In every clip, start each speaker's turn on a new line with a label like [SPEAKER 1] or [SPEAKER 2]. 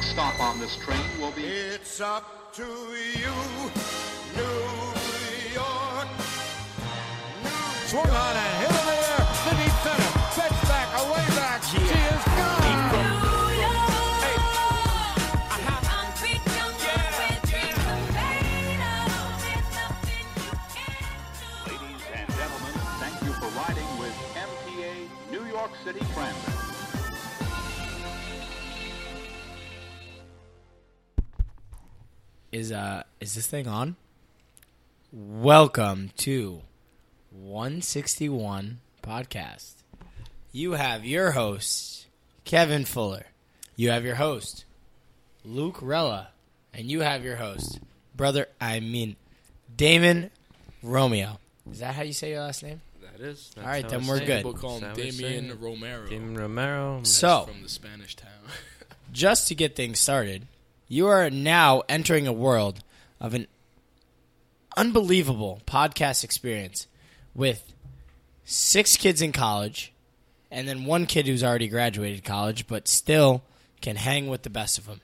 [SPEAKER 1] stop on this train will be.
[SPEAKER 2] It's up to you, New York. New
[SPEAKER 3] Swung on and hit in the air. The deep center. Fetch back, away back. She is gone.
[SPEAKER 1] Ladies and gentlemen, thank you for riding with MTA New York City Transit.
[SPEAKER 4] Is uh is this thing on? Welcome to 161 podcast. You have your host Kevin Fuller. You have your host Luke Rella, and you have your host brother. I mean Damon Romeo. Is that how you say your last name?
[SPEAKER 5] That is. That's
[SPEAKER 4] All right,
[SPEAKER 5] how
[SPEAKER 4] then
[SPEAKER 5] it's
[SPEAKER 4] we're
[SPEAKER 5] named.
[SPEAKER 4] good.
[SPEAKER 6] People call him
[SPEAKER 5] That's how it's
[SPEAKER 6] Um, Damien
[SPEAKER 5] named.
[SPEAKER 6] Romero.
[SPEAKER 5] Damon Romero.
[SPEAKER 4] So
[SPEAKER 6] From the Spanish town.
[SPEAKER 4] just to get things started, you are now entering a world of an unbelievable podcast experience with six kids in college and then one kid who's already graduated college but still can hang with the best of them.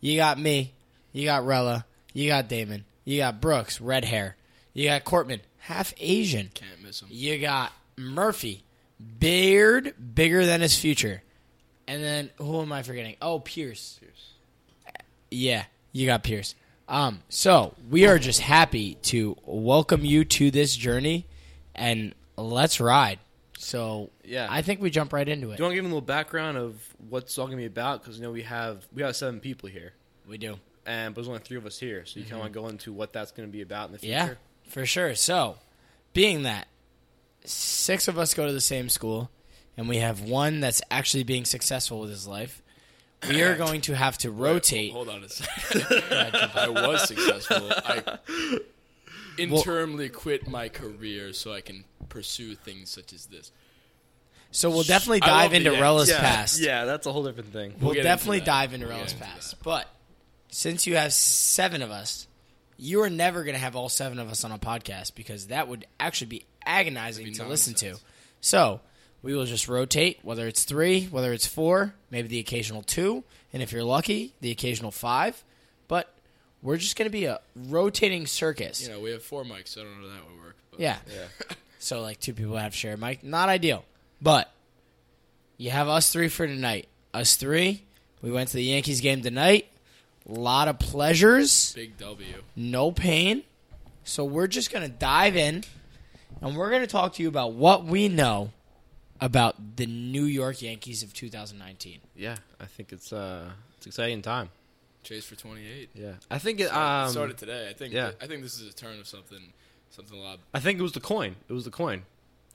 [SPEAKER 4] You got me, you got Rella, you got Damon, you got Brooks, red hair, you got Cortman, half Asian.
[SPEAKER 6] Can't miss him.
[SPEAKER 4] You got Murphy, beard bigger than his future, and then who am I forgetting? Oh, Pierce. Yeah, you got Pierce. Um, so we are just happy to welcome you to this journey, and let's ride. So
[SPEAKER 5] Yeah.
[SPEAKER 4] I think we jump right into it.
[SPEAKER 5] Do you want to give him a little background of what's all going to be about? Because you know we have we have seven people here,
[SPEAKER 4] we do.
[SPEAKER 5] and but there's only three of us here, so you kind of want to go into what that's going to be about in the future.
[SPEAKER 4] Yeah, for sure. So, being that six of us go to the same school, and we have one that's actually being successful with his life, we are going to have to rotate.
[SPEAKER 6] Hold on a second. I was successful. I internally quit my career so I can pursue things such as this.
[SPEAKER 4] So we'll definitely
[SPEAKER 6] I love
[SPEAKER 4] dive
[SPEAKER 6] the
[SPEAKER 4] into
[SPEAKER 6] Yanks.
[SPEAKER 4] Rella's
[SPEAKER 5] Yeah,
[SPEAKER 4] past.
[SPEAKER 5] yeah, that's a whole different thing.
[SPEAKER 4] We'll,
[SPEAKER 6] We'll get into
[SPEAKER 4] definitely
[SPEAKER 6] that.
[SPEAKER 4] dive into
[SPEAKER 6] We'll get
[SPEAKER 4] Rella's
[SPEAKER 6] into
[SPEAKER 4] past. But since you have seven of us, you are never going to have all seven of us on a podcast because that would actually be agonizing
[SPEAKER 6] That'd be
[SPEAKER 4] to listen to.
[SPEAKER 6] nonsense.
[SPEAKER 4] So we will just rotate, whether it's three, whether it's four, maybe the occasional two, and if you're lucky, the occasional five. But we're just going to be a rotating circus.
[SPEAKER 6] You know, we have four mics, so I don't know how that would work. But
[SPEAKER 4] Yeah. so like two people have to share a mic. Not ideal. But you have us three for tonight. Us three. We went to the Yankees game tonight. A lot of pleasures,
[SPEAKER 6] Big W.
[SPEAKER 4] no pain. So we're just gonna dive in and we're gonna talk to you about what we know about the New York Yankees of 2019.
[SPEAKER 5] Yeah, I think it's uh it's exciting time.
[SPEAKER 6] Chase for 28.
[SPEAKER 5] Yeah, I think it um
[SPEAKER 6] started today. I think.
[SPEAKER 5] yeah.
[SPEAKER 6] I think this is a turn of something. Something a lot.
[SPEAKER 5] I think it was the coin. It was the coin.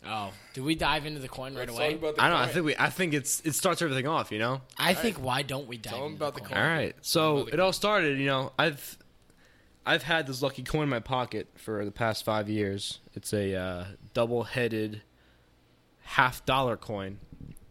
[SPEAKER 4] Oh, did we dive into the coin right
[SPEAKER 6] Let's
[SPEAKER 4] away?
[SPEAKER 6] talk about the
[SPEAKER 5] I don't. know, I
[SPEAKER 6] coin.
[SPEAKER 5] think we. I think it's it starts everything off. You know.
[SPEAKER 4] I think why don't we dive
[SPEAKER 6] Tell 'em
[SPEAKER 4] into
[SPEAKER 6] about the
[SPEAKER 4] coin?
[SPEAKER 6] coin.
[SPEAKER 5] All right. So it all started, you know, I've I've had this lucky coin in my pocket for the past 5 years. It's a uh, double-headed half dollar coin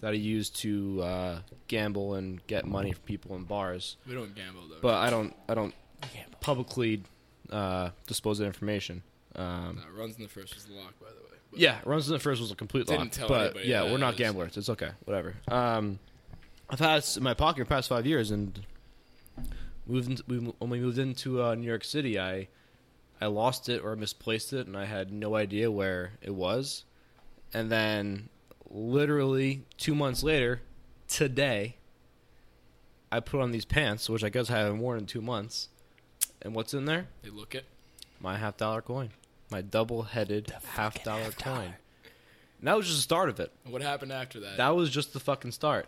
[SPEAKER 5] that I use to uh, gamble and get money from people in bars,
[SPEAKER 6] We don't gamble though.
[SPEAKER 5] but I don't I don't
[SPEAKER 4] Gamble.
[SPEAKER 5] publicly uh, dispose of that information. Um,
[SPEAKER 6] Nah, runs in the first was the lock, by the way. But
[SPEAKER 5] yeah, runs in the first was a complete
[SPEAKER 6] Didn't
[SPEAKER 5] lock.
[SPEAKER 6] tell
[SPEAKER 5] but
[SPEAKER 6] anybody
[SPEAKER 5] yeah,
[SPEAKER 6] that.
[SPEAKER 5] we're
[SPEAKER 6] It
[SPEAKER 5] not
[SPEAKER 6] was-
[SPEAKER 5] gamblers. It's okay, whatever. Um, I've had this in my pocket the past five years, and moved in, we, when we moved into uh, New York City, I I lost it or misplaced it, and I had no idea where it was. And then, literally two months later, today, I put on these pants, which I guess I haven't worn in two months. And what's in there?
[SPEAKER 6] They look it.
[SPEAKER 5] my half dollar coin, my double headed half dollar coin. And that was just the start of it.
[SPEAKER 6] What happened after that?
[SPEAKER 5] That was just the fucking start.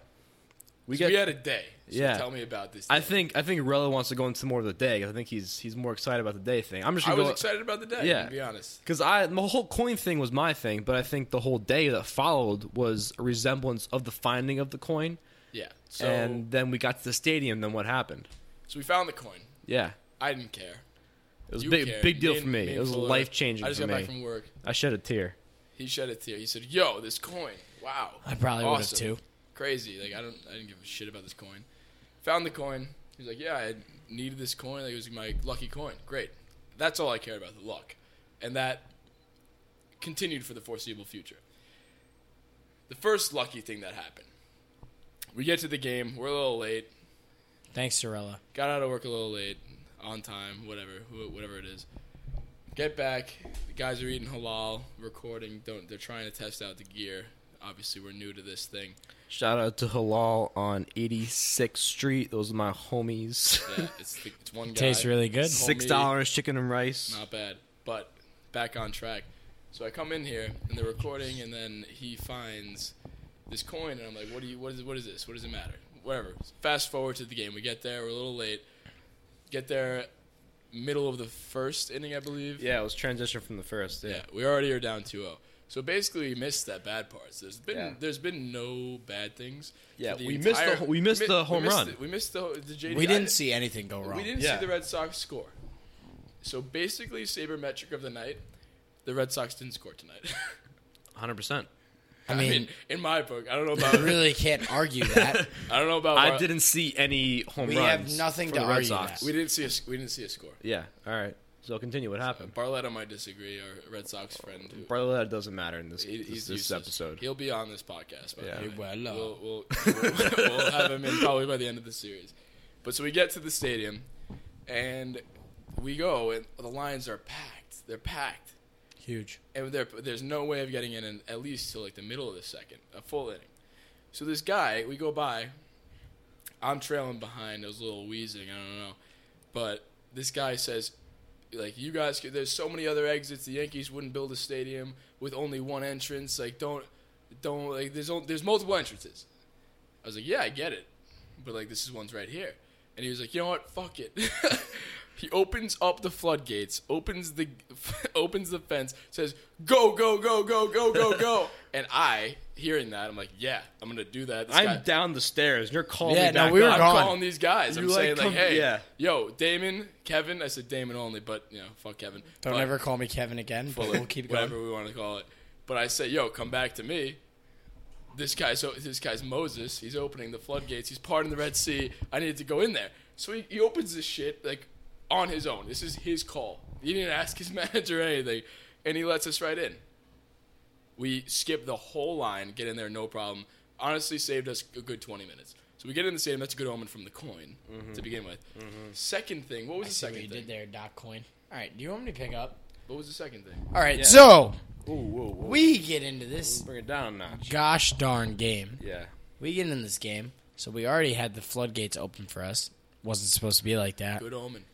[SPEAKER 5] We
[SPEAKER 6] So
[SPEAKER 5] get.
[SPEAKER 6] we had a day. So
[SPEAKER 5] Yeah.
[SPEAKER 6] Tell me about this. Day.
[SPEAKER 5] I think I think Rella wants to go into more of the day. 'cause I think he's he's more excited about the day thing. I'm just
[SPEAKER 6] I
[SPEAKER 5] gonna
[SPEAKER 6] was
[SPEAKER 5] go
[SPEAKER 6] excited about the day.
[SPEAKER 5] Yeah.
[SPEAKER 6] To be honest.
[SPEAKER 5] because I the whole coin thing was my thing, but I think the whole day that followed was a resemblance of the finding of the coin,
[SPEAKER 6] Yeah. So
[SPEAKER 5] and then we got to the stadium. Then what happened?
[SPEAKER 6] so we found the coin.
[SPEAKER 5] Yeah,
[SPEAKER 6] I didn't care.
[SPEAKER 5] it was a
[SPEAKER 6] You
[SPEAKER 5] big
[SPEAKER 6] cared.
[SPEAKER 5] big deal
[SPEAKER 6] Me
[SPEAKER 5] for
[SPEAKER 6] and-
[SPEAKER 5] me.
[SPEAKER 6] me
[SPEAKER 5] It
[SPEAKER 6] and
[SPEAKER 5] was
[SPEAKER 6] Fuller-
[SPEAKER 5] life changing
[SPEAKER 6] I just
[SPEAKER 5] for
[SPEAKER 6] got
[SPEAKER 5] me.
[SPEAKER 6] back from work.
[SPEAKER 5] I shed a tear.
[SPEAKER 6] He shed a tear. He said, "Yo, this coin. Wow.
[SPEAKER 4] I probably would have
[SPEAKER 6] Awesome.
[SPEAKER 4] too.
[SPEAKER 6] Crazy. Like I don't. I didn't give a shit about this coin. Found the coin. He was like, "Yeah, I needed this coin. Like, it was my lucky coin. Great. That's all I cared about. The luck, and that continued for the foreseeable future. The first lucky thing that happened. We get to the game. We're a little late.
[SPEAKER 4] Thanks, Sorella.
[SPEAKER 6] Got out of work a little late, on time, whatever, wh- whatever it is. Get back. The guys are eating halal, recording. Don't they're trying to test out the gear. Obviously, we're new to this thing.
[SPEAKER 5] Shout out to Halal on 86th Street. Those are my homies.
[SPEAKER 6] Yeah, it's the, it's one guy.
[SPEAKER 4] Tastes really good.
[SPEAKER 6] Homie.
[SPEAKER 5] Six dollars chicken and rice.
[SPEAKER 6] Not bad. But back on track. So I come in here and they're recording, and then he finds this coin, and I'm like, "What do you? What is? What is this? What does it matter? Whatever." Fast forward to the game. We get there. We're a little late. Get there, middle of the first inning, I believe.
[SPEAKER 5] Yeah, it was transition from the first. Yeah.
[SPEAKER 6] Yeah, we already are down 2-0. So basically, we missed that bad part. So there's been
[SPEAKER 5] Yeah.
[SPEAKER 6] there's been no bad things.
[SPEAKER 5] Yeah,
[SPEAKER 6] For
[SPEAKER 5] we missed the ho- we missed
[SPEAKER 6] mi-
[SPEAKER 5] the home
[SPEAKER 6] missed
[SPEAKER 5] run.
[SPEAKER 6] the- we missed the, the JD.
[SPEAKER 4] We
[SPEAKER 6] I
[SPEAKER 4] didn't see anything go wrong.
[SPEAKER 6] we didn't
[SPEAKER 5] Yeah.
[SPEAKER 6] see the Red Sox score. So basically, sabermetric of the night, the Red Sox didn't score tonight.
[SPEAKER 5] Hundred percent.
[SPEAKER 4] I mean,
[SPEAKER 6] in my book, I don't know
[SPEAKER 4] I
[SPEAKER 6] about
[SPEAKER 4] really can't argue that.
[SPEAKER 6] I don't know about.
[SPEAKER 5] I
[SPEAKER 6] Mar-
[SPEAKER 5] didn't see any home
[SPEAKER 4] We have
[SPEAKER 5] runs.
[SPEAKER 4] nothing
[SPEAKER 5] for
[SPEAKER 4] to
[SPEAKER 5] the Red
[SPEAKER 4] argue
[SPEAKER 5] Sox.
[SPEAKER 4] that.
[SPEAKER 6] We didn't see a s- we didn't see a score.
[SPEAKER 5] Yeah. All right. So continue. What happened?
[SPEAKER 6] Barletta might disagree. Our Red Sox friend. Who,
[SPEAKER 5] Brother, that doesn't matter in this
[SPEAKER 6] he-
[SPEAKER 5] this,
[SPEAKER 6] he's
[SPEAKER 5] this
[SPEAKER 6] useless.
[SPEAKER 5] episode.
[SPEAKER 6] He'll be on this podcast. By
[SPEAKER 5] Yeah.
[SPEAKER 6] the way.
[SPEAKER 4] Well, uh,
[SPEAKER 6] we'll, we'll, we'll, we'll have him in probably by the end of the series. But so we get to the stadium, and we go, and the lines are packed. They're packed.
[SPEAKER 4] Huge.
[SPEAKER 6] and there, there's no way of getting in, in at least till like the middle of the second, a full inning. So this guy, we go by. I'm trailing behind. I was a little wheezing. I don't know, but this guy says, like, you guys, could, there's so many other exits. The Yankees wouldn't build a stadium with only one entrance. Like, don't, don't like. There's on- there's multiple entrances. I was like, yeah, I get it, but like this is one's right here. And he was like, you know what? Fuck it. he opens up the floodgates, opens the opens the fence, says, go, go, go, go, go, go, go. and I, hearing that, I'm like, yeah, I'm gonna do that. This
[SPEAKER 5] I'm
[SPEAKER 6] guy-
[SPEAKER 5] down the stairs. and You're calling
[SPEAKER 4] Yeah,
[SPEAKER 5] me
[SPEAKER 4] no,
[SPEAKER 5] back
[SPEAKER 4] we were
[SPEAKER 5] up.
[SPEAKER 6] I'm
[SPEAKER 4] gone.
[SPEAKER 6] calling these guys. I'm
[SPEAKER 5] You, like,
[SPEAKER 6] saying like,
[SPEAKER 5] come-
[SPEAKER 6] hey,
[SPEAKER 5] yeah.
[SPEAKER 6] yo, Damon, Kevin. I said Damon only, but you know, fuck Kevin.
[SPEAKER 4] Don't
[SPEAKER 6] But-
[SPEAKER 4] ever call me Kevin again. But
[SPEAKER 6] Bullet,
[SPEAKER 4] we'll keep going.
[SPEAKER 6] whatever we want to call it. But I say, yo, come back to me. This guy's this guy's Moses. He's opening the floodgates. He's parting the Red Sea. I needed to go in there. So he, he opens this shit like on his own. This is his call. He didn't ask his manager or anything, and he lets us right in. We skip the whole line, get in there, no problem. Honestly, saved us a good twenty minutes. So we get in the stadium. That's a good omen from the coin to begin with. Second thing, what was
[SPEAKER 4] Mm-hmm. I
[SPEAKER 6] the
[SPEAKER 4] see what you
[SPEAKER 6] second thing?
[SPEAKER 4] did there, Doc Coin. All right, do you want me to pick up?
[SPEAKER 6] What was the second thing?
[SPEAKER 4] All right, so
[SPEAKER 5] Ooh, whoa, whoa.
[SPEAKER 4] we get into this
[SPEAKER 5] bring it down a notch.
[SPEAKER 4] gosh darn game.
[SPEAKER 5] Yeah.
[SPEAKER 4] We get in this game, so we already had the floodgates open for us. Wasn't supposed to be like that.
[SPEAKER 6] Good omen.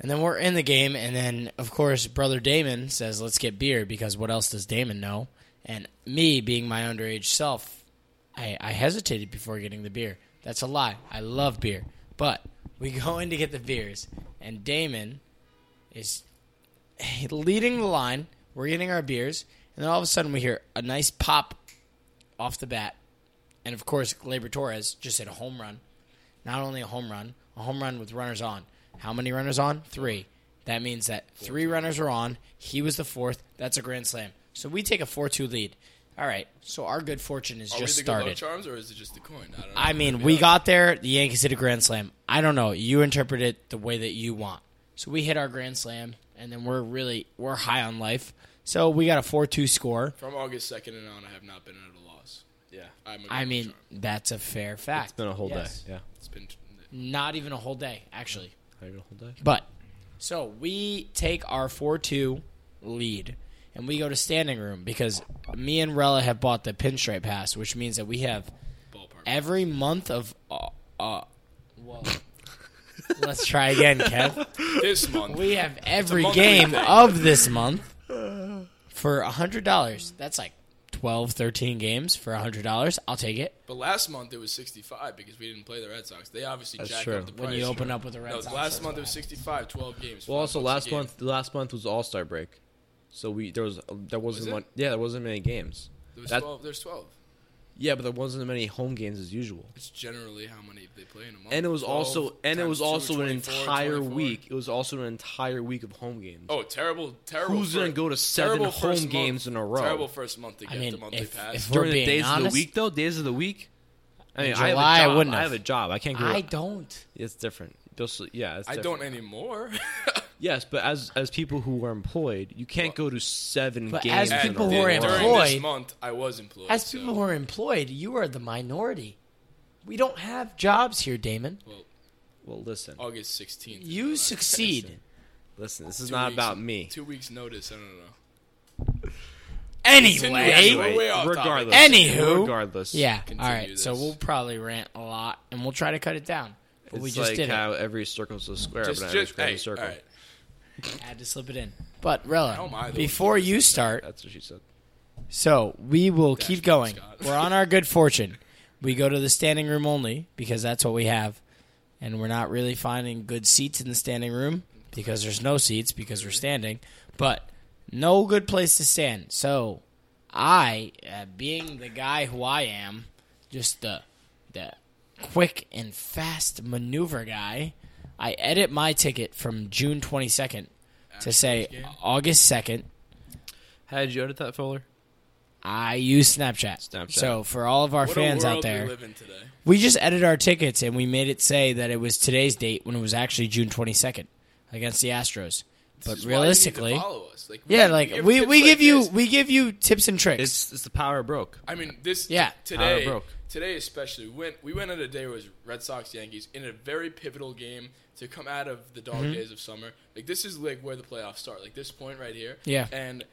[SPEAKER 4] And then we're in the game, and then of course, brother Damon says, "Let's get beer," because what else does Damon know? And me, being my underage self, I, I hesitated before getting the beer. That's a lie. I love beer, but we go in to get the beers, and Damon is leading the line. We're getting our beers, and then all of a sudden, we hear a nice pop off the bat, and of course, Labor Torres just hit a home run not only a home run, a home run with runners on. How many runners on? Three. That means that three runners are on. He was the fourth. That's a grand slam. So we take a 4 2 lead. All right. So our good fortune is
[SPEAKER 6] Are
[SPEAKER 4] just
[SPEAKER 6] we the good
[SPEAKER 4] started.
[SPEAKER 6] luck charms, or is it just the coin? I don't know. uh,
[SPEAKER 4] I mean, we got there. The Yankees hit a grand slam. I don't know. You interpret it the way that you want. So we hit our grand slam, and then we're really we're high on life. So we got a 4 2 score.
[SPEAKER 6] from August second and on. I have not been at a loss.
[SPEAKER 5] Yeah.
[SPEAKER 6] I'm a good
[SPEAKER 4] I
[SPEAKER 6] luck
[SPEAKER 4] mean,
[SPEAKER 6] charm.
[SPEAKER 4] that's a fair fact.
[SPEAKER 5] It's been a whole
[SPEAKER 4] Yes.
[SPEAKER 5] day. Yeah.
[SPEAKER 6] it's been
[SPEAKER 4] Not even a whole day, actually.
[SPEAKER 5] Not even a whole day.
[SPEAKER 4] But so we take our four two lead and we go to standing room because me and Rella have bought the pinstripe pass, which means that we have
[SPEAKER 6] ballpark.
[SPEAKER 4] every month of uh, uh Let's try again, Kev.
[SPEAKER 6] this month,
[SPEAKER 4] We have every
[SPEAKER 6] monthly
[SPEAKER 4] game
[SPEAKER 6] thing.
[SPEAKER 4] of this month for a hundred dollars. That's like 12, 13 games for a hundred dollars. I'll take it.
[SPEAKER 6] but last month it was sixty five because we didn't play the Red Sox. They obviously
[SPEAKER 5] That's
[SPEAKER 6] jacked
[SPEAKER 5] true.
[SPEAKER 6] up the price.
[SPEAKER 4] When you open up with the Red
[SPEAKER 6] no,
[SPEAKER 4] Sox,
[SPEAKER 6] last
[SPEAKER 4] that's
[SPEAKER 6] month
[SPEAKER 4] what
[SPEAKER 6] it was 65, 12 games.
[SPEAKER 5] Well,
[SPEAKER 6] five
[SPEAKER 5] also
[SPEAKER 6] bucks a
[SPEAKER 5] last
[SPEAKER 6] game.
[SPEAKER 5] month, last month was All Star break, so we there was there wasn't
[SPEAKER 6] it?
[SPEAKER 5] one. Yeah, there wasn't many games.
[SPEAKER 6] there was
[SPEAKER 5] that-
[SPEAKER 6] twelve. There's twelve.
[SPEAKER 5] Yeah, but there wasn't as many home games as usual.
[SPEAKER 6] It's generally how many they play in a month.
[SPEAKER 5] And it was
[SPEAKER 6] 12
[SPEAKER 5] also and it
[SPEAKER 6] times
[SPEAKER 5] was
[SPEAKER 6] two,
[SPEAKER 5] also an
[SPEAKER 6] 24,
[SPEAKER 5] entire
[SPEAKER 6] 24.
[SPEAKER 5] week. It was also an entire week of home games.
[SPEAKER 6] Oh, terrible! Terrible.
[SPEAKER 5] Who's gonna
[SPEAKER 6] first-
[SPEAKER 5] go to seven
[SPEAKER 6] terrible
[SPEAKER 5] home
[SPEAKER 6] first month-
[SPEAKER 5] games in a row?
[SPEAKER 6] Terrible first month to get
[SPEAKER 4] I mean,
[SPEAKER 6] the monthly
[SPEAKER 4] if,
[SPEAKER 6] pass.
[SPEAKER 4] if we're
[SPEAKER 5] During the
[SPEAKER 4] being
[SPEAKER 5] days
[SPEAKER 4] honest,
[SPEAKER 5] of the week, though, days of the week. I mean,
[SPEAKER 4] In
[SPEAKER 5] I
[SPEAKER 4] July, I
[SPEAKER 5] have a job.
[SPEAKER 4] wouldn't
[SPEAKER 5] I
[SPEAKER 4] have.
[SPEAKER 5] have a job. I can't go.
[SPEAKER 4] I don't.
[SPEAKER 5] It's different. Just- yeah, it's
[SPEAKER 6] I don't
[SPEAKER 5] different.
[SPEAKER 6] anymore.
[SPEAKER 5] Yes, but as as people who are employed, you can't go to seven
[SPEAKER 4] But
[SPEAKER 5] games.
[SPEAKER 4] as
[SPEAKER 5] in a
[SPEAKER 4] people
[SPEAKER 5] row.
[SPEAKER 4] who are
[SPEAKER 6] during this
[SPEAKER 4] employed-
[SPEAKER 6] month, I was employed.
[SPEAKER 4] As
[SPEAKER 6] so-
[SPEAKER 4] people who are employed, you are the minority. We don't have jobs here, Damon.
[SPEAKER 6] Well,
[SPEAKER 5] Well, listen,
[SPEAKER 6] August 16th. is my
[SPEAKER 4] You
[SPEAKER 6] last-
[SPEAKER 4] succeed.
[SPEAKER 5] listen. This is
[SPEAKER 6] Two
[SPEAKER 5] not
[SPEAKER 6] weeks-
[SPEAKER 5] about me.
[SPEAKER 6] Two weeks notice. I don't know.
[SPEAKER 4] Anyway.
[SPEAKER 6] We're way off topic.
[SPEAKER 5] regardless,
[SPEAKER 4] Anywho.
[SPEAKER 5] regardless,
[SPEAKER 4] Yeah.
[SPEAKER 6] Continue
[SPEAKER 4] All right. So
[SPEAKER 6] this.
[SPEAKER 4] we'll probably rant a lot, and we'll try to cut it down. But
[SPEAKER 5] It's
[SPEAKER 4] we just
[SPEAKER 5] like
[SPEAKER 4] did
[SPEAKER 5] how every circle's a square,
[SPEAKER 6] Just,
[SPEAKER 5] but not every
[SPEAKER 6] just,
[SPEAKER 5] square
[SPEAKER 6] hey,
[SPEAKER 5] is a circle.
[SPEAKER 6] all right.
[SPEAKER 4] it. Had to slip it in. But
[SPEAKER 6] How am I the
[SPEAKER 4] Rella,
[SPEAKER 6] one
[SPEAKER 4] before you start,
[SPEAKER 5] That's what she said.
[SPEAKER 4] so we will keep
[SPEAKER 6] Scott.
[SPEAKER 4] going. We're on our good fortune. We go to the standing room only because that's what we have, and we're not really finding good seats in the standing room because there's no seats because we're standing. But no good place to stand. So I, uh, being the guy who I am, just the the quick and fast maneuver guy, I edit my ticket from June 22nd to say
[SPEAKER 6] game?
[SPEAKER 4] August 2nd.
[SPEAKER 5] How did you edit that, Fuller?
[SPEAKER 4] I use Snapchat.
[SPEAKER 5] Snapchat.
[SPEAKER 4] So for all of our
[SPEAKER 6] What
[SPEAKER 4] fans
[SPEAKER 6] a
[SPEAKER 4] out
[SPEAKER 6] world
[SPEAKER 4] there,
[SPEAKER 6] we
[SPEAKER 4] we,
[SPEAKER 6] live in today.
[SPEAKER 4] just edited our tickets and we made it say that it was today's date when it was actually June 22nd against the Astros.
[SPEAKER 6] This
[SPEAKER 4] But
[SPEAKER 6] is why you need to
[SPEAKER 4] realistically,
[SPEAKER 6] follow us. Like, we
[SPEAKER 4] yeah,
[SPEAKER 6] give-
[SPEAKER 4] like
[SPEAKER 6] give
[SPEAKER 4] we,
[SPEAKER 6] tips
[SPEAKER 4] we
[SPEAKER 6] like
[SPEAKER 4] give you
[SPEAKER 6] this.
[SPEAKER 4] we give you tips and tricks.
[SPEAKER 5] It's it's the power broke.
[SPEAKER 6] I mean, this
[SPEAKER 4] Yeah.
[SPEAKER 6] today,
[SPEAKER 5] Tyler broke.
[SPEAKER 6] today especially, we went, we went on a day where it was Red Sox Yankees in a very pivotal game to come out of the dog
[SPEAKER 4] Mm-hmm.
[SPEAKER 6] days of summer. Like this is like where the playoffs start, like this point right here.
[SPEAKER 4] Yeah.
[SPEAKER 6] and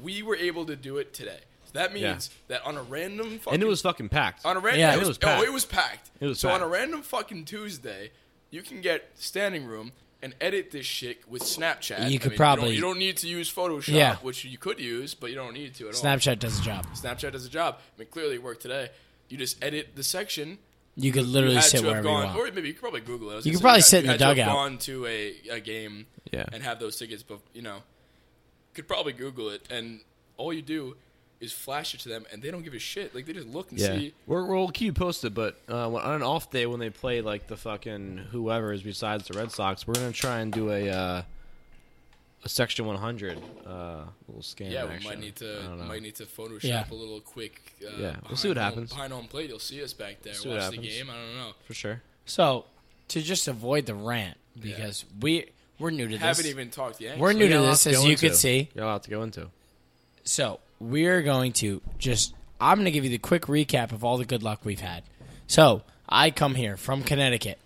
[SPEAKER 6] we were able to do it today. So that means
[SPEAKER 5] Yeah.
[SPEAKER 6] that on a random fucking
[SPEAKER 5] And it was fucking packed.
[SPEAKER 6] on a random
[SPEAKER 4] Yeah,
[SPEAKER 6] it
[SPEAKER 4] it
[SPEAKER 6] was,
[SPEAKER 5] was
[SPEAKER 6] oh
[SPEAKER 5] packed.
[SPEAKER 6] it was packed.
[SPEAKER 5] It was
[SPEAKER 6] so on a
[SPEAKER 5] packed.
[SPEAKER 6] random fucking Tuesday, you can get standing room. And edit this shit with Snapchat.
[SPEAKER 4] You could
[SPEAKER 6] don't-
[SPEAKER 4] probably-
[SPEAKER 6] you don't need to use Photoshop,
[SPEAKER 4] Yeah.
[SPEAKER 6] which you could use, but you don't need to at all.
[SPEAKER 4] Snapchat does a job.
[SPEAKER 6] Snapchat does a job. I mean, clearly it worked today. You just edit the section.
[SPEAKER 4] You could
[SPEAKER 6] You
[SPEAKER 4] literally
[SPEAKER 6] had
[SPEAKER 4] sit
[SPEAKER 6] to have
[SPEAKER 4] wherever you
[SPEAKER 6] gone,
[SPEAKER 4] want.
[SPEAKER 6] or maybe you could probably Google it. I was
[SPEAKER 4] You
[SPEAKER 6] gonna
[SPEAKER 4] could probably
[SPEAKER 6] say,
[SPEAKER 4] sit
[SPEAKER 6] had-
[SPEAKER 4] in
[SPEAKER 6] you
[SPEAKER 4] the
[SPEAKER 6] had to have
[SPEAKER 4] dugout.
[SPEAKER 6] Gone to a, a game,
[SPEAKER 5] Yeah.
[SPEAKER 6] and have those tickets. But you know, could probably Google it, and all you do is flash it to them, and they don't give a shit. Like they just look and
[SPEAKER 5] Yeah,
[SPEAKER 6] see.
[SPEAKER 5] we're we'll keep you posted. But uh, when- on an off day when they play like the fucking whoever is besides the Red Sox, we're gonna try and do a uh, a section 100 uh, little scan.
[SPEAKER 6] Yeah, we
[SPEAKER 5] action.
[SPEAKER 6] might need
[SPEAKER 5] I
[SPEAKER 6] to
[SPEAKER 5] don't know.
[SPEAKER 6] might need to Photoshop
[SPEAKER 4] Yeah.
[SPEAKER 6] a little quick. Uh,
[SPEAKER 5] Yeah, we'll
[SPEAKER 6] behind
[SPEAKER 5] see what
[SPEAKER 6] home-
[SPEAKER 5] happens.
[SPEAKER 6] Behind home plate, you'll see us back there.
[SPEAKER 5] see what
[SPEAKER 6] Watch the
[SPEAKER 5] happens.
[SPEAKER 6] game. I don't know.
[SPEAKER 5] for sure.
[SPEAKER 4] So to just avoid the rant because we we're new to this.
[SPEAKER 6] Haven't even talked Yankees.
[SPEAKER 4] we're new
[SPEAKER 5] You're
[SPEAKER 4] to
[SPEAKER 5] allowed
[SPEAKER 4] this,
[SPEAKER 5] to go
[SPEAKER 4] as you
[SPEAKER 5] into.
[SPEAKER 4] could see.
[SPEAKER 5] You're allowed to go into.
[SPEAKER 4] So we're going to just. I'm going to give you the quick recap of all the good luck we've had. So I come here from Connecticut,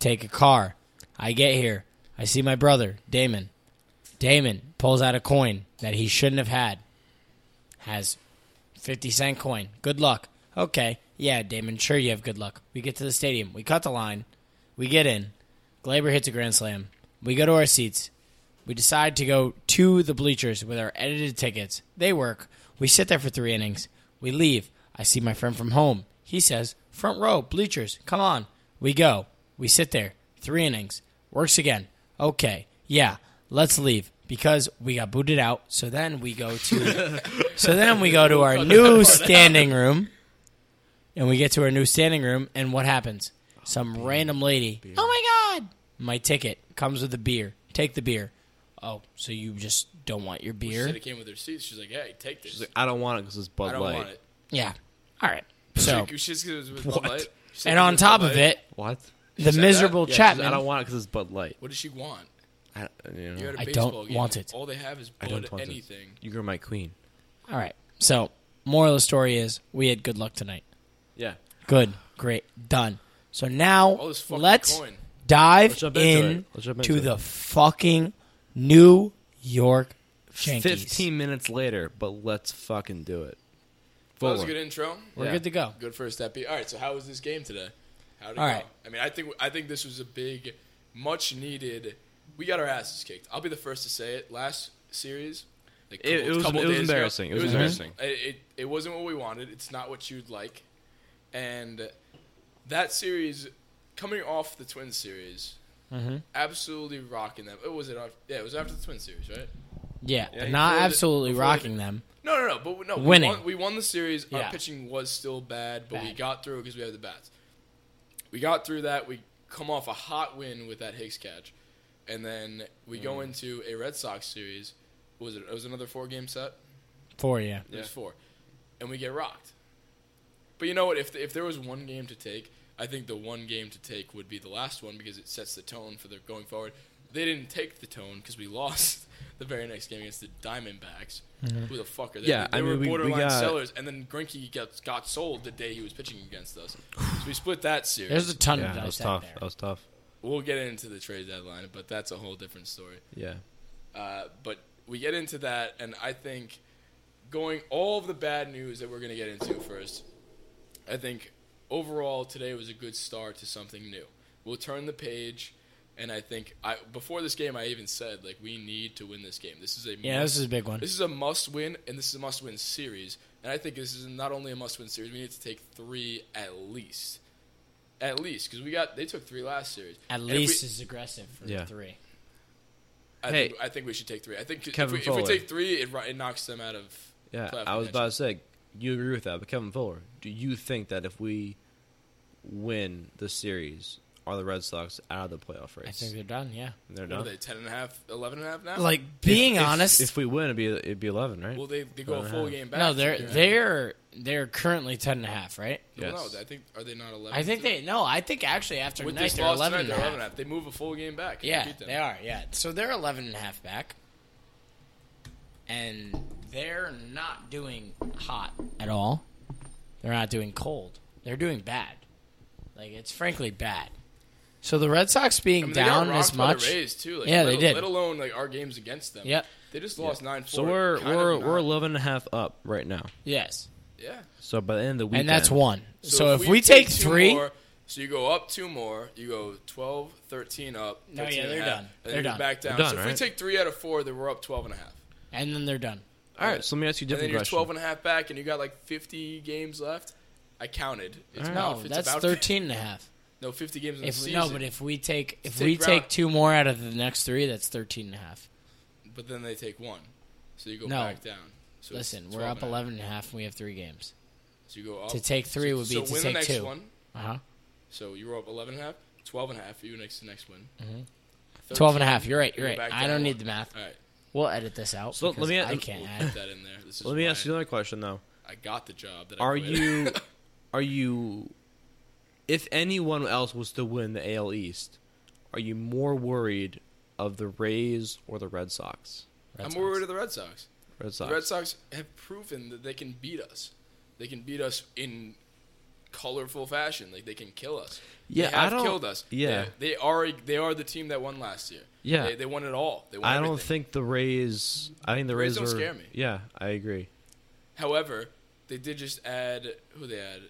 [SPEAKER 4] take a car. I get here. I see my brother, Damon. Damon pulls out a coin that he shouldn't have had. Has 50 cent coin. Good luck. Okay. Yeah, Damon, sure you have good luck. We get to the stadium. We cut the line. We get in. Glaber hits a grand slam. We go to our seats. We decide to go to the bleachers with our edited tickets. They work. We sit there for three innings. We leave. I see my friend from home. He says, Front row, bleachers, come on. We go. We sit there. Three innings. Works again. Okay. Yeah. Let's leave because we got booted out. So then we go to So then we go to our new standing room. And we get to our new standing room and what happens? Some random lady. Oh my god. My ticket comes with a beer. Take the beer. Oh, so you just don't want your
[SPEAKER 6] She said
[SPEAKER 4] beer?
[SPEAKER 6] it came with her seats. She's like, "Hey, take this.
[SPEAKER 5] She's like, I don't want it because it's Bud
[SPEAKER 6] I don't
[SPEAKER 5] Light.
[SPEAKER 6] want it."
[SPEAKER 4] Yeah. All right. So,
[SPEAKER 6] She- she just goes with
[SPEAKER 4] What?
[SPEAKER 6] Bud Light. She said
[SPEAKER 4] and on
[SPEAKER 6] Bud
[SPEAKER 4] top of
[SPEAKER 6] Light.
[SPEAKER 4] it,
[SPEAKER 5] What?
[SPEAKER 4] the
[SPEAKER 6] said
[SPEAKER 4] miserable
[SPEAKER 6] that?
[SPEAKER 5] Yeah, she's like, I don't
[SPEAKER 4] Chapman.
[SPEAKER 5] want it because it's Bud Light.
[SPEAKER 6] What does she want?
[SPEAKER 5] I, you know,
[SPEAKER 6] You're at a
[SPEAKER 4] I
[SPEAKER 6] baseball
[SPEAKER 4] don't
[SPEAKER 6] game.
[SPEAKER 4] want it.
[SPEAKER 6] All they have is
[SPEAKER 5] I
[SPEAKER 6] Bud
[SPEAKER 5] don't want
[SPEAKER 6] anything.
[SPEAKER 5] This. You're my queen.
[SPEAKER 4] All right. So, moral of the story is we had good luck tonight.
[SPEAKER 5] Yeah.
[SPEAKER 4] Good. Great. Done. So now
[SPEAKER 6] All Oh, this fucking
[SPEAKER 4] let's
[SPEAKER 6] coin.
[SPEAKER 4] dive
[SPEAKER 5] Let's jump into
[SPEAKER 4] in
[SPEAKER 5] it. Let's jump
[SPEAKER 4] to
[SPEAKER 5] into
[SPEAKER 4] the fucking New York Yankees.
[SPEAKER 5] 15 minutes later, but let's fucking do it.
[SPEAKER 6] That was a
[SPEAKER 5] Fuller.
[SPEAKER 6] good intro.
[SPEAKER 4] We're
[SPEAKER 5] Yeah.
[SPEAKER 4] good to go.
[SPEAKER 6] Good first step. All right. So how was this game today? How did it
[SPEAKER 4] All
[SPEAKER 6] go?
[SPEAKER 4] right.
[SPEAKER 6] I mean, I think I think this was a big, much needed. We got our asses kicked. I'll be the first to say it. Last series, like
[SPEAKER 5] It- it was-
[SPEAKER 6] couple
[SPEAKER 5] it was
[SPEAKER 6] days ago,
[SPEAKER 5] embarrassing. It was embarrassing.
[SPEAKER 6] It, it it wasn't what we wanted. It's not what you'd like, and that series coming off the Twin series.
[SPEAKER 4] Mm-hmm.
[SPEAKER 6] Absolutely rocking them. It was it. af- Yeah, it was after the Twin series, right?
[SPEAKER 4] Yeah,
[SPEAKER 6] you
[SPEAKER 4] not
[SPEAKER 6] before the-
[SPEAKER 4] absolutely
[SPEAKER 6] before the-
[SPEAKER 4] rocking them.
[SPEAKER 6] No, no, no. But we- no,
[SPEAKER 4] Winning.
[SPEAKER 6] We won, we won the series.
[SPEAKER 4] Yeah.
[SPEAKER 6] Our pitching was still bad, but we
[SPEAKER 4] Bad.
[SPEAKER 6] got through because we had the bats. We got through that. We come off a hot win with that Hicks catch, and then we
[SPEAKER 4] Mm.
[SPEAKER 6] go into a Red Sox series. What was it? It was another four game set.
[SPEAKER 4] For you.
[SPEAKER 6] It was four, and we get rocked. But you know what? If if there was one game to take, I think the one game to take would be the last one because it sets the tone for the going forward. They didn't take the tone because we lost the very next game against the Diamondbacks. Who the fuck are they?
[SPEAKER 5] Mm-hmm. Yeah,
[SPEAKER 6] they
[SPEAKER 5] I
[SPEAKER 6] were
[SPEAKER 5] mean, we- we
[SPEAKER 6] borderline
[SPEAKER 5] got-
[SPEAKER 6] sellers, and then Grinky got got sold the day he was pitching against us. so we split that series.
[SPEAKER 4] There's a ton
[SPEAKER 5] Yeah,
[SPEAKER 4] of
[SPEAKER 5] that was
[SPEAKER 4] those
[SPEAKER 5] tough.
[SPEAKER 4] out
[SPEAKER 5] That
[SPEAKER 4] there.
[SPEAKER 5] was tough.
[SPEAKER 6] we'll get into the trade deadline, but that's a whole different story.
[SPEAKER 5] Yeah.
[SPEAKER 6] Uh, but we get into that, and I think going all of the bad news that we're going to get into first, I think overall today was a good start to something new. We'll turn the page, and I think I before this game I even said like we need to win this game. This is a
[SPEAKER 4] Yeah, this is a big one.
[SPEAKER 6] This is a must win, and this is a must win series. And I think this is not only a must win series. We need to take three at least, at least because we got they took three last series.
[SPEAKER 4] At
[SPEAKER 6] And if
[SPEAKER 4] least
[SPEAKER 6] we-
[SPEAKER 4] is aggressive for
[SPEAKER 5] Yeah.
[SPEAKER 4] three.
[SPEAKER 6] I,
[SPEAKER 5] Hey.
[SPEAKER 6] think, I think we should take three. I think if
[SPEAKER 5] Kevin
[SPEAKER 6] we, if we
[SPEAKER 5] Fuller.
[SPEAKER 6] take three, it, ri- it knocks them out of.
[SPEAKER 5] Yeah,
[SPEAKER 6] playoff
[SPEAKER 5] I was
[SPEAKER 6] contention.
[SPEAKER 5] about to say, you agree with that, but Kevin Fuller, do you think that if we win the series, are the Red Sox out of the playoff race?
[SPEAKER 4] I think they're done. Yeah.
[SPEAKER 5] they're
[SPEAKER 6] What
[SPEAKER 5] not.
[SPEAKER 6] are they? Ten and a half, eleven and a half now.
[SPEAKER 4] Like being
[SPEAKER 5] If-
[SPEAKER 4] honest,
[SPEAKER 5] if we win, it'd be it'd be eleven, right?
[SPEAKER 6] well, they, they go a full game back.
[SPEAKER 4] no, they're
[SPEAKER 6] Yeah.
[SPEAKER 4] they're they're currently ten and a half, right?
[SPEAKER 6] Well, no,
[SPEAKER 5] Yes.
[SPEAKER 6] I think are they not eleven?
[SPEAKER 4] I think they no. I think actually after
[SPEAKER 6] with
[SPEAKER 4] tonight
[SPEAKER 6] this
[SPEAKER 4] they're
[SPEAKER 6] loss
[SPEAKER 4] eleven
[SPEAKER 6] tonight
[SPEAKER 4] and
[SPEAKER 6] they're
[SPEAKER 4] a half.
[SPEAKER 6] eleven and a half. They move a full game back. and
[SPEAKER 4] Yeah,
[SPEAKER 6] beat them.
[SPEAKER 4] they are. Yeah, so they're eleven and a half back, and they're not doing hot at all. They're not doing cold. They're doing bad. Like it's frankly bad. So the Red Sox being
[SPEAKER 6] I mean, they got
[SPEAKER 4] down
[SPEAKER 6] rocked
[SPEAKER 4] this
[SPEAKER 6] by the
[SPEAKER 4] much,
[SPEAKER 6] Rays, too. Like,
[SPEAKER 4] Yeah,
[SPEAKER 6] let,
[SPEAKER 4] they did.
[SPEAKER 6] Let alone like our games against them.
[SPEAKER 4] Yep.
[SPEAKER 6] They just lost nine four.
[SPEAKER 5] so we're we're we're eleven and a half up right now.
[SPEAKER 4] yes,
[SPEAKER 6] yeah.
[SPEAKER 5] So by the end of the weekend,
[SPEAKER 4] and that's one. So, if, we, take,
[SPEAKER 6] take two
[SPEAKER 4] three,
[SPEAKER 6] more- so you go up two more. You go 12, 13 up.
[SPEAKER 4] No,
[SPEAKER 6] 13
[SPEAKER 4] yeah,
[SPEAKER 6] and a
[SPEAKER 4] they're
[SPEAKER 6] half,
[SPEAKER 4] done.
[SPEAKER 6] And then
[SPEAKER 4] They're
[SPEAKER 6] you go
[SPEAKER 4] done.
[SPEAKER 6] back down.
[SPEAKER 5] They're done,
[SPEAKER 6] so if we
[SPEAKER 5] right?
[SPEAKER 6] take three out of four, then we're up 12 and a half.
[SPEAKER 4] and then they're done.
[SPEAKER 5] All right, so let me ask you a
[SPEAKER 6] And then
[SPEAKER 5] different
[SPEAKER 6] you're
[SPEAKER 5] question.
[SPEAKER 6] 12 and a half back, and you got like 50 games left. I counted. It's about,
[SPEAKER 4] No,
[SPEAKER 6] it's
[SPEAKER 4] that's
[SPEAKER 6] about,
[SPEAKER 4] thirteen and a half.
[SPEAKER 6] No, 50 games in the
[SPEAKER 4] If
[SPEAKER 6] season.
[SPEAKER 4] no, but if we take if
[SPEAKER 6] Take
[SPEAKER 4] we
[SPEAKER 6] round-
[SPEAKER 4] take two more out of the next three, that's thirteen and a half.
[SPEAKER 6] But then they take one. So you go
[SPEAKER 4] No.
[SPEAKER 6] back down. So it's
[SPEAKER 4] Listen, we're
[SPEAKER 6] 12
[SPEAKER 4] up
[SPEAKER 6] and a half.
[SPEAKER 4] eleven and a half, and we have three games.
[SPEAKER 6] So you go up.
[SPEAKER 4] To take three would be
[SPEAKER 6] so
[SPEAKER 4] to
[SPEAKER 6] win
[SPEAKER 4] take
[SPEAKER 6] the next
[SPEAKER 4] two.
[SPEAKER 6] one.
[SPEAKER 4] Uh huh.
[SPEAKER 6] So you were up 11 and a half, 12 and a half. You next to next win. 13,
[SPEAKER 4] 12 Mm-hmm. and a half. You're right. You're
[SPEAKER 6] you go
[SPEAKER 4] right.
[SPEAKER 6] back
[SPEAKER 4] I
[SPEAKER 6] down
[SPEAKER 4] don't need
[SPEAKER 6] one.
[SPEAKER 4] the math.
[SPEAKER 6] All right.
[SPEAKER 4] We'll edit this out.
[SPEAKER 5] So, let
[SPEAKER 4] because
[SPEAKER 5] me-
[SPEAKER 4] I can't
[SPEAKER 6] Put
[SPEAKER 4] add.
[SPEAKER 6] that in there. This is
[SPEAKER 5] Let me
[SPEAKER 6] why
[SPEAKER 5] ask you another question though.
[SPEAKER 6] I got the job that I
[SPEAKER 5] Are
[SPEAKER 6] quit.
[SPEAKER 5] you are you if anyone else was to win the AL East, are you more worried of the Rays or the Red Sox?
[SPEAKER 6] I'm more worried of the Red Sox.
[SPEAKER 5] Red
[SPEAKER 6] The
[SPEAKER 5] Sox.
[SPEAKER 6] Red Sox have proven that they can beat us. They can beat us in colorful fashion. Like they can kill us.
[SPEAKER 5] Yeah,
[SPEAKER 6] they
[SPEAKER 5] I
[SPEAKER 6] have
[SPEAKER 5] don't-
[SPEAKER 6] killed us.
[SPEAKER 5] yeah.
[SPEAKER 6] they, they are. They are the team that won last year.
[SPEAKER 5] Yeah.
[SPEAKER 6] they, they won it all. They won
[SPEAKER 5] I don't
[SPEAKER 6] everything.
[SPEAKER 5] think the Rays. I think the
[SPEAKER 6] Rays
[SPEAKER 5] Rays,
[SPEAKER 6] don't
[SPEAKER 5] are.
[SPEAKER 6] scare me.
[SPEAKER 5] Yeah, I agree.
[SPEAKER 6] However, they did just add who they add,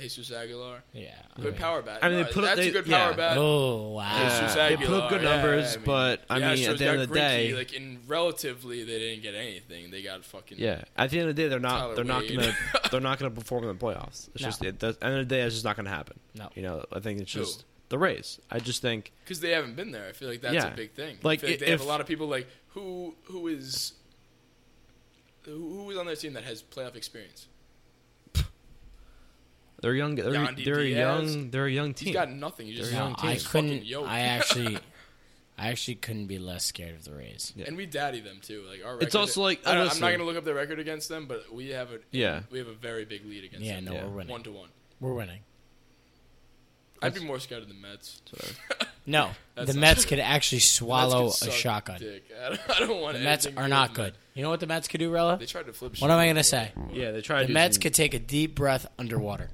[SPEAKER 6] Jesus Aguilar.
[SPEAKER 4] Yeah. I
[SPEAKER 6] Good
[SPEAKER 4] mean-
[SPEAKER 6] power bat.
[SPEAKER 5] I mean, they
[SPEAKER 6] No,
[SPEAKER 5] put up-
[SPEAKER 6] that's
[SPEAKER 5] they-
[SPEAKER 6] a good
[SPEAKER 5] yeah.
[SPEAKER 6] power bat.
[SPEAKER 4] Oh wow.
[SPEAKER 6] Jesus
[SPEAKER 5] Uh, they
[SPEAKER 6] Aguilar,
[SPEAKER 5] put up good
[SPEAKER 6] yeah,
[SPEAKER 5] numbers,
[SPEAKER 6] I mean,
[SPEAKER 5] but I mean,
[SPEAKER 6] Astros
[SPEAKER 5] at the end
[SPEAKER 6] got
[SPEAKER 5] of the
[SPEAKER 6] Greinke,
[SPEAKER 5] day,
[SPEAKER 6] like in relatively, they didn't get anything. They got fucking
[SPEAKER 5] yeah. At the end of the day, they're not.
[SPEAKER 6] Tyler
[SPEAKER 5] they're not
[SPEAKER 6] Wade.
[SPEAKER 5] gonna. they're not gonna perform in the playoffs. It's
[SPEAKER 4] No.
[SPEAKER 5] just it, does- at the end of the day, it's just not gonna happen.
[SPEAKER 4] No.
[SPEAKER 5] you know, I think it's
[SPEAKER 6] Who?
[SPEAKER 5] just the Rays. I just think
[SPEAKER 6] because they haven't been there. I feel like that's
[SPEAKER 5] Yeah.
[SPEAKER 6] a big thing.
[SPEAKER 5] Like,
[SPEAKER 6] I feel like
[SPEAKER 5] i-
[SPEAKER 6] they have
[SPEAKER 5] if-
[SPEAKER 6] a lot of people like who who is who, who is on their team that has playoff experience.
[SPEAKER 5] they're young. They're,
[SPEAKER 6] Yandy
[SPEAKER 5] they're a
[SPEAKER 6] Diaz.
[SPEAKER 5] young. They're a young team.
[SPEAKER 6] He's got nothing. You just
[SPEAKER 5] They're young
[SPEAKER 4] No, I
[SPEAKER 5] team.
[SPEAKER 4] couldn't.
[SPEAKER 6] Fucking yoke.
[SPEAKER 4] I actually, I actually couldn't be less scared of the Rays.
[SPEAKER 5] Yeah.
[SPEAKER 6] and we daddy them too. Like our record,
[SPEAKER 5] It's also like-
[SPEAKER 6] I don't- I'm
[SPEAKER 5] listen.
[SPEAKER 6] not gonna look up their record against them, but we have a
[SPEAKER 5] Yeah.
[SPEAKER 6] we have a very big lead against
[SPEAKER 4] Yeah,
[SPEAKER 6] them.
[SPEAKER 4] no,
[SPEAKER 5] Yeah.
[SPEAKER 4] we're winning.
[SPEAKER 6] one to one.
[SPEAKER 4] We're winning.
[SPEAKER 6] I'd be more scared of the Mets.
[SPEAKER 4] No, the
[SPEAKER 6] That's not-
[SPEAKER 4] Mets could actually
[SPEAKER 6] Mets
[SPEAKER 4] swallow
[SPEAKER 6] could
[SPEAKER 4] a
[SPEAKER 6] suck
[SPEAKER 4] shotgun.
[SPEAKER 6] dick. I don't, I don't want
[SPEAKER 4] The Mets
[SPEAKER 6] anything to
[SPEAKER 4] are
[SPEAKER 6] do
[SPEAKER 4] not
[SPEAKER 6] with the
[SPEAKER 4] good.
[SPEAKER 6] Mets.
[SPEAKER 4] You know what the Mets could do, Rella?
[SPEAKER 6] They tried to flip.
[SPEAKER 4] What am I gonna say?
[SPEAKER 5] yeah, they tried.
[SPEAKER 4] The Mets could take a deep breath underwater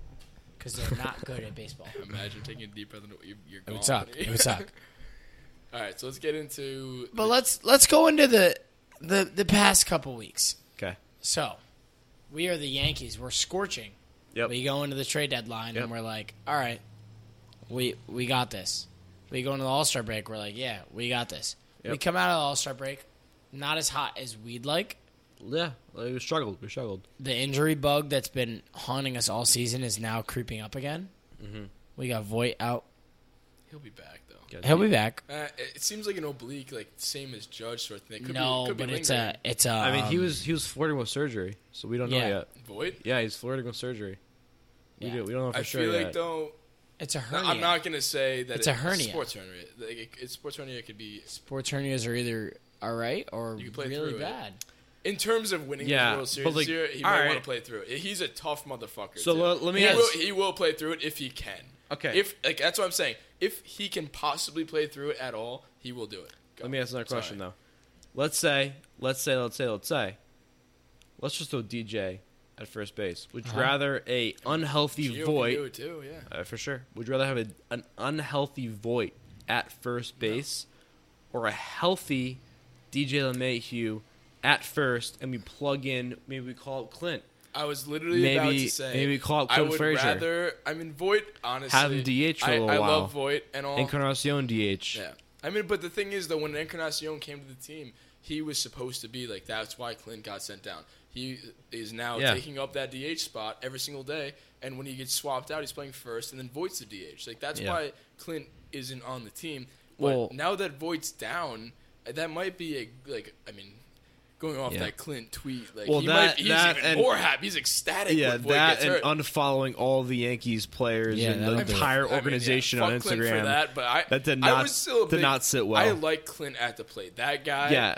[SPEAKER 4] because they're not good at baseball.
[SPEAKER 6] Imagine taking a deep breath into you're, you're
[SPEAKER 4] It
[SPEAKER 6] gone.
[SPEAKER 4] would suck. It would suck.
[SPEAKER 6] All right, so let's get into.
[SPEAKER 4] But let's let's go into the the the past couple weeks.
[SPEAKER 5] Okay.
[SPEAKER 4] So, we are the Yankees. We're scorching.
[SPEAKER 5] Yep.
[SPEAKER 4] We go into the trade deadline
[SPEAKER 5] Yep.
[SPEAKER 4] and we're like, all right, we we got this. We go into the All Star break. We're like, yeah, we got this. We
[SPEAKER 5] Yep.
[SPEAKER 4] come out of the All Star break, not as hot as we'd like.
[SPEAKER 5] Yeah, like, we struggled. We struggled.
[SPEAKER 4] The injury bug that's been haunting us all season is now creeping up again.
[SPEAKER 6] Mm-hmm.
[SPEAKER 4] We got Voight out.
[SPEAKER 6] He'll be back though.
[SPEAKER 4] He'll be back.
[SPEAKER 6] Uh, it- it seems like an oblique, like same as Judge sort of thing. It Could
[SPEAKER 4] no,
[SPEAKER 6] be, could
[SPEAKER 4] but
[SPEAKER 6] be
[SPEAKER 4] it's
[SPEAKER 6] lingering.
[SPEAKER 4] a it's a.
[SPEAKER 5] I mean, he
[SPEAKER 4] um,
[SPEAKER 5] was he was flirting with surgery, so we don't know
[SPEAKER 4] yeah.
[SPEAKER 5] yet.
[SPEAKER 6] void.
[SPEAKER 5] Yeah, he's flirting with surgery. We
[SPEAKER 4] Yeah.
[SPEAKER 5] do. We don't know for
[SPEAKER 6] I
[SPEAKER 5] sure
[SPEAKER 6] feel
[SPEAKER 5] yet.
[SPEAKER 6] like though.
[SPEAKER 4] It's a hernia.
[SPEAKER 6] I'm not gonna say that
[SPEAKER 4] It's a hernia.
[SPEAKER 6] Sports hernia. Like, it, it's sports hernia could be
[SPEAKER 4] Sports hernias are either all right or
[SPEAKER 6] You can play
[SPEAKER 4] really
[SPEAKER 6] through it.
[SPEAKER 4] bad.
[SPEAKER 6] in terms of winning
[SPEAKER 5] Yeah,
[SPEAKER 6] the World Series
[SPEAKER 5] but, like,
[SPEAKER 6] this year. He
[SPEAKER 5] all
[SPEAKER 6] might
[SPEAKER 5] right.
[SPEAKER 6] want to play through it. He's a tough motherfucker.
[SPEAKER 5] So,
[SPEAKER 6] too.
[SPEAKER 5] let- let me
[SPEAKER 6] He
[SPEAKER 5] ask-
[SPEAKER 6] will, he will play through it if he can.
[SPEAKER 5] Okay.
[SPEAKER 6] If like that's what I'm saying. If he can possibly play through it at all, he He will do it. Go.
[SPEAKER 5] Let me ask another
[SPEAKER 6] Sorry.
[SPEAKER 5] question though. Let's say, let's say, let's say, let's say, let's just throw DJ at first base. Would you
[SPEAKER 4] Uh-huh.
[SPEAKER 5] rather a unhealthy
[SPEAKER 6] Gio can do
[SPEAKER 5] void
[SPEAKER 6] it too, yeah.
[SPEAKER 5] uh, for sure? Would you rather have a, an unhealthy void at first base or a healthy DJ LeMahieu at first, and we plug in maybe we call it Clint,
[SPEAKER 6] I was literally about
[SPEAKER 5] Maybe-
[SPEAKER 6] to say
[SPEAKER 5] maybe call up
[SPEAKER 6] I
[SPEAKER 5] Clint
[SPEAKER 6] would
[SPEAKER 5] Frazier.
[SPEAKER 6] rather. I mean, Voight. Honestly,
[SPEAKER 5] Have him DH for a
[SPEAKER 6] I-
[SPEAKER 5] little
[SPEAKER 6] I
[SPEAKER 5] while.
[SPEAKER 6] love Voight and all.
[SPEAKER 5] Encarnacion DH.
[SPEAKER 6] Oh. yeah, I mean, but the thing is though, when Encarnacion came to the team, he was supposed to be like that's why Clint got sent down. He is now
[SPEAKER 5] Yeah.
[SPEAKER 6] taking up that DH spot every single day, and when he gets swapped out, he's playing first, and then Voight's the DH. Like that's
[SPEAKER 5] Yeah.
[SPEAKER 6] why Clint isn't on the team. But
[SPEAKER 5] Well-
[SPEAKER 6] now that Voight's down, that might be a like I mean. Going off
[SPEAKER 5] Yeah.
[SPEAKER 6] that Clint tweet, like
[SPEAKER 5] Well,
[SPEAKER 6] he
[SPEAKER 5] that-
[SPEAKER 6] might, he's
[SPEAKER 5] that
[SPEAKER 6] even
[SPEAKER 5] and-
[SPEAKER 6] more happy. He's ecstatic.
[SPEAKER 5] Yeah,
[SPEAKER 6] when Voit
[SPEAKER 5] that
[SPEAKER 6] gets
[SPEAKER 5] and
[SPEAKER 6] hurt.
[SPEAKER 5] unfollowing all the Yankees players
[SPEAKER 4] Yeah,
[SPEAKER 5] and
[SPEAKER 4] that'll
[SPEAKER 5] the
[SPEAKER 4] do it.
[SPEAKER 5] entire
[SPEAKER 6] I mean, yeah,
[SPEAKER 5] organization on
[SPEAKER 6] fuck Clint
[SPEAKER 5] Instagram.
[SPEAKER 6] for that, but I,
[SPEAKER 5] That did
[SPEAKER 6] I
[SPEAKER 5] not-
[SPEAKER 6] was still a
[SPEAKER 5] did
[SPEAKER 6] big-
[SPEAKER 5] not sit well.
[SPEAKER 6] I like Clint at the plate. That guy.
[SPEAKER 5] yeah.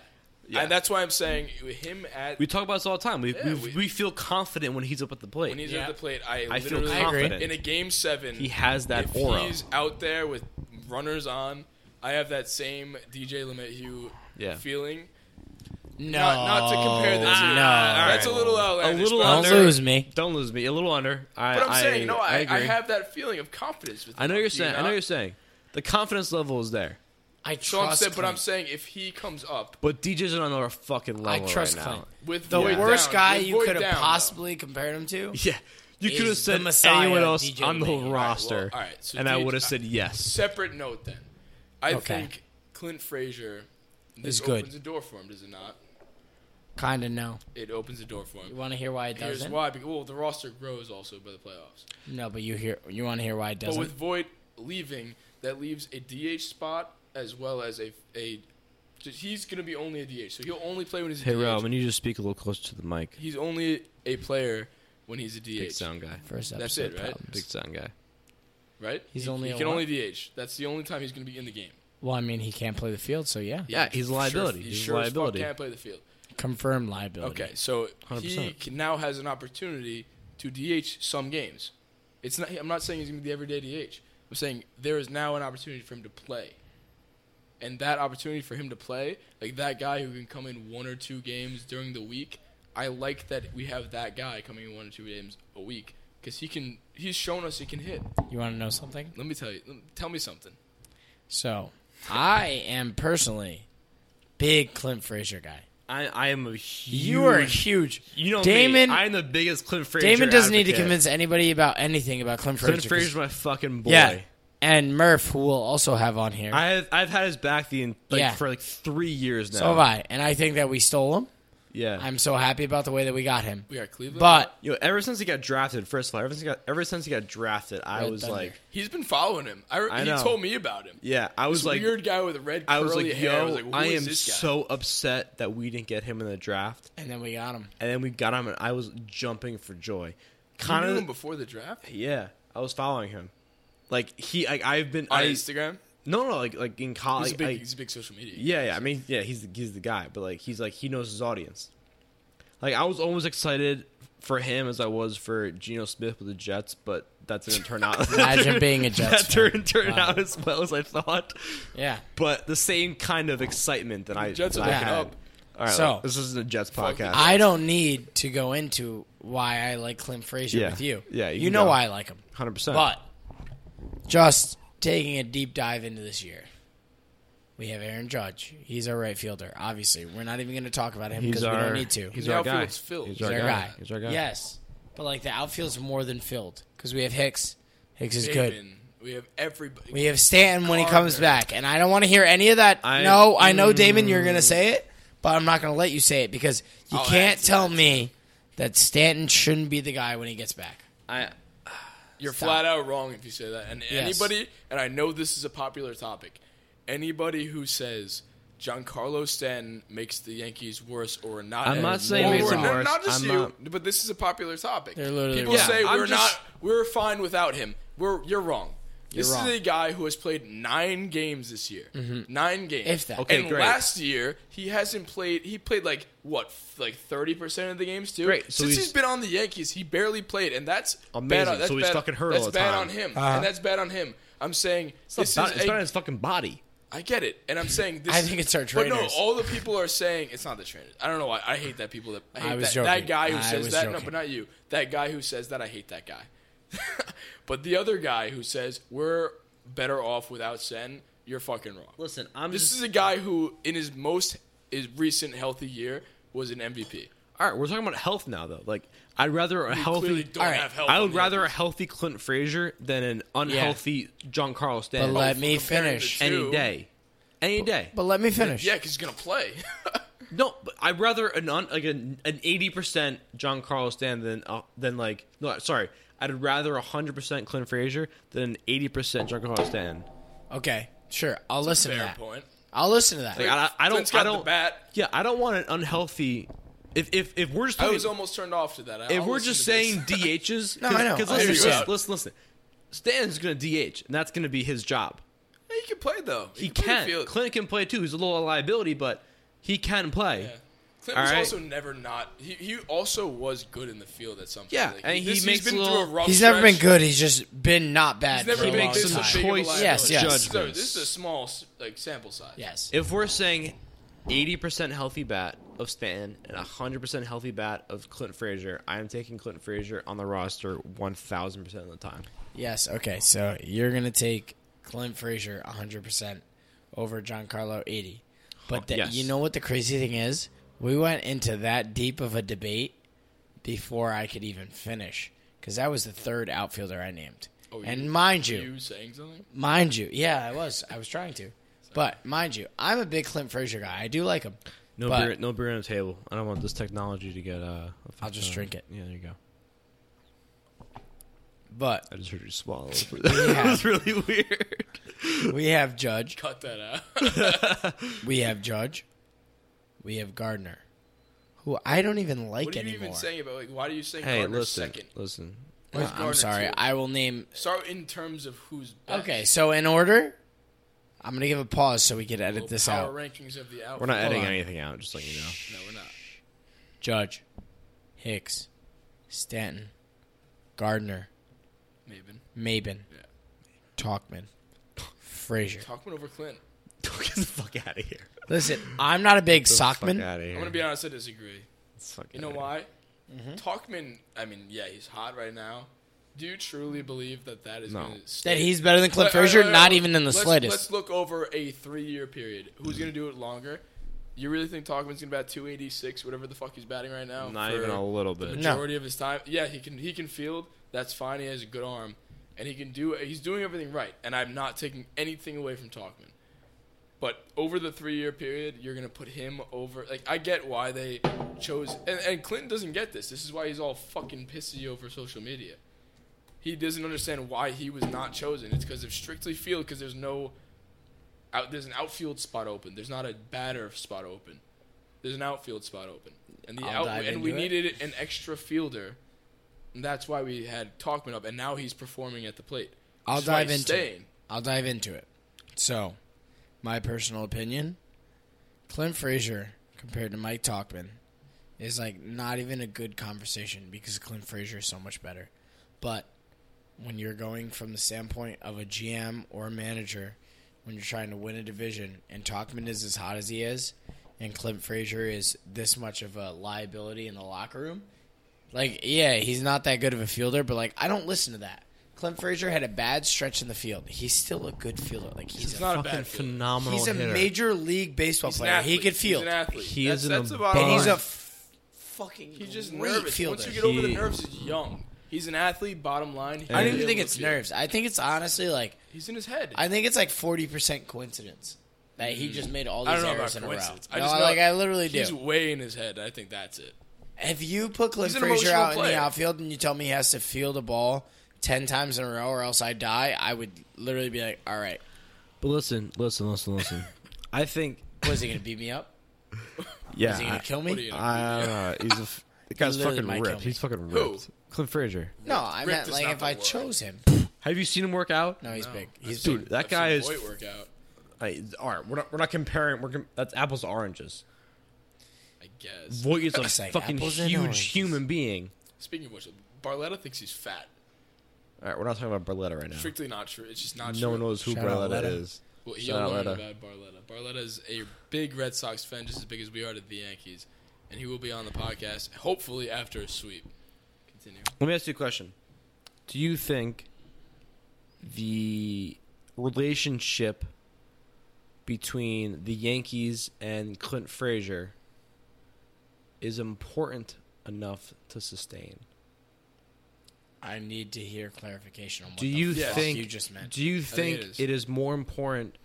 [SPEAKER 5] yeah.
[SPEAKER 6] And that's why I'm saying him at
[SPEAKER 5] we talk about this all the time. We,
[SPEAKER 6] Yeah,
[SPEAKER 5] we,
[SPEAKER 6] we-
[SPEAKER 5] we feel confident when he's up at the plate.
[SPEAKER 6] when he's
[SPEAKER 4] Yeah.
[SPEAKER 6] at the plate. I,
[SPEAKER 5] I feel
[SPEAKER 6] literally
[SPEAKER 5] confident.
[SPEAKER 6] in a game seven.
[SPEAKER 5] He has that
[SPEAKER 6] if
[SPEAKER 5] aura.
[SPEAKER 6] He's out there with runners on. I have that same DJ LeMahieu
[SPEAKER 5] Yeah.
[SPEAKER 6] feeling.
[SPEAKER 4] No, Ah,
[SPEAKER 6] Not, not to compare the two.
[SPEAKER 4] No,
[SPEAKER 6] That's a little outlandish.
[SPEAKER 5] little
[SPEAKER 6] but I'm
[SPEAKER 4] don't
[SPEAKER 5] under-
[SPEAKER 6] saying-
[SPEAKER 4] lose me.
[SPEAKER 5] Don't lose me. A little under. I,
[SPEAKER 6] But I'm
[SPEAKER 5] I-
[SPEAKER 6] saying, you know, I, I,
[SPEAKER 5] agree.
[SPEAKER 6] have that feeling of confidence. With
[SPEAKER 5] I know
[SPEAKER 6] him.
[SPEAKER 5] you're
[SPEAKER 6] Do you
[SPEAKER 5] saying. I know
[SPEAKER 6] not?
[SPEAKER 5] you're saying. The confidence level is there,
[SPEAKER 4] I
[SPEAKER 6] So I'm
[SPEAKER 4] trust.
[SPEAKER 6] saying, but I'm
[SPEAKER 4] Clint.
[SPEAKER 6] saying if he comes up
[SPEAKER 5] but DJ's on another fucking
[SPEAKER 4] I
[SPEAKER 5] level
[SPEAKER 4] trust
[SPEAKER 5] right
[SPEAKER 4] Clint.
[SPEAKER 5] now.
[SPEAKER 6] with
[SPEAKER 4] The
[SPEAKER 6] Voit
[SPEAKER 4] worst
[SPEAKER 6] down-
[SPEAKER 4] guy
[SPEAKER 6] with
[SPEAKER 4] you
[SPEAKER 6] Voit
[SPEAKER 4] could have
[SPEAKER 6] down, though.
[SPEAKER 4] possibly compared him to.
[SPEAKER 5] Yeah, you
[SPEAKER 4] Is
[SPEAKER 5] could
[SPEAKER 4] the
[SPEAKER 5] have said
[SPEAKER 4] Messiah,
[SPEAKER 5] anyone else
[SPEAKER 4] DJ
[SPEAKER 5] on the
[SPEAKER 4] LeMahieu. All right,
[SPEAKER 5] roster,
[SPEAKER 6] well, all right, so
[SPEAKER 5] and I
[SPEAKER 6] DJ
[SPEAKER 5] would have said yes.
[SPEAKER 6] Separate note then. I
[SPEAKER 4] Okay.
[SPEAKER 6] think Clint Frazier this
[SPEAKER 4] Is good.
[SPEAKER 6] opens a door for him, does it not?
[SPEAKER 4] Kind of no.
[SPEAKER 6] It opens a door for
[SPEAKER 4] You
[SPEAKER 6] him.
[SPEAKER 4] want to hear why it
[SPEAKER 6] Here's
[SPEAKER 4] doesn't?
[SPEAKER 6] why. Because, well, the roster grows also by the playoffs.
[SPEAKER 4] No, but you hear you want to hear why it
[SPEAKER 6] But
[SPEAKER 4] doesn't.
[SPEAKER 6] with Void leaving, that leaves a DH spot as well as a a. Just, he's gonna be only a DH, so he'll only play when he's a
[SPEAKER 5] Hey,
[SPEAKER 6] DH.
[SPEAKER 5] Rob, when you just speak a little closer to the mic,
[SPEAKER 6] he's only a player when he's a DH.
[SPEAKER 5] big sound guy,
[SPEAKER 4] First episode
[SPEAKER 6] That's it, right?
[SPEAKER 4] problems.
[SPEAKER 5] big sound guy.
[SPEAKER 6] Right?
[SPEAKER 4] He's
[SPEAKER 6] He-
[SPEAKER 4] only
[SPEAKER 6] he
[SPEAKER 4] a
[SPEAKER 6] can
[SPEAKER 4] what?
[SPEAKER 6] only DH. That's the only time he's gonna be in the game.
[SPEAKER 4] Well, I mean, he can't play the field, so yeah,
[SPEAKER 5] Yeah, he's a liability.
[SPEAKER 6] Sure, he
[SPEAKER 5] He's a
[SPEAKER 6] sure as fuck
[SPEAKER 5] liability.
[SPEAKER 6] Can't play the field.
[SPEAKER 4] confirmed liability.
[SPEAKER 6] Okay, so he
[SPEAKER 5] 100%.
[SPEAKER 6] can, now has an opportunity to DH some games. It's not. I'm not saying he's going to be the everyday DH. I'm saying there is now an opportunity for him to play, and that opportunity for him to play, like that guy who can come in one or two games during the week. I like that we have that guy coming in one or two games a week because he can. He's shown us he can hit.
[SPEAKER 4] You want to know something?
[SPEAKER 6] Let me tell you. lem- Tell me something.
[SPEAKER 4] So, I am personally big Clint Frazier guy.
[SPEAKER 5] I, I am a huge.
[SPEAKER 4] You are huge.
[SPEAKER 5] You know,
[SPEAKER 4] Damon.
[SPEAKER 5] Me, I'm the biggest Clint Frazier.
[SPEAKER 4] Damon doesn't need to
[SPEAKER 5] advocate.
[SPEAKER 4] convince anybody about anything about Clint Frazier.
[SPEAKER 5] Clint Frazier's my fucking boy.
[SPEAKER 4] yeah, and Murph, who we'll also have on here.
[SPEAKER 5] I have, I've had his back the en- like
[SPEAKER 4] Yeah.
[SPEAKER 5] for like three years now.
[SPEAKER 4] so have I, and I think that we stole him.
[SPEAKER 5] Yeah.
[SPEAKER 4] I'm so happy about the way that we got him.
[SPEAKER 6] We got Cleveland,
[SPEAKER 4] But
[SPEAKER 5] you know, ever since he got drafted, first of all, ever since he got ever since he got drafted, I
[SPEAKER 4] Red
[SPEAKER 5] was
[SPEAKER 4] Thunder.
[SPEAKER 5] like,
[SPEAKER 6] he's been following him. I, re-
[SPEAKER 5] I
[SPEAKER 6] he
[SPEAKER 5] know.
[SPEAKER 6] told me about him.
[SPEAKER 5] yeah, I was
[SPEAKER 6] This
[SPEAKER 5] like,
[SPEAKER 6] weird guy with red curly
[SPEAKER 5] I was like,
[SPEAKER 6] hair.
[SPEAKER 5] yo,
[SPEAKER 6] I was like, who
[SPEAKER 5] I
[SPEAKER 6] is
[SPEAKER 5] am
[SPEAKER 6] this guy?
[SPEAKER 5] so upset that we didn't get him in the draft,
[SPEAKER 4] and then we got him.
[SPEAKER 5] and then we got him, and I was jumping for joy.
[SPEAKER 6] You
[SPEAKER 5] Kind
[SPEAKER 6] knew him
[SPEAKER 5] of,
[SPEAKER 6] before the draft
[SPEAKER 5] yeah, I was following him. Like he, like I've been,
[SPEAKER 6] on
[SPEAKER 5] I
[SPEAKER 6] Instagram.
[SPEAKER 5] no, no, like like in college,
[SPEAKER 6] He's a big,
[SPEAKER 5] I-
[SPEAKER 6] he's a big social media. guy.
[SPEAKER 5] Yeah, yeah. I mean, yeah, he's the, he's the guy, but like he's like he knows his audience. Like I was almost excited for him as I was for Geno Smith with the Jets, but that didn't turn out.
[SPEAKER 4] Imagine being a Jets
[SPEAKER 5] That didn't turn out as well as I thought.
[SPEAKER 4] Yeah.
[SPEAKER 5] But the same kind of excitement that I
[SPEAKER 6] Jets are
[SPEAKER 5] that I
[SPEAKER 6] looking
[SPEAKER 5] had.
[SPEAKER 6] up.
[SPEAKER 5] All right,
[SPEAKER 4] So-
[SPEAKER 5] look, this isn't a Jets
[SPEAKER 6] Fuck
[SPEAKER 5] podcast.
[SPEAKER 4] I don't need to go into why I like Clint Frazier
[SPEAKER 5] Yeah.
[SPEAKER 4] with you.
[SPEAKER 5] Yeah, you
[SPEAKER 4] you,
[SPEAKER 5] can
[SPEAKER 4] know
[SPEAKER 5] go.
[SPEAKER 4] why I like him.
[SPEAKER 5] Hundred percent.
[SPEAKER 4] But just taking a deep dive into this year, we have Aaron Judge. He's our right fielder. Obviously, we're not even going to talk about him
[SPEAKER 5] he's
[SPEAKER 4] because we
[SPEAKER 5] our
[SPEAKER 4] don't need to.
[SPEAKER 5] He's
[SPEAKER 6] The
[SPEAKER 5] our guy.
[SPEAKER 6] outfield's
[SPEAKER 5] He's our,
[SPEAKER 6] filled. He's
[SPEAKER 5] guy.
[SPEAKER 4] our guy.
[SPEAKER 5] He's our guy.
[SPEAKER 4] Yes, but like the outfield's more than filled because we have Hicks. Hicks is good.
[SPEAKER 6] Damon. We have everybody.
[SPEAKER 4] We have Stanton when he
[SPEAKER 6] Carter. Mm.
[SPEAKER 4] comes back, and I don't want to hear any of that.
[SPEAKER 5] I-
[SPEAKER 4] no, I know Damon, you're going to say it, but I'm not going to let you say it because you
[SPEAKER 6] I'll add
[SPEAKER 4] can't
[SPEAKER 6] to
[SPEAKER 4] tell
[SPEAKER 6] that,
[SPEAKER 4] me that Stanton shouldn't be the guy when he gets back.
[SPEAKER 5] I,
[SPEAKER 6] You're
[SPEAKER 4] Stop.
[SPEAKER 6] flat out wrong if you say that. And
[SPEAKER 4] Yes.
[SPEAKER 6] anybody, and I know this is a popular topic, anybody who says Giancarlo Stanton makes the Yankees worse or not.
[SPEAKER 5] I'm not saying
[SPEAKER 6] or-
[SPEAKER 4] it makes them
[SPEAKER 6] not-
[SPEAKER 5] worse.
[SPEAKER 6] Not just
[SPEAKER 5] I'm
[SPEAKER 6] you,
[SPEAKER 5] not-
[SPEAKER 6] but this is a popular topic.
[SPEAKER 4] They're literally
[SPEAKER 6] People
[SPEAKER 4] wrong.
[SPEAKER 6] say
[SPEAKER 5] Yeah, I'm
[SPEAKER 6] we're
[SPEAKER 5] just-
[SPEAKER 6] not, we're fine without him. We're you're wrong. this
[SPEAKER 4] wrong.
[SPEAKER 6] is a guy who has played nine games this year. Nine games.
[SPEAKER 4] If that.
[SPEAKER 5] Mm-hmm. Okay,
[SPEAKER 6] and
[SPEAKER 5] great.
[SPEAKER 6] last year he hasn't played. He played like what, f- like thirty percent of the games too.
[SPEAKER 5] Great, so
[SPEAKER 6] Since
[SPEAKER 5] he's-
[SPEAKER 6] he's been on the Yankees, he barely played, and that's
[SPEAKER 5] Amazing,
[SPEAKER 6] Bad on, that's
[SPEAKER 5] so he's
[SPEAKER 6] bad,
[SPEAKER 5] fucking hurt all
[SPEAKER 6] That's
[SPEAKER 5] the
[SPEAKER 4] Uh-huh.
[SPEAKER 6] bad
[SPEAKER 5] time.
[SPEAKER 6] on him, and that's bad on him. I'm saying
[SPEAKER 5] it's
[SPEAKER 6] this
[SPEAKER 5] not about,
[SPEAKER 6] is
[SPEAKER 5] it's
[SPEAKER 6] a,
[SPEAKER 5] about his fucking body.
[SPEAKER 6] I get it, and I'm saying this.
[SPEAKER 4] I think it's our
[SPEAKER 6] But no,
[SPEAKER 4] trainers.
[SPEAKER 6] all the people are saying it's not the trainers. I don't know why. I hate that people that I hate
[SPEAKER 4] I was
[SPEAKER 6] that, that
[SPEAKER 4] joking.
[SPEAKER 6] guy who
[SPEAKER 4] I
[SPEAKER 6] says
[SPEAKER 4] was
[SPEAKER 6] that. No,
[SPEAKER 4] joking.
[SPEAKER 6] but not you. That guy who says that. I hate that guy. but the other guy who says we're better off without Sen, you're fucking wrong.
[SPEAKER 5] Listen, I'm
[SPEAKER 6] This
[SPEAKER 5] just
[SPEAKER 6] is a guy who, in his most his recent healthy year, was an MVP.
[SPEAKER 5] all right. We're talking about health now, though. Like, I'd rather a
[SPEAKER 6] Clearly
[SPEAKER 5] healthy.
[SPEAKER 6] don't
[SPEAKER 4] All right.
[SPEAKER 6] have health
[SPEAKER 5] I
[SPEAKER 6] on
[SPEAKER 5] would
[SPEAKER 6] the
[SPEAKER 5] rather a
[SPEAKER 6] offense.
[SPEAKER 5] healthy Clint Frazier than an unhealthy John Carl
[SPEAKER 4] But
[SPEAKER 5] Stanton
[SPEAKER 4] let me
[SPEAKER 6] comparing the
[SPEAKER 4] finish.
[SPEAKER 6] two.
[SPEAKER 5] any day. Any day.
[SPEAKER 4] But let me finish.
[SPEAKER 6] Yeah, because he's gonna play.
[SPEAKER 5] No, but I'd rather an un, like an an eighty percent John Carlos Stanton than uh, than like no sorry I'd rather hundred percent Clint Frazier than an eighty percent John Carlos Stanton.
[SPEAKER 4] Okay, sure. I'll listen to
[SPEAKER 6] Fair
[SPEAKER 4] that.
[SPEAKER 6] point.
[SPEAKER 4] I'll listen to that.
[SPEAKER 5] Like, I, I don't
[SPEAKER 6] Clint's got
[SPEAKER 5] I don't
[SPEAKER 6] the bat.
[SPEAKER 5] yeah I don't want an unhealthy if if if we're just
[SPEAKER 6] I
[SPEAKER 5] looking-
[SPEAKER 6] was almost turned off to that. I-
[SPEAKER 5] if
[SPEAKER 6] I'll
[SPEAKER 5] we're
[SPEAKER 6] listen
[SPEAKER 5] just
[SPEAKER 6] to this.
[SPEAKER 5] saying DHs
[SPEAKER 4] No, I know.
[SPEAKER 5] because
[SPEAKER 4] I
[SPEAKER 5] listen,
[SPEAKER 4] understand.
[SPEAKER 5] listen listen listen Stanton's gonna DH and that's gonna be his job.
[SPEAKER 6] he can play though.
[SPEAKER 5] He
[SPEAKER 6] play the
[SPEAKER 5] can
[SPEAKER 6] field.
[SPEAKER 5] Clint can play too. He's a little liability, but he can play.
[SPEAKER 6] Yeah. Clint
[SPEAKER 5] All
[SPEAKER 6] was
[SPEAKER 5] right.
[SPEAKER 6] also never not. He, he also was good in the field at some point.
[SPEAKER 5] Yeah,
[SPEAKER 6] Like,
[SPEAKER 5] and he
[SPEAKER 6] this-
[SPEAKER 5] makes
[SPEAKER 6] he's been
[SPEAKER 5] little-
[SPEAKER 6] through a rough.
[SPEAKER 4] He's never been
[SPEAKER 6] stretch.
[SPEAKER 4] good. He's just been not bad.
[SPEAKER 6] He's never
[SPEAKER 4] for a
[SPEAKER 6] been
[SPEAKER 4] long
[SPEAKER 6] this
[SPEAKER 4] time.
[SPEAKER 5] some
[SPEAKER 6] a big of a
[SPEAKER 5] choice
[SPEAKER 6] liability.
[SPEAKER 4] Yes, yes.
[SPEAKER 6] This is a-
[SPEAKER 5] judgments.
[SPEAKER 6] This is a small like sample size.
[SPEAKER 4] Yes.
[SPEAKER 5] If we're saying 80% healthy bat of Stanton and 100% healthy bat of Clint Frazier, I am taking Clint Frazier on the roster 1,000% of the time.
[SPEAKER 4] Yes. Okay. So you're gonna take Clint Frazier 100 percent over Giancarlo 80. But the,
[SPEAKER 5] Yes.
[SPEAKER 4] you know what the crazy thing is? We went into that deep of a debate before I could even finish because that was the third outfielder I named.
[SPEAKER 6] Oh, you-
[SPEAKER 4] and mind you,
[SPEAKER 6] You saying something?
[SPEAKER 4] mind you, yeah, I was. I was trying to, but mind you, I'm a big Clint Frazier guy. I do like him.
[SPEAKER 5] No
[SPEAKER 4] but
[SPEAKER 5] beer, no beer on the table. I don't want this technology to get. Uh,
[SPEAKER 4] I'll just
[SPEAKER 5] uh,
[SPEAKER 4] drink it.
[SPEAKER 5] Yeah, there you go.
[SPEAKER 4] but
[SPEAKER 5] I just heard you swallow. that was really weird.
[SPEAKER 4] we have Judge.
[SPEAKER 6] Cut that out.
[SPEAKER 4] We have Judge. We have Gardner, who I don't even like
[SPEAKER 6] what are you
[SPEAKER 4] anymore.
[SPEAKER 6] even saying about like? Why do you say
[SPEAKER 5] Hey,
[SPEAKER 6] Gardner
[SPEAKER 5] listen,
[SPEAKER 6] second?
[SPEAKER 5] listen.
[SPEAKER 6] Where's
[SPEAKER 4] Uh, I'm
[SPEAKER 6] Gardner
[SPEAKER 4] sorry.
[SPEAKER 6] two?
[SPEAKER 4] I will name.
[SPEAKER 6] Start in terms of who's best.
[SPEAKER 4] Okay, so in order, I'm gonna give a pause so we can edit
[SPEAKER 6] Little
[SPEAKER 4] this
[SPEAKER 6] power
[SPEAKER 4] out.
[SPEAKER 6] rankings of the outfield.
[SPEAKER 5] We're not editing
[SPEAKER 4] on.
[SPEAKER 5] anything out. Just like you know.
[SPEAKER 6] No, we're not.
[SPEAKER 4] Judge, Hicks, Stanton, Gardner,
[SPEAKER 6] Maybe.
[SPEAKER 4] Maben,
[SPEAKER 6] Yeah.
[SPEAKER 4] Talkman, Frazier.
[SPEAKER 6] Talkman over Clint.
[SPEAKER 5] Don't get the fuck out of here.
[SPEAKER 4] Listen, I'm not a big
[SPEAKER 5] Fuck
[SPEAKER 4] Sockman.
[SPEAKER 5] out of here.
[SPEAKER 6] I'm gonna be honest. I disagree. You know why?
[SPEAKER 4] Mm-hmm.
[SPEAKER 6] Talkman. I mean, yeah, he's hot right now. Do you truly believe that that is
[SPEAKER 5] No.
[SPEAKER 6] going to
[SPEAKER 4] That he's better than Clint
[SPEAKER 6] All right, all
[SPEAKER 4] Frazier?
[SPEAKER 6] right, all
[SPEAKER 4] Not
[SPEAKER 6] right,
[SPEAKER 4] even in the
[SPEAKER 6] let's,
[SPEAKER 4] slightest. Mm-hmm.
[SPEAKER 6] Let's look over a three-year period. Who's going to do it longer? You really think Talkman's going to bat 286, whatever the fuck he's batting right now?
[SPEAKER 5] Not
[SPEAKER 6] for
[SPEAKER 5] even a little bit.
[SPEAKER 4] No.
[SPEAKER 6] Majority of his time, yeah, he can he can field. That's fine. He has a good arm, and he can do. He's doing everything right, and I'm not taking anything away from Talkman. But over the three-year period, you're going to put him over. Like I get why they chose, and, and Clinton doesn't get this. This is why he's all fucking pissy over social media he doesn't understand why he was not chosen. It's because of strictly field because there's no out. There's an outfield spot open. There's not a batter spot open. There's an outfield spot open, and the
[SPEAKER 4] I'll
[SPEAKER 6] out
[SPEAKER 4] dive
[SPEAKER 6] and we
[SPEAKER 4] into it.
[SPEAKER 6] needed an extra fielder. And that's why we had Talkman up, and now he's performing at the plate.
[SPEAKER 4] I'll
[SPEAKER 6] Which is why
[SPEAKER 4] dive
[SPEAKER 6] he's
[SPEAKER 4] into it.
[SPEAKER 6] Staying.
[SPEAKER 4] I'll dive into it. So, my personal opinion: Clint Frazier compared to Mike Talkman is like not even a good conversation because Clint Frazier is so much better. But when you're going from the standpoint of a GM or a manager, when you're trying to win a division, and Talkman is as hot as he is, and Clint Frazier is this much of a liability in the locker room, like, yeah, he's not that good of a fielder, but like, I don't listen to that. Clint Frazier had a bad stretch in the field. He's still a good fielder. Like, he's,
[SPEAKER 6] It's
[SPEAKER 4] a,
[SPEAKER 6] not a
[SPEAKER 5] Fucking
[SPEAKER 6] bad fielder.
[SPEAKER 5] phenomenal.
[SPEAKER 4] he's a
[SPEAKER 5] hitter.
[SPEAKER 4] major league baseball
[SPEAKER 6] He's an
[SPEAKER 4] player. He
[SPEAKER 6] athlete.
[SPEAKER 4] could field.
[SPEAKER 6] He's an athlete.
[SPEAKER 5] He
[SPEAKER 6] that's,
[SPEAKER 5] is an
[SPEAKER 6] that's the bottom
[SPEAKER 4] and he's
[SPEAKER 6] line.
[SPEAKER 4] a f- fucking
[SPEAKER 6] He's just
[SPEAKER 4] great
[SPEAKER 6] nervous.
[SPEAKER 4] fielder.
[SPEAKER 6] Once you get over the
[SPEAKER 5] He-
[SPEAKER 6] nerves, he's young. He's an athlete. Bottom line.
[SPEAKER 4] I don't
[SPEAKER 6] he'll
[SPEAKER 4] even
[SPEAKER 6] be
[SPEAKER 4] think
[SPEAKER 6] able to
[SPEAKER 4] it's
[SPEAKER 6] field.
[SPEAKER 4] nerves. I think it's honestly like
[SPEAKER 6] He's in his head.
[SPEAKER 4] I think it's like forty percent coincidence that he just made all
[SPEAKER 6] Mm. I
[SPEAKER 4] these
[SPEAKER 6] don't know about
[SPEAKER 4] errors in a row.
[SPEAKER 6] coincidence.
[SPEAKER 4] No, like I literally
[SPEAKER 6] he's
[SPEAKER 4] do.
[SPEAKER 6] way in his head. I think that's it.
[SPEAKER 4] If you put Clint
[SPEAKER 6] he's an
[SPEAKER 4] Frazier
[SPEAKER 6] emotional
[SPEAKER 4] out in
[SPEAKER 6] player.
[SPEAKER 4] the outfield and you tell me he has to field a ball ten times in a row or else I die, I would literally be like, "All right,
[SPEAKER 5] But listen, listen, listen, listen. I think.
[SPEAKER 4] was he going to beat me up?
[SPEAKER 5] Yeah.
[SPEAKER 4] Is he going
[SPEAKER 5] I-
[SPEAKER 4] to kill
[SPEAKER 6] What are you
[SPEAKER 4] me?"
[SPEAKER 6] gonna
[SPEAKER 5] I don't know. He's a f- the guy's
[SPEAKER 4] literally
[SPEAKER 5] fucking
[SPEAKER 4] might
[SPEAKER 5] ripped.
[SPEAKER 4] kill me.
[SPEAKER 5] He's fucking
[SPEAKER 6] Who?
[SPEAKER 5] ripped. Clint Frazier.
[SPEAKER 4] No, I
[SPEAKER 6] Ripped
[SPEAKER 4] meant
[SPEAKER 6] is
[SPEAKER 4] like
[SPEAKER 6] not
[SPEAKER 4] if
[SPEAKER 6] the
[SPEAKER 4] I
[SPEAKER 6] word.
[SPEAKER 4] chose him.
[SPEAKER 5] Have you seen him work out?
[SPEAKER 4] No, he's big. He's
[SPEAKER 5] Dude,
[SPEAKER 4] big.
[SPEAKER 5] that
[SPEAKER 6] I've
[SPEAKER 5] guy
[SPEAKER 6] seen
[SPEAKER 5] is.
[SPEAKER 6] Voit work out,
[SPEAKER 5] I, all right, we're not we're not comparing. We're com- that's apples to oranges.
[SPEAKER 6] I guess.
[SPEAKER 5] Voight is a
[SPEAKER 4] It's like
[SPEAKER 5] fucking
[SPEAKER 4] apples and
[SPEAKER 5] huge
[SPEAKER 4] oranges.
[SPEAKER 5] human being.
[SPEAKER 6] Speaking of which, Barletta thinks he's fat.
[SPEAKER 5] All right, we're not talking about Barletta right now. Uh,
[SPEAKER 6] Strictly not true. It's just not
[SPEAKER 5] no
[SPEAKER 6] true.
[SPEAKER 5] one knows who
[SPEAKER 4] Shout out
[SPEAKER 5] Barletta
[SPEAKER 4] Letta.
[SPEAKER 5] is.
[SPEAKER 6] Well, he'll
[SPEAKER 5] Shout out
[SPEAKER 6] learn
[SPEAKER 5] Letta.
[SPEAKER 6] about Barletta. Barletta is a big Red Sox fan, just as big as we are to the Yankees, and he will be on the podcast hopefully after a sweep. Continue.
[SPEAKER 5] Let me ask you a question. Do you think the relationship between the Yankees and Clint Frazier is important enough to sustain?
[SPEAKER 4] I need to hear clarification on what
[SPEAKER 5] Do
[SPEAKER 4] the
[SPEAKER 5] you
[SPEAKER 4] fuck
[SPEAKER 5] think
[SPEAKER 4] you just meant.
[SPEAKER 5] Do you
[SPEAKER 6] think
[SPEAKER 5] think,
[SPEAKER 6] it is.
[SPEAKER 5] it is more important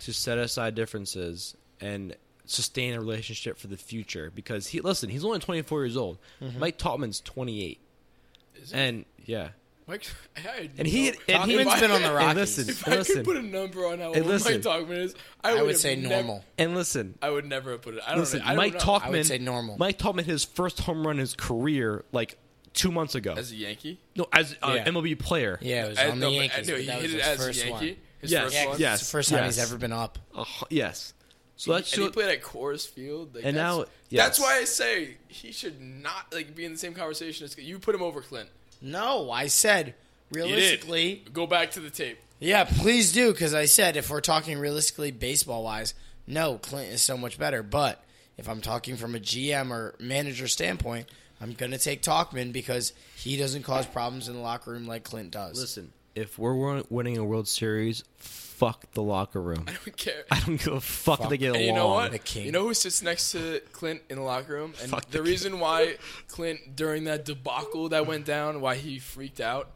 [SPEAKER 5] to set aside differences and sustain a relationship for the future? Because he listen, he's only 24 years old. Mike Topman's 28.
[SPEAKER 6] Mm-hmm. Is it-
[SPEAKER 5] And yeah,
[SPEAKER 6] Mike, I had
[SPEAKER 5] and he
[SPEAKER 6] no-
[SPEAKER 5] and he
[SPEAKER 4] Topman's been on the
[SPEAKER 5] and
[SPEAKER 4] Rockies.
[SPEAKER 5] listen,
[SPEAKER 6] If
[SPEAKER 5] and
[SPEAKER 6] I could
[SPEAKER 5] listen,
[SPEAKER 6] put a number on how old
[SPEAKER 5] Hey, listen.
[SPEAKER 6] Mike Talkman is, I would,
[SPEAKER 4] I would
[SPEAKER 6] have
[SPEAKER 4] say
[SPEAKER 6] nev-
[SPEAKER 4] normal.
[SPEAKER 5] and listen,
[SPEAKER 6] I would never have put it. I don't
[SPEAKER 5] listen.
[SPEAKER 6] know. I don't
[SPEAKER 5] Mike
[SPEAKER 6] know.
[SPEAKER 5] Talkman,
[SPEAKER 4] I would say normal.
[SPEAKER 5] Mike Talkman, his first home run in his career, like two months ago.
[SPEAKER 6] as a Yankee.
[SPEAKER 5] no, as an
[SPEAKER 4] Yeah.
[SPEAKER 5] MLB player.
[SPEAKER 4] yeah, it was
[SPEAKER 6] I,
[SPEAKER 4] on
[SPEAKER 6] no,
[SPEAKER 4] the
[SPEAKER 6] but
[SPEAKER 4] Yankees.
[SPEAKER 6] I knew
[SPEAKER 4] but
[SPEAKER 6] he
[SPEAKER 4] that
[SPEAKER 6] hit
[SPEAKER 4] was
[SPEAKER 6] it
[SPEAKER 4] his
[SPEAKER 6] as a
[SPEAKER 4] first
[SPEAKER 6] Yankee.
[SPEAKER 4] one.
[SPEAKER 6] His
[SPEAKER 5] Yes.
[SPEAKER 6] first
[SPEAKER 4] Yeah, 'cause
[SPEAKER 6] one.
[SPEAKER 5] Yeah,
[SPEAKER 4] it's the first time he's
[SPEAKER 5] yes.
[SPEAKER 4] ever been up.
[SPEAKER 5] Uh, yes. So that's
[SPEAKER 6] and he
[SPEAKER 5] so-
[SPEAKER 6] played at Coors Field. Like,
[SPEAKER 5] And
[SPEAKER 6] that's,
[SPEAKER 5] now- yes.
[SPEAKER 6] that's why I say he should not like be in the same conversation as you put him over Clint.
[SPEAKER 4] No, I said
[SPEAKER 6] You did.
[SPEAKER 4] realistically.
[SPEAKER 6] go back to the tape.
[SPEAKER 4] Yeah, please do because I said if we're talking realistically baseball wise, no, Clint is so much better. But if I'm talking from a GM or manager standpoint, I'm gonna take Talkman because he doesn't cause problems in the locker room like Clint does.
[SPEAKER 5] Listen, if we're win- winning a World Series, fuck the locker room.
[SPEAKER 6] I don't care.
[SPEAKER 5] I don't give a fuck, if they get
[SPEAKER 6] And
[SPEAKER 5] along.
[SPEAKER 6] you know what?
[SPEAKER 4] The king.
[SPEAKER 6] You know who sits next to Clint in the locker room? And
[SPEAKER 5] Fuck
[SPEAKER 6] the,
[SPEAKER 5] the
[SPEAKER 6] reason why Clint, during that debacle that went down, why he freaked out,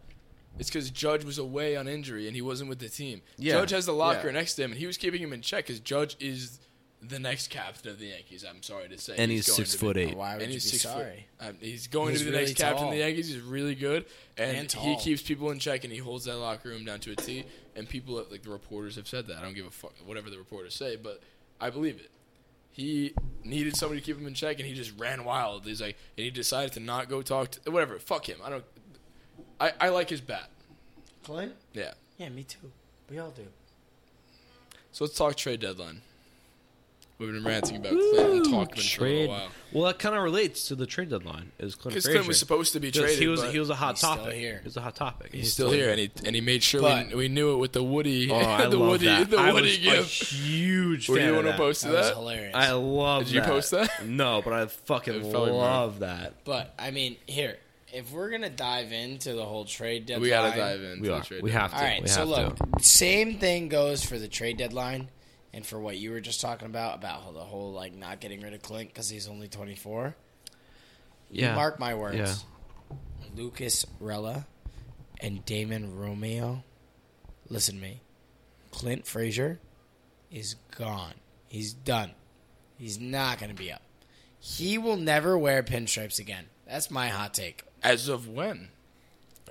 [SPEAKER 6] is because Judge was away on injury and he wasn't with the team.
[SPEAKER 5] Yeah,
[SPEAKER 6] Judge has the locker
[SPEAKER 5] yeah.
[SPEAKER 6] next to him, and he was keeping him in check because Judge is the next captain of the Yankees. I'm sorry to say,
[SPEAKER 5] And he's
[SPEAKER 6] going
[SPEAKER 5] six
[SPEAKER 6] to
[SPEAKER 5] foot
[SPEAKER 6] be-
[SPEAKER 5] eight.
[SPEAKER 4] Why would
[SPEAKER 6] and
[SPEAKER 4] you
[SPEAKER 6] he's
[SPEAKER 4] be
[SPEAKER 6] six
[SPEAKER 4] sorry?
[SPEAKER 6] foot. Um, he's going
[SPEAKER 4] He's
[SPEAKER 6] to be the
[SPEAKER 4] really
[SPEAKER 6] next captain of the
[SPEAKER 4] tall.
[SPEAKER 6] Yankees. He's really good, and,
[SPEAKER 4] And
[SPEAKER 6] he
[SPEAKER 4] tall.
[SPEAKER 6] keeps people in check, and he holds that locker room down to a T. And people, have- like the reporters, have said that. I don't give a fuck whatever the reporters say, but I believe it. He needed somebody to keep him in check, and he just ran wild. He's like, and he decided to not go talk to whatever. Fuck him. I don't. I, I like his bat.
[SPEAKER 4] Clint?
[SPEAKER 6] Yeah.
[SPEAKER 4] Yeah, me too. We all do.
[SPEAKER 6] So let's talk trade deadline. We've been ranting about Clint and Talkman for a little
[SPEAKER 5] Trade.
[SPEAKER 6] while.
[SPEAKER 5] Well, that kind of relates to the trade deadline. Is Clint
[SPEAKER 6] Because
[SPEAKER 5] Frazier?
[SPEAKER 6] Clint was supposed to be
[SPEAKER 5] 'Cause
[SPEAKER 6] traded.
[SPEAKER 5] he was
[SPEAKER 6] but
[SPEAKER 5] he was a hot
[SPEAKER 4] he's still
[SPEAKER 5] topic.
[SPEAKER 4] here.
[SPEAKER 5] He was a hot topic.
[SPEAKER 6] he's still here, and he and he made sure
[SPEAKER 4] But-
[SPEAKER 6] we, we knew it with the Woody.
[SPEAKER 5] Oh, I
[SPEAKER 6] the
[SPEAKER 5] love
[SPEAKER 6] Woody,
[SPEAKER 5] that.
[SPEAKER 6] The
[SPEAKER 5] I
[SPEAKER 6] Woody
[SPEAKER 5] was a
[SPEAKER 6] gift.
[SPEAKER 5] huge
[SPEAKER 6] Were
[SPEAKER 5] fan
[SPEAKER 6] you the
[SPEAKER 5] of
[SPEAKER 6] one who
[SPEAKER 5] that.
[SPEAKER 6] posted
[SPEAKER 4] That was
[SPEAKER 6] that?
[SPEAKER 4] hilarious.
[SPEAKER 5] I love.
[SPEAKER 6] Did you
[SPEAKER 5] that.
[SPEAKER 6] post that?
[SPEAKER 5] No, but I
[SPEAKER 6] It
[SPEAKER 5] fucking
[SPEAKER 6] felt like mine.
[SPEAKER 5] love that.
[SPEAKER 4] But I mean, here, if we're gonna dive into the whole trade deadline,
[SPEAKER 6] We gotta dive into
[SPEAKER 5] We
[SPEAKER 6] the
[SPEAKER 5] are.
[SPEAKER 6] trade.
[SPEAKER 5] We have
[SPEAKER 6] deadline.
[SPEAKER 5] to.
[SPEAKER 4] All right,
[SPEAKER 5] we
[SPEAKER 4] so
[SPEAKER 5] have
[SPEAKER 4] look,
[SPEAKER 5] to.
[SPEAKER 4] same thing goes for the trade deadline, and for what you were just talking about about the whole like not getting rid of Clint because he's only twenty four.
[SPEAKER 5] Yeah.
[SPEAKER 4] Mark my words.
[SPEAKER 5] Yeah.
[SPEAKER 4] Lucas Rella and Damon Romeo. Listen to me. Clint Frazier is gone. He's done. He's not going to be up. He will never wear pinstripes again. That's my hot take.
[SPEAKER 6] As of when?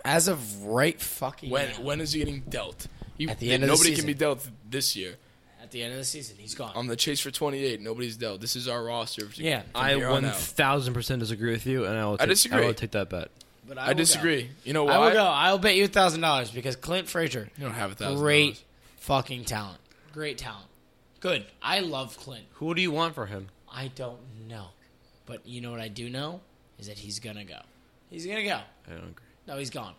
[SPEAKER 4] As of right fucking
[SPEAKER 6] When
[SPEAKER 4] now,
[SPEAKER 6] when is he getting dealt? He,
[SPEAKER 4] At the end of the
[SPEAKER 6] nobody
[SPEAKER 4] season.
[SPEAKER 6] can be dealt this year.
[SPEAKER 4] at the end of the season, he's gone.
[SPEAKER 6] On the chase for 28, nobody's dealt. This is our roster. to-
[SPEAKER 4] Yeah.
[SPEAKER 6] from
[SPEAKER 5] I
[SPEAKER 6] here on
[SPEAKER 5] one
[SPEAKER 6] out.
[SPEAKER 5] thousand percent disagree with you, and I will. Take,
[SPEAKER 6] disagree.
[SPEAKER 5] will take that bet.
[SPEAKER 4] but
[SPEAKER 6] I
[SPEAKER 4] will
[SPEAKER 6] disagree. You know
[SPEAKER 4] Go.
[SPEAKER 6] why?
[SPEAKER 4] I will go. I'll bet you a thousand dollars because Clint Frazier,
[SPEAKER 6] You don't have a thousand.
[SPEAKER 4] great fucking talent, great talent, good. I love Clint.
[SPEAKER 5] Who do you want for him?
[SPEAKER 4] I don't know. But you know what I do know is that he's gonna go. He's gonna go.
[SPEAKER 5] I don't agree.
[SPEAKER 4] No, he's gone.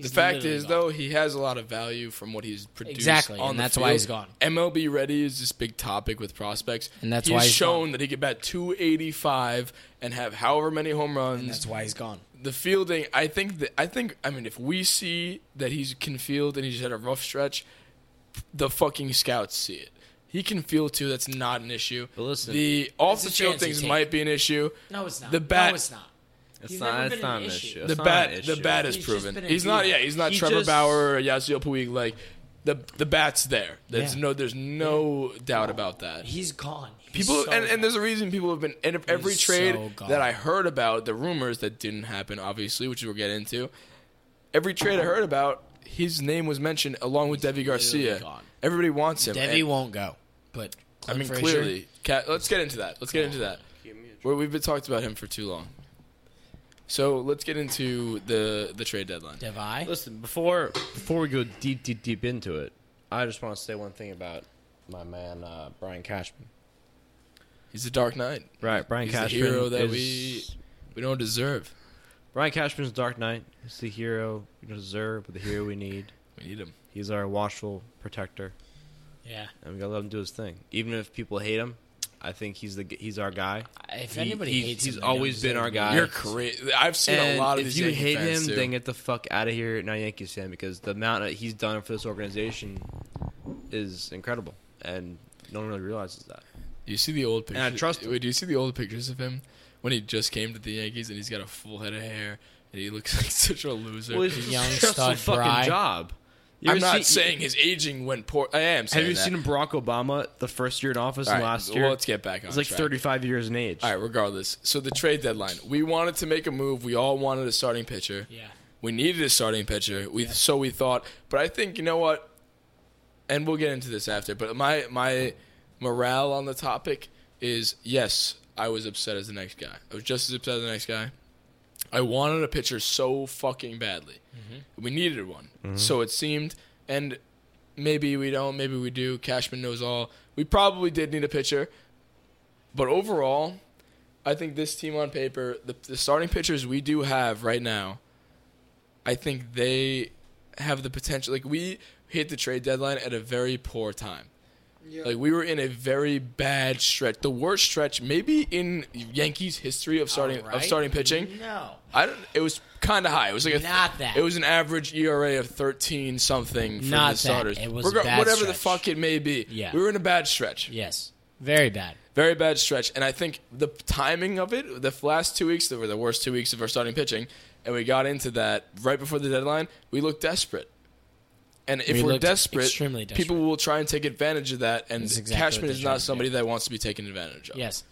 [SPEAKER 6] The fact is, though, he has a lot of value from what he's produced.
[SPEAKER 4] Exactly,
[SPEAKER 6] on
[SPEAKER 4] and
[SPEAKER 6] the
[SPEAKER 4] that's why
[SPEAKER 6] field.
[SPEAKER 4] he's gone.
[SPEAKER 6] MLB Ready is this big topic with prospects,
[SPEAKER 4] And that's why he's
[SPEAKER 6] shown
[SPEAKER 4] gone.
[SPEAKER 6] that he could bat 285 and have however many home runs.
[SPEAKER 4] that's why he's gone.
[SPEAKER 6] the fielding, I think that I think I mean if we see that he can field and he's had a rough stretch, the fucking scouts see it. He can field too. That's not an issue.
[SPEAKER 5] But listen-
[SPEAKER 6] the off the
[SPEAKER 4] It's a
[SPEAKER 6] field
[SPEAKER 4] chance you
[SPEAKER 6] things
[SPEAKER 4] take.
[SPEAKER 6] might be an issue.
[SPEAKER 4] No, it's not.
[SPEAKER 6] The bat,
[SPEAKER 4] No, it's not.
[SPEAKER 5] It's
[SPEAKER 4] You've never
[SPEAKER 5] not. It's
[SPEAKER 4] been an
[SPEAKER 5] not an
[SPEAKER 4] issue.
[SPEAKER 5] issue.
[SPEAKER 4] The
[SPEAKER 5] It's
[SPEAKER 6] the
[SPEAKER 5] not an
[SPEAKER 6] bat, the
[SPEAKER 5] issue.
[SPEAKER 6] bat is
[SPEAKER 4] He's just
[SPEAKER 6] proven.
[SPEAKER 4] been a
[SPEAKER 6] He's not.
[SPEAKER 4] diva.
[SPEAKER 6] Yeah, he's not
[SPEAKER 5] He
[SPEAKER 6] Trevor
[SPEAKER 5] just-
[SPEAKER 6] Bauer or Yasiel Puig. Like the the bat's there. There's
[SPEAKER 4] Yeah.
[SPEAKER 6] no. There's no doubt about that.
[SPEAKER 4] He's gone. He's
[SPEAKER 6] People
[SPEAKER 4] so
[SPEAKER 6] and, and there's
[SPEAKER 4] gone.
[SPEAKER 6] a reason people have been and if every
[SPEAKER 4] He's
[SPEAKER 6] trade
[SPEAKER 4] so gone.
[SPEAKER 6] that I heard about the rumors that didn't happen obviously which we'll get into every trade I heard about his name was mentioned along with Debbie Garcia
[SPEAKER 4] gone.
[SPEAKER 6] everybody wants him
[SPEAKER 4] Debbie
[SPEAKER 6] And-
[SPEAKER 4] won't go, but
[SPEAKER 6] I
[SPEAKER 4] Clint
[SPEAKER 6] mean
[SPEAKER 4] Frazier,
[SPEAKER 6] clearly Cat, let's get into that let's get into that Where we've been talked about him for too long so let's get into the the trade deadline
[SPEAKER 4] Devi.
[SPEAKER 5] Listen, before before we go deep, deep, deep into it, I just want to say one thing about my man uh, Brian Cashman.
[SPEAKER 6] he's a dark knight
[SPEAKER 5] Right, Brian
[SPEAKER 6] he's
[SPEAKER 5] Cashman
[SPEAKER 6] the hero that
[SPEAKER 5] is-
[SPEAKER 6] we we don't deserve
[SPEAKER 5] Brian Cashman's Dark Knight. He's the hero we deserve, but the hero we need.
[SPEAKER 6] we need him
[SPEAKER 5] He's our watchful protector.
[SPEAKER 4] Yeah.
[SPEAKER 5] and we gotta let him do his thing. Even if people hate him, I think he's the g- he's our guy.
[SPEAKER 4] If
[SPEAKER 5] He-
[SPEAKER 4] anybody
[SPEAKER 5] he's-
[SPEAKER 4] hates
[SPEAKER 5] he's
[SPEAKER 4] him, they
[SPEAKER 5] always
[SPEAKER 4] don't deserve
[SPEAKER 5] been our
[SPEAKER 4] to be
[SPEAKER 5] guy.
[SPEAKER 4] here.
[SPEAKER 6] You're crazy. I've seen
[SPEAKER 5] And
[SPEAKER 6] a lot of
[SPEAKER 5] if
[SPEAKER 6] these
[SPEAKER 5] you
[SPEAKER 6] Yankee
[SPEAKER 5] hate
[SPEAKER 6] fans
[SPEAKER 5] him,
[SPEAKER 6] too.
[SPEAKER 5] then get the fuck out of here, not Yankees fan, because the amount that he's done for this organization is incredible, and no one really realizes that.
[SPEAKER 6] you see the old
[SPEAKER 5] And
[SPEAKER 6] pictures.
[SPEAKER 5] I trust him.
[SPEAKER 6] Wait, do you see the old pictures of him when he just came to the Yankees and he's got a full head of hair and he looks like such a loser?
[SPEAKER 5] Well, he's
[SPEAKER 4] a young
[SPEAKER 5] just a
[SPEAKER 4] stud
[SPEAKER 5] fucking
[SPEAKER 4] Bry.
[SPEAKER 5] job. You
[SPEAKER 6] I'm
[SPEAKER 5] ever
[SPEAKER 6] not
[SPEAKER 5] see-
[SPEAKER 6] saying his aging went poor. I am. Saying
[SPEAKER 5] Have you
[SPEAKER 6] that.
[SPEAKER 5] seen Barack Obama the first year in office
[SPEAKER 6] All
[SPEAKER 5] and
[SPEAKER 6] right,
[SPEAKER 5] last
[SPEAKER 6] well,
[SPEAKER 5] year?
[SPEAKER 6] let's get back on.
[SPEAKER 5] He's like
[SPEAKER 6] track.
[SPEAKER 5] 35 years in age.
[SPEAKER 6] All right, regardless. So the trade deadline, we wanted to make a move. We all wanted a starting pitcher.
[SPEAKER 4] Yeah.
[SPEAKER 6] We needed a starting pitcher. We so we thought, but I think you know what, and we'll get into this after. But my my morale on the topic is yes, I was upset as the next guy. I was just as upset as the next guy. I wanted a pitcher so fucking badly. We needed one, so it seemed. And maybe we don't. Maybe we do. Cashman knows all. We probably did need a pitcher, but overall, I think this team on paper, the, the starting pitchers we do have right now, I think they have the potential. Like we hit the trade deadline at a very poor time. Like we were in a very bad stretch, the worst stretch maybe in Yankees history of starting of
[SPEAKER 4] Alright. Mm-hmm.
[SPEAKER 6] starting pitching.
[SPEAKER 4] No.
[SPEAKER 6] I don't. It was kind of high. It was like a
[SPEAKER 4] Not that.
[SPEAKER 6] It was an average ERA of thirteen something for
[SPEAKER 4] Not
[SPEAKER 6] the starters.
[SPEAKER 4] that. It was a bad
[SPEAKER 6] whatever the
[SPEAKER 4] stretch.
[SPEAKER 6] fuck it may be.
[SPEAKER 4] Yeah.
[SPEAKER 6] we were in a bad stretch,
[SPEAKER 4] Yes. Very bad.
[SPEAKER 6] very bad stretch. And I think the timing of it, the last two weeks that were the worst two weeks of our starting pitching, and we got into that right before the deadline. We looked desperate. And if
[SPEAKER 4] We
[SPEAKER 6] we are
[SPEAKER 4] looked
[SPEAKER 6] desperate,
[SPEAKER 4] extremely desperate.
[SPEAKER 6] people will try and take advantage of that. And
[SPEAKER 4] That's exactly what
[SPEAKER 6] Cashman
[SPEAKER 4] they're
[SPEAKER 6] is
[SPEAKER 4] trying
[SPEAKER 6] not
[SPEAKER 4] to do.
[SPEAKER 6] somebody that wants to be taken advantage of.
[SPEAKER 4] Yes.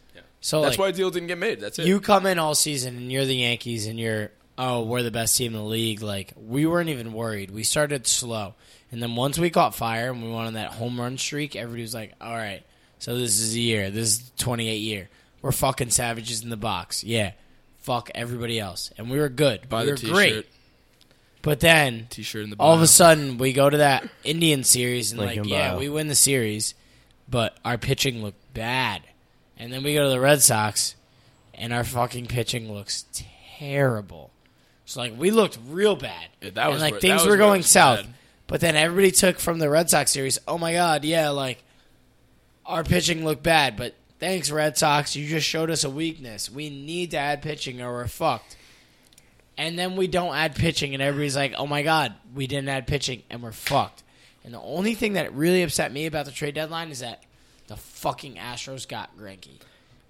[SPEAKER 4] So
[SPEAKER 6] that's
[SPEAKER 4] like,
[SPEAKER 6] why a deal didn't get made. That's it.
[SPEAKER 4] You come in all season and you're the Yankees and you're oh we're the best team in the league. Like we weren't even worried. We started slow, and then once we caught fire and we went on that home run streak, everybody was like, all right, so this is the year. This is the 28 year. We're fucking savages in the box. Yeah, fuck everybody else, and we were good.
[SPEAKER 6] Buy
[SPEAKER 4] we
[SPEAKER 6] the
[SPEAKER 4] were
[SPEAKER 6] t-shirt.
[SPEAKER 4] great. But then
[SPEAKER 6] T-shirt in the
[SPEAKER 4] all of
[SPEAKER 6] bio.
[SPEAKER 4] a sudden we go to that Indian series and
[SPEAKER 5] Link
[SPEAKER 4] like
[SPEAKER 5] in
[SPEAKER 4] yeah
[SPEAKER 5] bio.
[SPEAKER 4] we win the series, but our pitching looked bad, and then we go to the Red Sox, and our fucking pitching looks terrible. So like we looked real bad.
[SPEAKER 6] Yeah, that
[SPEAKER 4] And,
[SPEAKER 6] was
[SPEAKER 4] like
[SPEAKER 6] where- that
[SPEAKER 4] things
[SPEAKER 6] was
[SPEAKER 4] were
[SPEAKER 6] where it
[SPEAKER 4] going
[SPEAKER 6] was
[SPEAKER 4] south,
[SPEAKER 6] bad.
[SPEAKER 4] but then everybody took from the Red Sox series. Oh my god, yeah, like our pitching looked bad, but thanks Red Sox, you just showed us a weakness. We need to add pitching or we're fucked and then we don't add pitching, and everybody's like, "Oh my god, we didn't add pitching, and we're fucked." And the only thing that really upset me about the trade deadline is that the fucking Astros got Granky,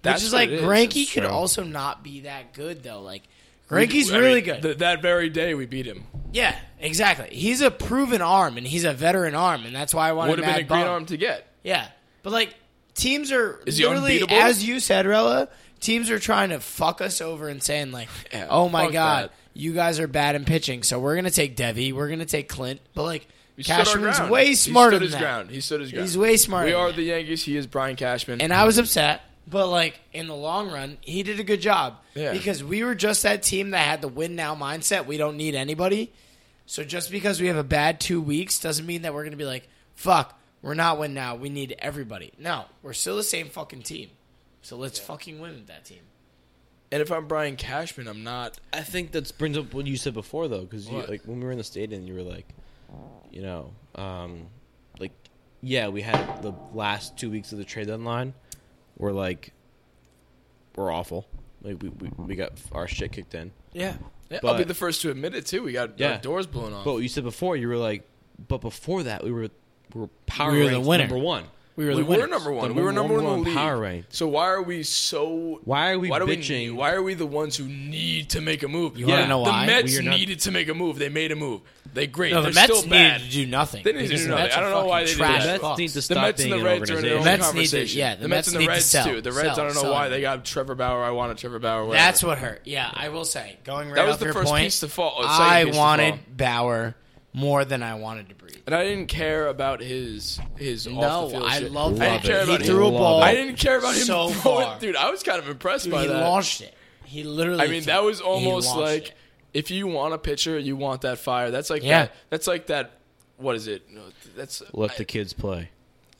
[SPEAKER 6] That's
[SPEAKER 4] which is
[SPEAKER 6] what
[SPEAKER 4] like
[SPEAKER 6] it is.
[SPEAKER 4] Granky
[SPEAKER 5] That's
[SPEAKER 4] could
[SPEAKER 5] true.
[SPEAKER 4] also not be that good though. Like Granky's really good.
[SPEAKER 6] Th- that very day we beat him.
[SPEAKER 4] yeah, exactly. He's a proven arm, and he's a veteran arm, and that's why I wanted
[SPEAKER 6] Would have been
[SPEAKER 4] Mad
[SPEAKER 6] a great
[SPEAKER 4] Bum.
[SPEAKER 6] arm to get.
[SPEAKER 4] Yeah, but like teams are
[SPEAKER 6] Is he
[SPEAKER 4] literally,
[SPEAKER 6] unbeatable?
[SPEAKER 4] as you said, Rella. Teams are trying to fuck us over and saying like,
[SPEAKER 6] Yeah,
[SPEAKER 4] "Oh my
[SPEAKER 6] fuck
[SPEAKER 4] god,
[SPEAKER 6] that.
[SPEAKER 4] you guys are bad in pitching, so we're gonna take Devi, we're gonna take Clint." But like,
[SPEAKER 6] He stood our
[SPEAKER 4] Cashman's
[SPEAKER 6] ground.
[SPEAKER 4] way smarter
[SPEAKER 6] He stood
[SPEAKER 4] than
[SPEAKER 6] his
[SPEAKER 4] that.
[SPEAKER 6] ground. He stood his ground.
[SPEAKER 4] He's way smarter
[SPEAKER 6] We
[SPEAKER 4] than
[SPEAKER 6] are
[SPEAKER 4] that.
[SPEAKER 6] the Yankees. He is Brian Cashman.
[SPEAKER 4] And I was upset, but like in the long run, he did a good job
[SPEAKER 6] Yeah.
[SPEAKER 4] because we were just that team that had the win now mindset. We don't need anybody. So just because we have a bad two weeks doesn't mean that we're gonna be like, "Fuck, we're not win now. We need everybody." No, we're still the same fucking team. So let's fucking win with that team.
[SPEAKER 6] and if I'm Brian Cashman, I'm not.
[SPEAKER 5] I think that brings up what you said before, though, because
[SPEAKER 6] What?
[SPEAKER 5] like when we were in the stadium, you were like, you know, um, like yeah, we had the last two weeks of the trade deadline were like were awful. Like we, we, we got our shit kicked in.
[SPEAKER 6] Yeah. I'll
[SPEAKER 5] But-
[SPEAKER 6] be the first to admit it too. We got
[SPEAKER 5] Yeah.
[SPEAKER 6] our doors blown off.
[SPEAKER 5] But what you said before, you were like, but before that, we were we were power
[SPEAKER 4] We were the
[SPEAKER 5] ranked
[SPEAKER 4] winner.
[SPEAKER 5] number one.
[SPEAKER 4] were
[SPEAKER 6] we were number one. we were number one in the league.
[SPEAKER 5] power rank.
[SPEAKER 6] So why are we so?
[SPEAKER 5] Why are we
[SPEAKER 6] why do
[SPEAKER 5] bitching?
[SPEAKER 6] We, why are we the ones who need to make a move?
[SPEAKER 4] You wanna
[SPEAKER 5] Yeah. know
[SPEAKER 4] why?
[SPEAKER 6] The Mets
[SPEAKER 5] We are not-
[SPEAKER 6] needed to make a move. They made a move. They great.
[SPEAKER 4] No,
[SPEAKER 6] They're
[SPEAKER 4] the Mets
[SPEAKER 6] still bad.
[SPEAKER 4] needed to do nothing.
[SPEAKER 6] They needed to
[SPEAKER 4] because
[SPEAKER 6] do
[SPEAKER 4] the
[SPEAKER 6] nothing.
[SPEAKER 4] Mets
[SPEAKER 6] I
[SPEAKER 4] are
[SPEAKER 6] don't know
[SPEAKER 4] fucking
[SPEAKER 6] why they did
[SPEAKER 4] trash
[SPEAKER 6] that.
[SPEAKER 5] The Mets
[SPEAKER 4] fucks.
[SPEAKER 5] need to
[SPEAKER 6] The
[SPEAKER 5] stop
[SPEAKER 6] Mets and
[SPEAKER 5] being
[SPEAKER 6] the
[SPEAKER 5] an
[SPEAKER 6] Reds are in their
[SPEAKER 5] organization.
[SPEAKER 6] own
[SPEAKER 4] The Mets need to-
[SPEAKER 6] conversation.
[SPEAKER 4] yeah, the
[SPEAKER 6] the
[SPEAKER 4] Mets
[SPEAKER 6] Mets and
[SPEAKER 4] need
[SPEAKER 6] the
[SPEAKER 4] to
[SPEAKER 6] Reds
[SPEAKER 4] sell,
[SPEAKER 6] too. The Reds,
[SPEAKER 4] sell,
[SPEAKER 6] I don't know
[SPEAKER 4] sell.
[SPEAKER 6] why they got Trevor Bauer. I wanted Trevor Bauer. whatever.
[SPEAKER 4] That's what hurt. Yeah, I will say. Going right
[SPEAKER 6] That was
[SPEAKER 4] off
[SPEAKER 6] the
[SPEAKER 4] your
[SPEAKER 6] first
[SPEAKER 4] point,
[SPEAKER 6] piece to fall- or second
[SPEAKER 4] I
[SPEAKER 6] piece to
[SPEAKER 4] wanted
[SPEAKER 6] fall.
[SPEAKER 4] Bauer more than I wanted to breathe.
[SPEAKER 6] and I didn't care about his his
[SPEAKER 4] No,
[SPEAKER 6] off the field
[SPEAKER 4] I
[SPEAKER 6] shit.
[SPEAKER 4] love
[SPEAKER 6] I
[SPEAKER 4] it.
[SPEAKER 6] didn't care
[SPEAKER 4] He
[SPEAKER 6] about him.
[SPEAKER 4] threw a
[SPEAKER 5] Love
[SPEAKER 4] ball.
[SPEAKER 5] it.
[SPEAKER 6] I didn't care about him
[SPEAKER 4] so
[SPEAKER 6] throwing-
[SPEAKER 4] far.
[SPEAKER 6] dude. I was kind of impressed
[SPEAKER 4] Dude,
[SPEAKER 6] by
[SPEAKER 4] he
[SPEAKER 6] that.
[SPEAKER 4] launched it. He literally.
[SPEAKER 6] I mean,
[SPEAKER 4] threw
[SPEAKER 6] that
[SPEAKER 4] it.
[SPEAKER 6] was
[SPEAKER 4] He
[SPEAKER 6] almost
[SPEAKER 4] launched
[SPEAKER 6] like
[SPEAKER 4] it.
[SPEAKER 6] if you want a pitcher, you want that fire. That's like
[SPEAKER 4] Yeah.
[SPEAKER 6] that, that's like that. What is it? No, That's
[SPEAKER 5] Let the kids play.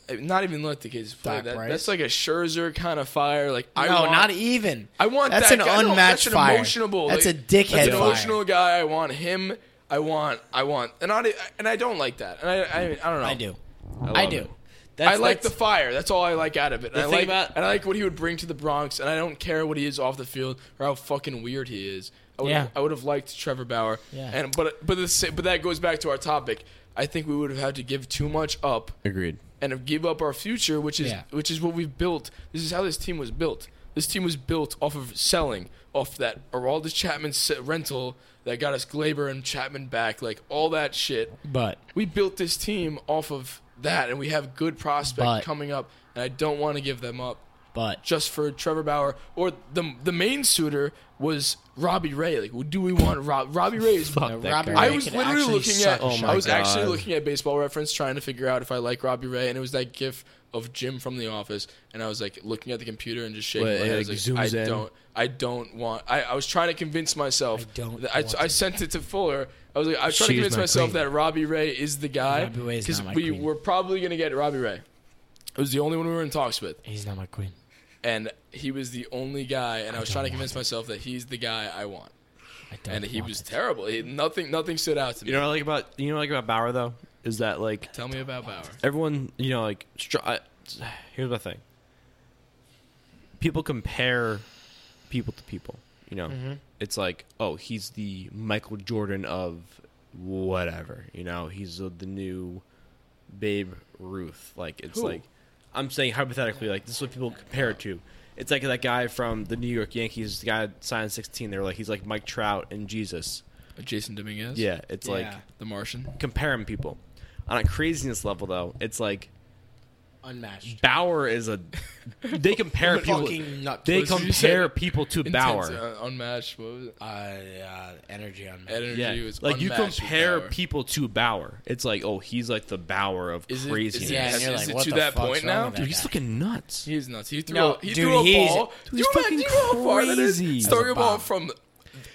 [SPEAKER 6] I- not even let the kids play.
[SPEAKER 4] Doc
[SPEAKER 6] That,
[SPEAKER 4] Price.
[SPEAKER 6] that's like a Scherzer kind of fire. Like I
[SPEAKER 4] no,
[SPEAKER 6] want,
[SPEAKER 4] not even.
[SPEAKER 6] I want
[SPEAKER 4] that's
[SPEAKER 6] that
[SPEAKER 4] an
[SPEAKER 6] guy- no,
[SPEAKER 4] unmatched
[SPEAKER 6] that's an
[SPEAKER 4] fire.
[SPEAKER 6] Emotional,
[SPEAKER 4] that's
[SPEAKER 6] like,
[SPEAKER 4] a dickhead
[SPEAKER 6] That's an
[SPEAKER 4] fire.
[SPEAKER 6] emotional guy. I want him. I want. I want. And I and I don't like that. And I I, I don't know.
[SPEAKER 4] I do.
[SPEAKER 5] I, love
[SPEAKER 4] I do.
[SPEAKER 5] it. That's,
[SPEAKER 6] I like the
[SPEAKER 5] that's-
[SPEAKER 6] fire. That's all I like out of it. And I
[SPEAKER 5] thing
[SPEAKER 6] like
[SPEAKER 5] about-
[SPEAKER 6] and I like what he would bring to the Bronx. And I don't care what he is off the field or how fucking weird he is. I would
[SPEAKER 4] Yeah.
[SPEAKER 6] I would have liked Trevor Bauer.
[SPEAKER 4] Yeah.
[SPEAKER 6] And but but the, sa- but that goes back to our topic. I think we would have had to give too much up
[SPEAKER 5] agreed.
[SPEAKER 6] and give up our future, which is
[SPEAKER 4] Yeah.
[SPEAKER 6] which is what we've built. This is how this team was built. This team was built off of selling off that Araldis Chapman se- rental that got us Glaber and Chapman back, like all that shit.
[SPEAKER 4] But
[SPEAKER 6] We built this team off of that, and we have good prospect
[SPEAKER 4] But-
[SPEAKER 6] coming up, and I don't want to give them up
[SPEAKER 4] but
[SPEAKER 6] just for Trevor Bauer or the the main suitor was Robbie Ray. Like, do we want Rob, Robbie Ray? Is
[SPEAKER 5] Fuck that
[SPEAKER 4] Robbie
[SPEAKER 5] guy.
[SPEAKER 6] I
[SPEAKER 4] Ray
[SPEAKER 6] was
[SPEAKER 4] could
[SPEAKER 6] literally
[SPEAKER 4] actually
[SPEAKER 6] looking
[SPEAKER 4] suck
[SPEAKER 6] at.
[SPEAKER 5] Oh my
[SPEAKER 6] I was actually
[SPEAKER 5] God.
[SPEAKER 6] looking at Baseball Reference, trying to figure out if I like Robbie Ray, and it was that GIF of Jim from The Office, and I was like looking at the computer and just shaking
[SPEAKER 5] Wait,
[SPEAKER 6] my head. I
[SPEAKER 5] it,
[SPEAKER 6] was
[SPEAKER 5] like,
[SPEAKER 6] like, I
[SPEAKER 5] zooms in.
[SPEAKER 6] don't, I don't want. I, I was trying to convince myself.
[SPEAKER 4] I don't
[SPEAKER 6] that- I,
[SPEAKER 4] want
[SPEAKER 6] I sent it to Fuller. I was like, I was trying
[SPEAKER 5] She
[SPEAKER 6] to
[SPEAKER 5] is
[SPEAKER 6] convince
[SPEAKER 5] my
[SPEAKER 6] myself
[SPEAKER 5] queen.
[SPEAKER 6] that Robbie Ray is the guy
[SPEAKER 4] Robbie Ray is not my
[SPEAKER 6] we
[SPEAKER 4] queen.
[SPEAKER 6] were probably gonna get Robbie Ray. It was the only one we were in talks with
[SPEAKER 4] he's not my queen.
[SPEAKER 6] and he was the only guy, and I, was trying to convince myself that he's the guy I want.
[SPEAKER 4] I don't
[SPEAKER 6] And he
[SPEAKER 4] want
[SPEAKER 6] was
[SPEAKER 4] it.
[SPEAKER 6] terrible. He, nothing, nothing stood out to me.
[SPEAKER 5] You know what I like about you know what I like about Bauer though is that like
[SPEAKER 6] Tell me about Bauer.
[SPEAKER 5] everyone you know like str- I, here's my thing. People compare people to people. You know, it's like oh he's the Michael Jordan of whatever. You know he's the, the new Babe Ruth. Like it's
[SPEAKER 6] Who?
[SPEAKER 5] like I'm saying hypothetically like this is what people compare it to. It's like that guy from the New York Yankees, the guy that signed 16. They're like he's like Mike Trout and Jesus.
[SPEAKER 6] Jason Dominguez.
[SPEAKER 5] Yeah, it's like
[SPEAKER 4] Yeah.
[SPEAKER 6] the Martian.
[SPEAKER 5] comparing people. On a craziness level, though, it's like
[SPEAKER 4] unmatched.
[SPEAKER 5] Bauer is a. They compare people.
[SPEAKER 4] Fucking nut.
[SPEAKER 5] They
[SPEAKER 6] What did you say?
[SPEAKER 5] compare people to
[SPEAKER 6] Intense,
[SPEAKER 5] Bauer.
[SPEAKER 6] uh, unmatched. What was it?
[SPEAKER 4] Uh, uh, energy on
[SPEAKER 6] Energy
[SPEAKER 5] Yeah,
[SPEAKER 6] was
[SPEAKER 5] like you
[SPEAKER 6] unmatched with
[SPEAKER 5] compare
[SPEAKER 6] Bauer.
[SPEAKER 5] people to Bauer. It's like, oh, he's like the Bauer of
[SPEAKER 6] Is it- is
[SPEAKER 5] craziness.
[SPEAKER 6] it-
[SPEAKER 4] Yeah, and
[SPEAKER 6] Is
[SPEAKER 4] you're like,
[SPEAKER 6] it
[SPEAKER 4] what
[SPEAKER 6] to
[SPEAKER 4] the
[SPEAKER 6] that
[SPEAKER 4] fuck's
[SPEAKER 6] point
[SPEAKER 4] wrong
[SPEAKER 6] now?
[SPEAKER 4] with that
[SPEAKER 5] Dude, he's
[SPEAKER 4] guy?
[SPEAKER 5] fucking nuts.
[SPEAKER 6] He's nuts. He threw.
[SPEAKER 4] No,
[SPEAKER 6] a, he
[SPEAKER 4] dude,
[SPEAKER 6] threw a
[SPEAKER 4] he's-
[SPEAKER 6] ball.
[SPEAKER 5] dude, he's
[SPEAKER 6] Do you know- do
[SPEAKER 5] fucking
[SPEAKER 6] you know how far that is?
[SPEAKER 5] crazy.
[SPEAKER 6] Throw your ball
[SPEAKER 4] bomb.
[SPEAKER 6] from.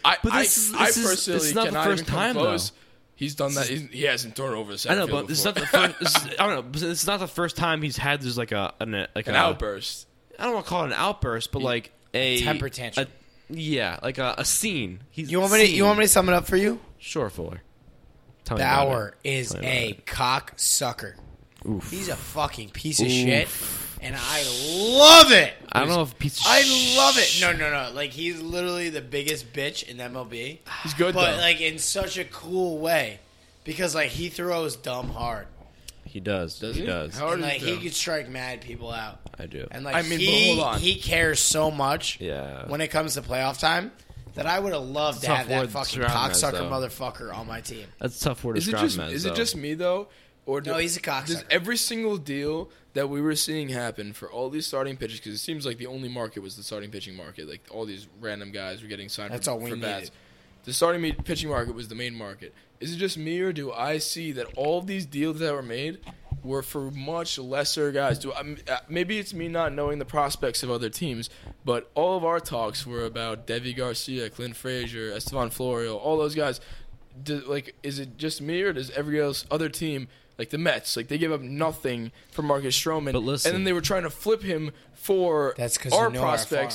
[SPEAKER 6] I,
[SPEAKER 5] But
[SPEAKER 6] I,
[SPEAKER 5] this is-
[SPEAKER 6] I
[SPEAKER 5] this is-
[SPEAKER 6] personally
[SPEAKER 5] it's not the
[SPEAKER 6] cannot
[SPEAKER 5] first
[SPEAKER 6] even come
[SPEAKER 5] time, though.
[SPEAKER 6] close. He's done that. He's, he hasn't thrown over the
[SPEAKER 5] I
[SPEAKER 6] center
[SPEAKER 5] know,
[SPEAKER 6] field
[SPEAKER 5] but this is
[SPEAKER 6] before.
[SPEAKER 5] not the first. This is, I don't know. but This is not the first time he's had this like a an, like
[SPEAKER 6] an
[SPEAKER 5] a,
[SPEAKER 6] outburst.
[SPEAKER 5] I don't want to call it an outburst, but like a
[SPEAKER 4] temper tantrum.
[SPEAKER 5] a- yeah, like a, a scene. He's
[SPEAKER 4] You want me to? You
[SPEAKER 5] scene.
[SPEAKER 4] want me to sum it up for you?
[SPEAKER 5] Sure, Fuller. Tell me about it.
[SPEAKER 4] Bauer is
[SPEAKER 5] Tell me about
[SPEAKER 4] a
[SPEAKER 5] it.
[SPEAKER 4] cock sucker.
[SPEAKER 5] Oof.
[SPEAKER 4] He's a fucking piece of shit, and I love it.
[SPEAKER 5] I don't know if piece of
[SPEAKER 4] I
[SPEAKER 5] sh-
[SPEAKER 4] love it. No, no, no. Like he's literally the biggest bitch in MLB,
[SPEAKER 6] He's good
[SPEAKER 4] but
[SPEAKER 6] though.
[SPEAKER 4] like in such a cool way because like he throws dumb hard.
[SPEAKER 5] He does.
[SPEAKER 6] Does
[SPEAKER 5] he,
[SPEAKER 6] he?
[SPEAKER 5] does.
[SPEAKER 6] How- Hard
[SPEAKER 4] And,
[SPEAKER 6] as
[SPEAKER 4] like he
[SPEAKER 6] hell.
[SPEAKER 4] could strike mad people out.
[SPEAKER 5] I do.
[SPEAKER 4] And like
[SPEAKER 6] I mean, but
[SPEAKER 4] he,
[SPEAKER 6] hold on.
[SPEAKER 4] he cares so much
[SPEAKER 5] Yeah.
[SPEAKER 4] when it comes to playoff time that I would have loved to
[SPEAKER 5] Tough
[SPEAKER 4] have that
[SPEAKER 5] word to
[SPEAKER 4] fucking
[SPEAKER 5] surround us,
[SPEAKER 4] cocksucker
[SPEAKER 5] though.
[SPEAKER 4] motherfucker on my team.
[SPEAKER 5] That's a tough word to
[SPEAKER 6] Is it
[SPEAKER 5] describe
[SPEAKER 6] just
[SPEAKER 5] him as,
[SPEAKER 6] is
[SPEAKER 5] though.
[SPEAKER 6] it just me though, or do,
[SPEAKER 4] No, he's a cocksucker.
[SPEAKER 6] Does every single deal that we were seeing happen for all these starting pitchers, because it seems like the only market was the starting pitching market. Like all these random guys were getting signed.
[SPEAKER 4] That's
[SPEAKER 6] for,
[SPEAKER 4] all we
[SPEAKER 6] for bats.
[SPEAKER 4] needed.
[SPEAKER 6] The starting me- pitching market was the main market. Is it just me, or do I see that all of these deals that were made were for much lesser guys? Do I, uh, maybe it's me not knowing the prospects of other teams, but all of our talks were about Devi Garcia, Clint Frazier, Estevan Florio, all those guys. Do, like, is it just me, or does every else other team? Like the Mets, like they gave up nothing for Marcus Stroman,
[SPEAKER 5] But listen-
[SPEAKER 6] and then they were trying to flip him for
[SPEAKER 4] That's because
[SPEAKER 6] our
[SPEAKER 4] you know
[SPEAKER 6] prospects.
[SPEAKER 4] Our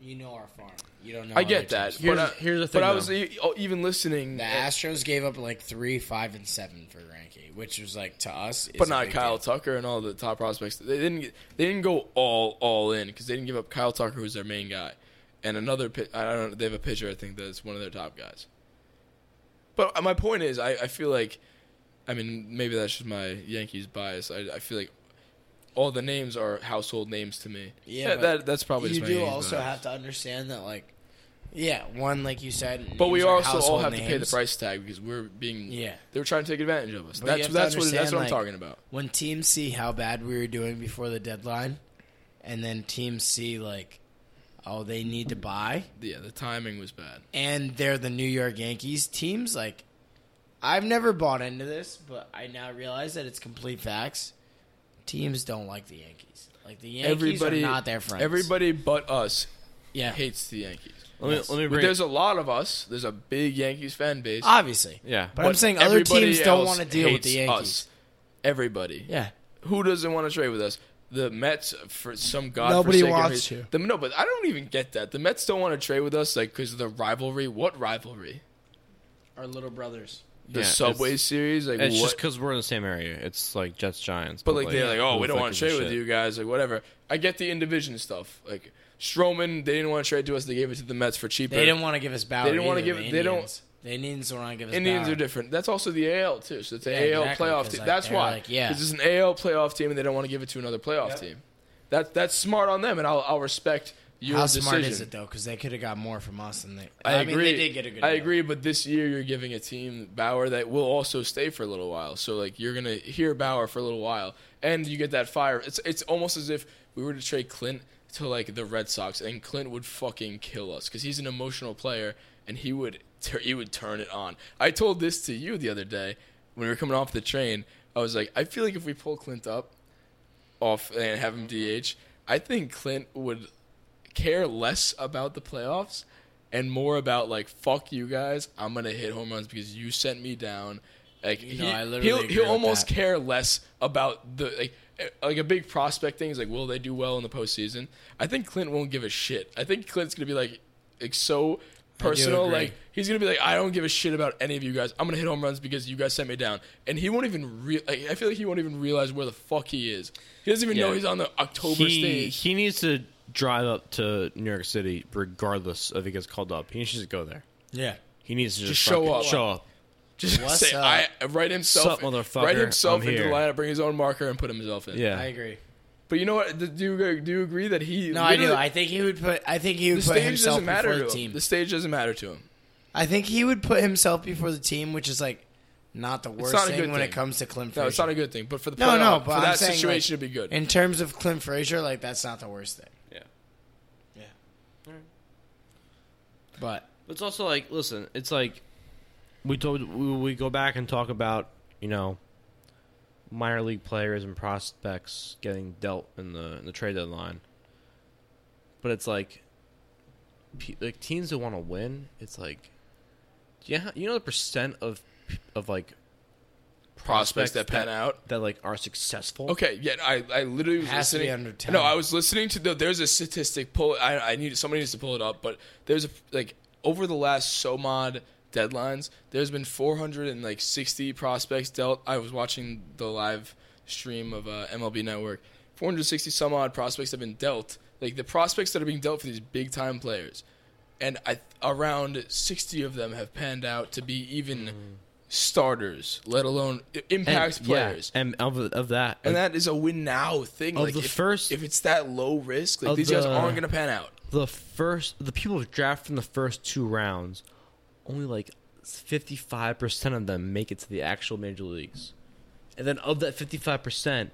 [SPEAKER 4] farm. You know our farm. You don't know.
[SPEAKER 6] I
[SPEAKER 4] other
[SPEAKER 6] get that.
[SPEAKER 4] teams.
[SPEAKER 5] Here's-
[SPEAKER 6] but I,
[SPEAKER 5] here's the
[SPEAKER 6] But
[SPEAKER 5] thing,
[SPEAKER 6] I was
[SPEAKER 5] though.
[SPEAKER 6] e- even listening.
[SPEAKER 4] The Astros gave up like three, five, and seven for Granke, which was like to us, is
[SPEAKER 6] but
[SPEAKER 4] a
[SPEAKER 6] not
[SPEAKER 4] big
[SPEAKER 6] Kyle
[SPEAKER 4] deal.
[SPEAKER 6] Tucker and all the top prospects. They didn't. get- They didn't go all all in because they didn't give up Kyle Tucker, who's their main guy, and another. pi- I don't. know. They have a pitcher. I think that's one of their top guys. But uh, my point is, I, I feel like, I mean, maybe that's just my Yankees bias. I, I feel like all the names are household names to me.
[SPEAKER 4] Yeah,
[SPEAKER 6] That-
[SPEAKER 4] but
[SPEAKER 6] that, that's probably
[SPEAKER 4] You
[SPEAKER 6] just my
[SPEAKER 4] do
[SPEAKER 6] Yankees
[SPEAKER 4] also
[SPEAKER 6] bias.
[SPEAKER 4] have to understand that, like, yeah, one, like you said,
[SPEAKER 6] But we
[SPEAKER 4] names are
[SPEAKER 6] also all
[SPEAKER 4] household
[SPEAKER 6] have to pay the
[SPEAKER 4] names.
[SPEAKER 6] price tag because we're being.
[SPEAKER 4] Yeah.
[SPEAKER 6] They were trying to take advantage of us.
[SPEAKER 4] But you
[SPEAKER 6] that's
[SPEAKER 4] have to
[SPEAKER 6] that's what that's
[SPEAKER 4] understand,
[SPEAKER 6] what I'm
[SPEAKER 4] like,
[SPEAKER 6] talking about.
[SPEAKER 4] When teams see how bad we were doing before the deadline, and then teams see like, oh, they need to buy,
[SPEAKER 6] Yeah, the timing was bad.
[SPEAKER 4] and they're the New York Yankees teams. Like, I've never bought into this, but I now realize that it's complete facts. Teams don't like the Yankees. Like the Yankees
[SPEAKER 6] everybody
[SPEAKER 4] are not their friends.
[SPEAKER 6] Everybody but us
[SPEAKER 4] yeah,
[SPEAKER 6] hates the Yankees.
[SPEAKER 5] Let me, let me
[SPEAKER 6] But
[SPEAKER 5] bring.
[SPEAKER 6] there's a lot of us. There's a big Yankees fan base.
[SPEAKER 4] obviously,
[SPEAKER 5] Yeah.
[SPEAKER 4] But,
[SPEAKER 6] but
[SPEAKER 4] I'm saying other
[SPEAKER 6] everybody
[SPEAKER 4] teams don't
[SPEAKER 6] else
[SPEAKER 4] want to deal with the
[SPEAKER 6] hates
[SPEAKER 4] Yankees.
[SPEAKER 6] us. Everybody.
[SPEAKER 4] Yeah,
[SPEAKER 6] Who doesn't want to trade with us? The Mets for some god.
[SPEAKER 4] Nobody wants to.
[SPEAKER 6] The, no, but I don't even get that. The Mets don't want to trade with us, like because of the rivalry. What rivalry?
[SPEAKER 4] our little brothers.
[SPEAKER 6] the
[SPEAKER 5] Yeah, it's-
[SPEAKER 6] Subway series. Like
[SPEAKER 5] It's
[SPEAKER 6] what?
[SPEAKER 5] just because we're in the same area. It's like Jets Giants.
[SPEAKER 6] But like they're like, oh,
[SPEAKER 5] who
[SPEAKER 6] we
[SPEAKER 5] the
[SPEAKER 6] don't
[SPEAKER 5] fuck
[SPEAKER 6] want to
[SPEAKER 5] gives a
[SPEAKER 6] trade with
[SPEAKER 5] shit?
[SPEAKER 6] you guys, like whatever. I get the in division stuff. Like Strowman, they didn't want to trade to us. They gave it to the Mets for cheaper.
[SPEAKER 4] They didn't want to give us Bauer.
[SPEAKER 6] They didn't
[SPEAKER 4] want
[SPEAKER 6] wanna
[SPEAKER 4] to
[SPEAKER 6] give- they don't-
[SPEAKER 4] The Indians don't want to give us.
[SPEAKER 6] Indians
[SPEAKER 4] Bauer.
[SPEAKER 6] are different. That's also the AL too. So it's an
[SPEAKER 4] Yeah,
[SPEAKER 6] AL
[SPEAKER 4] exactly,
[SPEAKER 6] playoff
[SPEAKER 4] 'cause,
[SPEAKER 6] team.
[SPEAKER 4] like,
[SPEAKER 6] that's
[SPEAKER 4] they're
[SPEAKER 6] why.
[SPEAKER 4] like, yeah.
[SPEAKER 6] 'Cause it's an AL playoff team, and they don't want to give it to another playoff team. That that's smart on them, and I'll I'll respect your
[SPEAKER 4] How
[SPEAKER 6] decision.
[SPEAKER 4] smart is it though? Because they could have got more from us than they.
[SPEAKER 6] I,
[SPEAKER 4] mean,
[SPEAKER 6] agree.
[SPEAKER 4] they did get a good.
[SPEAKER 6] I
[SPEAKER 4] deal.
[SPEAKER 6] agree, but this year you're giving a team Bauer that will also stay for a little while. So like you're gonna hear Bauer for a little while, and you get that fire. It's it's almost as if we were to trade Clint to like the Red Sox, and Clint would fucking kill us because he's an emotional player, and he would tur he would turn it on. I told this to you the other day when we were coming off the train. I was like, I feel like if we pull Clint up off and have him DH, I think Clint would care less about the playoffs and more about like fuck you guys. I'm gonna hit home runs because you sent me down. Like
[SPEAKER 4] No,
[SPEAKER 6] he,
[SPEAKER 4] I literally
[SPEAKER 6] he'll
[SPEAKER 4] agree
[SPEAKER 6] he'll
[SPEAKER 4] with
[SPEAKER 6] almost
[SPEAKER 4] that.
[SPEAKER 6] care less about the like eh, like a big prospect thing is like will they do well in the postseason? I think Clint won't give a shit. I think Clint's gonna be like like so personal
[SPEAKER 4] agree.
[SPEAKER 6] like he's gonna be like i don't give a shit about any of you guys i'm gonna hit home runs because you guys sent me down and he won't even real like, i feel like he won't even realize where the fuck he is he doesn't even know
[SPEAKER 5] Yeah.
[SPEAKER 6] he's on the october
[SPEAKER 5] he,
[SPEAKER 6] stage
[SPEAKER 5] he needs to drive up to New York City regardless of if he gets called up. He needs to just go there.
[SPEAKER 4] Yeah.
[SPEAKER 5] He needs to just,
[SPEAKER 6] Just show
[SPEAKER 5] fucking
[SPEAKER 6] up.
[SPEAKER 5] Show up.
[SPEAKER 6] Just
[SPEAKER 4] What's
[SPEAKER 6] say,
[SPEAKER 4] up?
[SPEAKER 6] I write
[SPEAKER 5] Sup,
[SPEAKER 6] himself,
[SPEAKER 5] motherfucker,
[SPEAKER 6] write himself
[SPEAKER 5] I'm
[SPEAKER 6] into
[SPEAKER 5] here.
[SPEAKER 6] the lineup, bring his own marker, and put himself in.
[SPEAKER 5] Yeah.
[SPEAKER 4] I agree.
[SPEAKER 6] But you know what? Do you, do you agree that he?
[SPEAKER 4] No, I do.
[SPEAKER 6] literally-
[SPEAKER 4] I think he would put. I think he
[SPEAKER 6] the
[SPEAKER 4] would put
[SPEAKER 6] stage
[SPEAKER 4] himself
[SPEAKER 6] doesn't
[SPEAKER 4] before
[SPEAKER 6] matter
[SPEAKER 4] the
[SPEAKER 6] to him.
[SPEAKER 4] team.
[SPEAKER 6] The stage doesn't matter to him.
[SPEAKER 4] I think he would put himself before the team, which is like not the worst
[SPEAKER 6] not a
[SPEAKER 4] thing
[SPEAKER 6] good
[SPEAKER 4] when
[SPEAKER 6] thing.
[SPEAKER 4] it comes to Clint.
[SPEAKER 6] No,
[SPEAKER 4] Frazier.
[SPEAKER 6] it's not a good thing. But for the
[SPEAKER 4] No, no, but
[SPEAKER 6] playoff- for
[SPEAKER 4] I'm
[SPEAKER 6] that
[SPEAKER 4] saying,
[SPEAKER 6] situation,
[SPEAKER 4] like,
[SPEAKER 6] it'd be good.
[SPEAKER 4] In terms of Clint Frazier, like that's not the worst thing.
[SPEAKER 5] Yeah.
[SPEAKER 4] Yeah. But
[SPEAKER 5] But it's also like, listen, it's like we told we, we go back and talk about you know minor league players and prospects getting dealt in the in the trade deadline. But it's like, pe- like teams that want to win, it's like, yeah, you know the percent of of like
[SPEAKER 6] prospects that pan out.
[SPEAKER 5] that like are successful.
[SPEAKER 6] Okay, yeah, I, I literally was
[SPEAKER 4] has to
[SPEAKER 6] listening.
[SPEAKER 4] be under 10.
[SPEAKER 6] No, I was listening to the. There's a statistic pull. I, I need somebody needs to pull it up, but there's a like over the last SOMOD deadlines, there's been 460 prospects dealt. I was watching the live stream of uh, MLB Network. 460 some odd prospects have been dealt. Like the prospects that are being dealt for these big time players, and I around 60 of them have panned out to be even.
[SPEAKER 4] Mm-hmm.
[SPEAKER 6] Starters, let alone i- impact players
[SPEAKER 5] yeah, and of, of that,
[SPEAKER 6] and that is a win now thing.
[SPEAKER 5] Of
[SPEAKER 6] like
[SPEAKER 5] the
[SPEAKER 6] if,
[SPEAKER 5] first-
[SPEAKER 6] if it's that low risk, like
[SPEAKER 5] of
[SPEAKER 6] these guys
[SPEAKER 5] the-
[SPEAKER 6] aren't going to pan out.
[SPEAKER 5] the first the people who draft from the first two rounds, only like fifty five percent of them make it to the actual major leagues, and then of that fifty five percent,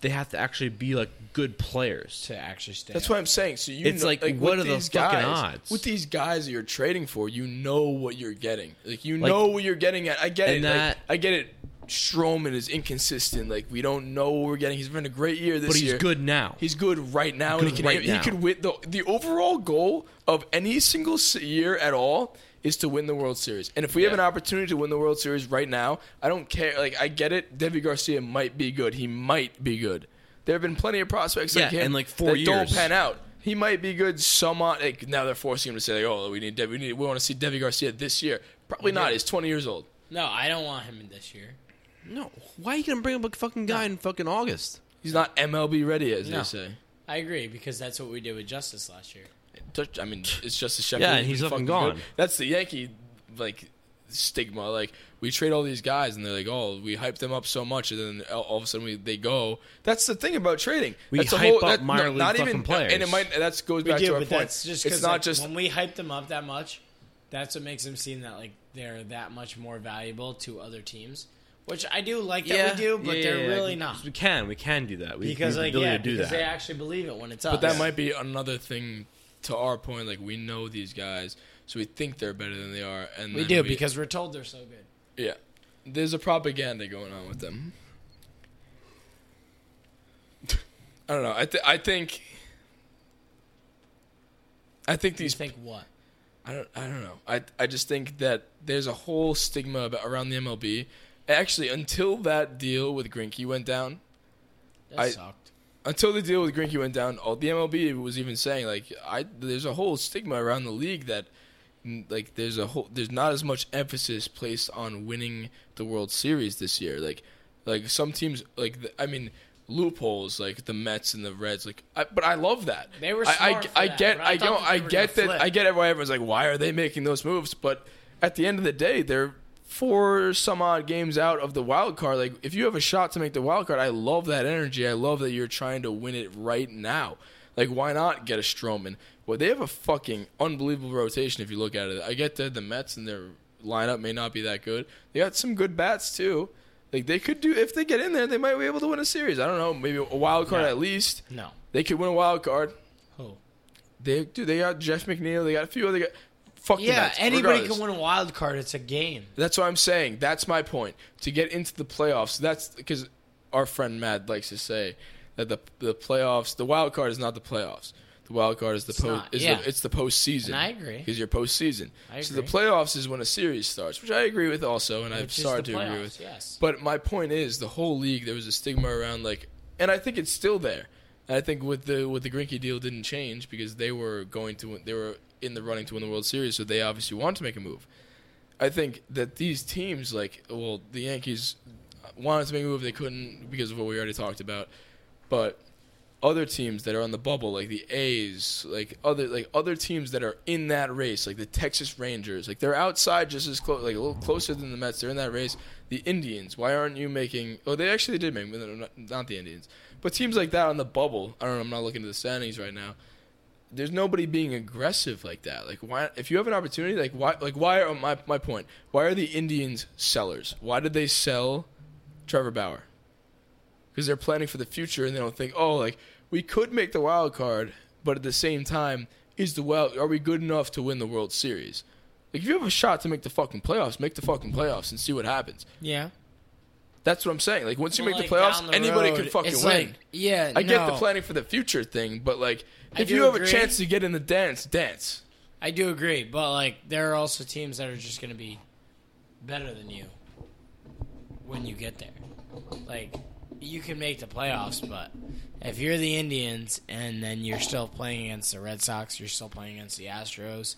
[SPEAKER 5] they have to actually be like good players.
[SPEAKER 4] to actually stay,
[SPEAKER 6] That's what I'm saying. So you,
[SPEAKER 5] It's
[SPEAKER 6] know,
[SPEAKER 5] like, what
[SPEAKER 6] with
[SPEAKER 5] are the
[SPEAKER 6] these
[SPEAKER 5] fucking
[SPEAKER 6] guys,
[SPEAKER 5] odds?
[SPEAKER 6] With these guys that you're trading for, you know what you're getting. Like you
[SPEAKER 5] Like-
[SPEAKER 6] know what you're getting at. I get it.
[SPEAKER 5] And
[SPEAKER 6] like,
[SPEAKER 5] that-
[SPEAKER 6] I get it. Stroman is inconsistent. Like we don't know what we're getting. He's been a great year this
[SPEAKER 5] But he's
[SPEAKER 6] year.
[SPEAKER 5] good now.
[SPEAKER 6] He's good right now, and
[SPEAKER 5] Good
[SPEAKER 6] he can
[SPEAKER 5] right
[SPEAKER 6] he
[SPEAKER 5] now.
[SPEAKER 6] could win the the overall goal of any single s- year at all is to win the World Series. And if we have an opportunity to win the World Series right now, I don't care. Like I get it, Debbie Garcia might be good. He might be good. There have been plenty of prospects like
[SPEAKER 5] Yeah,
[SPEAKER 6] him
[SPEAKER 5] in, like, four
[SPEAKER 6] that don't
[SPEAKER 5] years.
[SPEAKER 6] pan out. He might be good somewhat. Like now they're forcing him to say, like, "Oh, we need Debbie. We, need, we want to see Debbie Garcia this year." Probably not. He's 20 years old.
[SPEAKER 4] no, I don't want him in this year.
[SPEAKER 5] No, why are you gonna bring up a fucking guy in fucking August?
[SPEAKER 6] He's not MLB ready, as
[SPEAKER 4] No.
[SPEAKER 6] they say.
[SPEAKER 4] I agree because that's what we did with Justice last year.
[SPEAKER 6] Touch- I mean, it's just a Sheffield.
[SPEAKER 5] Yeah, and
[SPEAKER 6] He's
[SPEAKER 5] he's up and
[SPEAKER 6] fucking good.
[SPEAKER 5] gone.
[SPEAKER 6] That's the Yankee like stigma. Like we trade all these guys, and they're like, "Oh, we hype them up so much," and then all- all of a sudden we, they go. That's the thing about trading.
[SPEAKER 5] We
[SPEAKER 6] that's the
[SPEAKER 5] hype up minor league fucking players.
[SPEAKER 6] and it might. That goes back to our point. it's not just
[SPEAKER 4] when we hype them up that much. That's what makes them seem that like they're that much more valuable to other teams, which I do like that we do, but
[SPEAKER 5] Yeah,
[SPEAKER 4] they're
[SPEAKER 5] yeah, yeah.
[SPEAKER 4] really
[SPEAKER 5] We-
[SPEAKER 4] not
[SPEAKER 5] We can, we can do that. We,
[SPEAKER 4] because
[SPEAKER 5] we
[SPEAKER 4] like
[SPEAKER 5] really
[SPEAKER 4] yeah,
[SPEAKER 5] do
[SPEAKER 4] because
[SPEAKER 5] that.
[SPEAKER 4] they actually believe it when it's us.
[SPEAKER 6] But that might be another thing to our point. Like we know these guys, so we think they're better than they are, and
[SPEAKER 4] we
[SPEAKER 6] then
[SPEAKER 4] do because we're told they're so good.
[SPEAKER 6] yeah, there's a propaganda going on with them. I don't know. I th- I think I think
[SPEAKER 4] You
[SPEAKER 6] these
[SPEAKER 4] think what?
[SPEAKER 6] I don't I don't know. I I just think that there's a whole stigma about, around the MLB. Actually, until that deal with Grinky went down,
[SPEAKER 4] That
[SPEAKER 6] I-
[SPEAKER 4] sucked.
[SPEAKER 6] until the deal with Grinky went down, all the MLB was even saying like I there's a whole stigma around the league that n- like there's a whole there's not as much emphasis placed on winning the World Series this year. Like like some teams like the, I mean loopholes like the Mets and the Reds like I, but I love that.
[SPEAKER 4] They were
[SPEAKER 6] I- I,
[SPEAKER 4] smart
[SPEAKER 6] g-
[SPEAKER 4] for
[SPEAKER 6] I
[SPEAKER 4] that,
[SPEAKER 6] get
[SPEAKER 4] but I
[SPEAKER 6] I
[SPEAKER 4] thought
[SPEAKER 6] don't
[SPEAKER 4] that they
[SPEAKER 6] I
[SPEAKER 4] were
[SPEAKER 6] get
[SPEAKER 4] gonna
[SPEAKER 6] that
[SPEAKER 4] flip.
[SPEAKER 6] I get everyone everyone's like why are they making those moves but at the end of the day they're four some odd games out of the wild card like if you have a shot to make the wild card I love that energy. I love that you're trying to win it right now. Like, why not get a Stroman? Well, they have a fucking unbelievable rotation if you look at it. I get that the Mets and their lineup may not be that good. They got some good bats too. Like they could do if they get in there, they might be able to win a series. I don't know, maybe a wild card
[SPEAKER 4] No.
[SPEAKER 6] at least.
[SPEAKER 4] No.
[SPEAKER 6] They could win a wild card.
[SPEAKER 4] Who?
[SPEAKER 6] They do. They got Jeff McNeil. They got a few other guys. Fuck the
[SPEAKER 4] Yeah,
[SPEAKER 6] Mets,
[SPEAKER 4] anybody
[SPEAKER 6] regardless.
[SPEAKER 4] can win a wild card. It's a game.
[SPEAKER 6] That's what I'm saying. That's my point. To get into the playoffs, that's because our friend Matt likes to say that the the playoffs, the wild card is not the playoffs. The wild card is the post.
[SPEAKER 4] not,
[SPEAKER 6] Is
[SPEAKER 4] yeah.
[SPEAKER 6] the, it's the postseason.
[SPEAKER 4] And I agree.
[SPEAKER 6] Because you're postseason.
[SPEAKER 4] I
[SPEAKER 6] So the
[SPEAKER 4] agree.
[SPEAKER 6] playoffs is when a series starts, which I agree with also, and I've
[SPEAKER 4] Which is
[SPEAKER 6] started
[SPEAKER 4] the
[SPEAKER 6] to agree
[SPEAKER 4] playoffs,
[SPEAKER 6] with.
[SPEAKER 4] yes.
[SPEAKER 6] But my point is, the whole league there was a stigma around like, and I think it's still there. And I think with the with the Grinky deal didn't change because they were going to win- they were in the running to win the World Series, so they obviously want to make a move. I think that these teams, like, well, the Yankees wanted to make a move, they couldn't because of what we already talked about. But other teams that are on the bubble, like the A's, like other like other teams that are in that race, like the Texas Rangers, like they're outside just as close, like a little closer than the Mets. They're in that race. The Indians, why aren't you making? Oh, they actually did make not, not the Indians, but teams like that on the bubble. I don't know. I'm not looking at the standings right now. There's nobody being aggressive like that. Like why? If you have an opportunity, like why? Like why are my my point? Why are the Indians sellers? Why did they sell Trevor Bauer? because they're planning for the future and they don't think, oh, like we could make the wild card, but at the same time, is the wild are we good enough to win the World Series? Like if you have a shot to make the fucking playoffs, make the fucking playoffs and see what happens.
[SPEAKER 4] Yeah.
[SPEAKER 6] That's what I'm saying. Like once you make the playoffs, anybody can fucking win.
[SPEAKER 4] yeah,
[SPEAKER 6] I get the
[SPEAKER 4] no.
[SPEAKER 6] planning for the future thing, but like
[SPEAKER 4] I
[SPEAKER 6] if
[SPEAKER 4] do
[SPEAKER 6] you have
[SPEAKER 4] agree.
[SPEAKER 6] a chance to get in the dance, dance.
[SPEAKER 4] I do agree, but like there are also teams that are just going to be better than you when you get there. Like you can make the playoffs, but if you're the Indians and then you're still playing against the Red Sox, you're still playing against the Astros,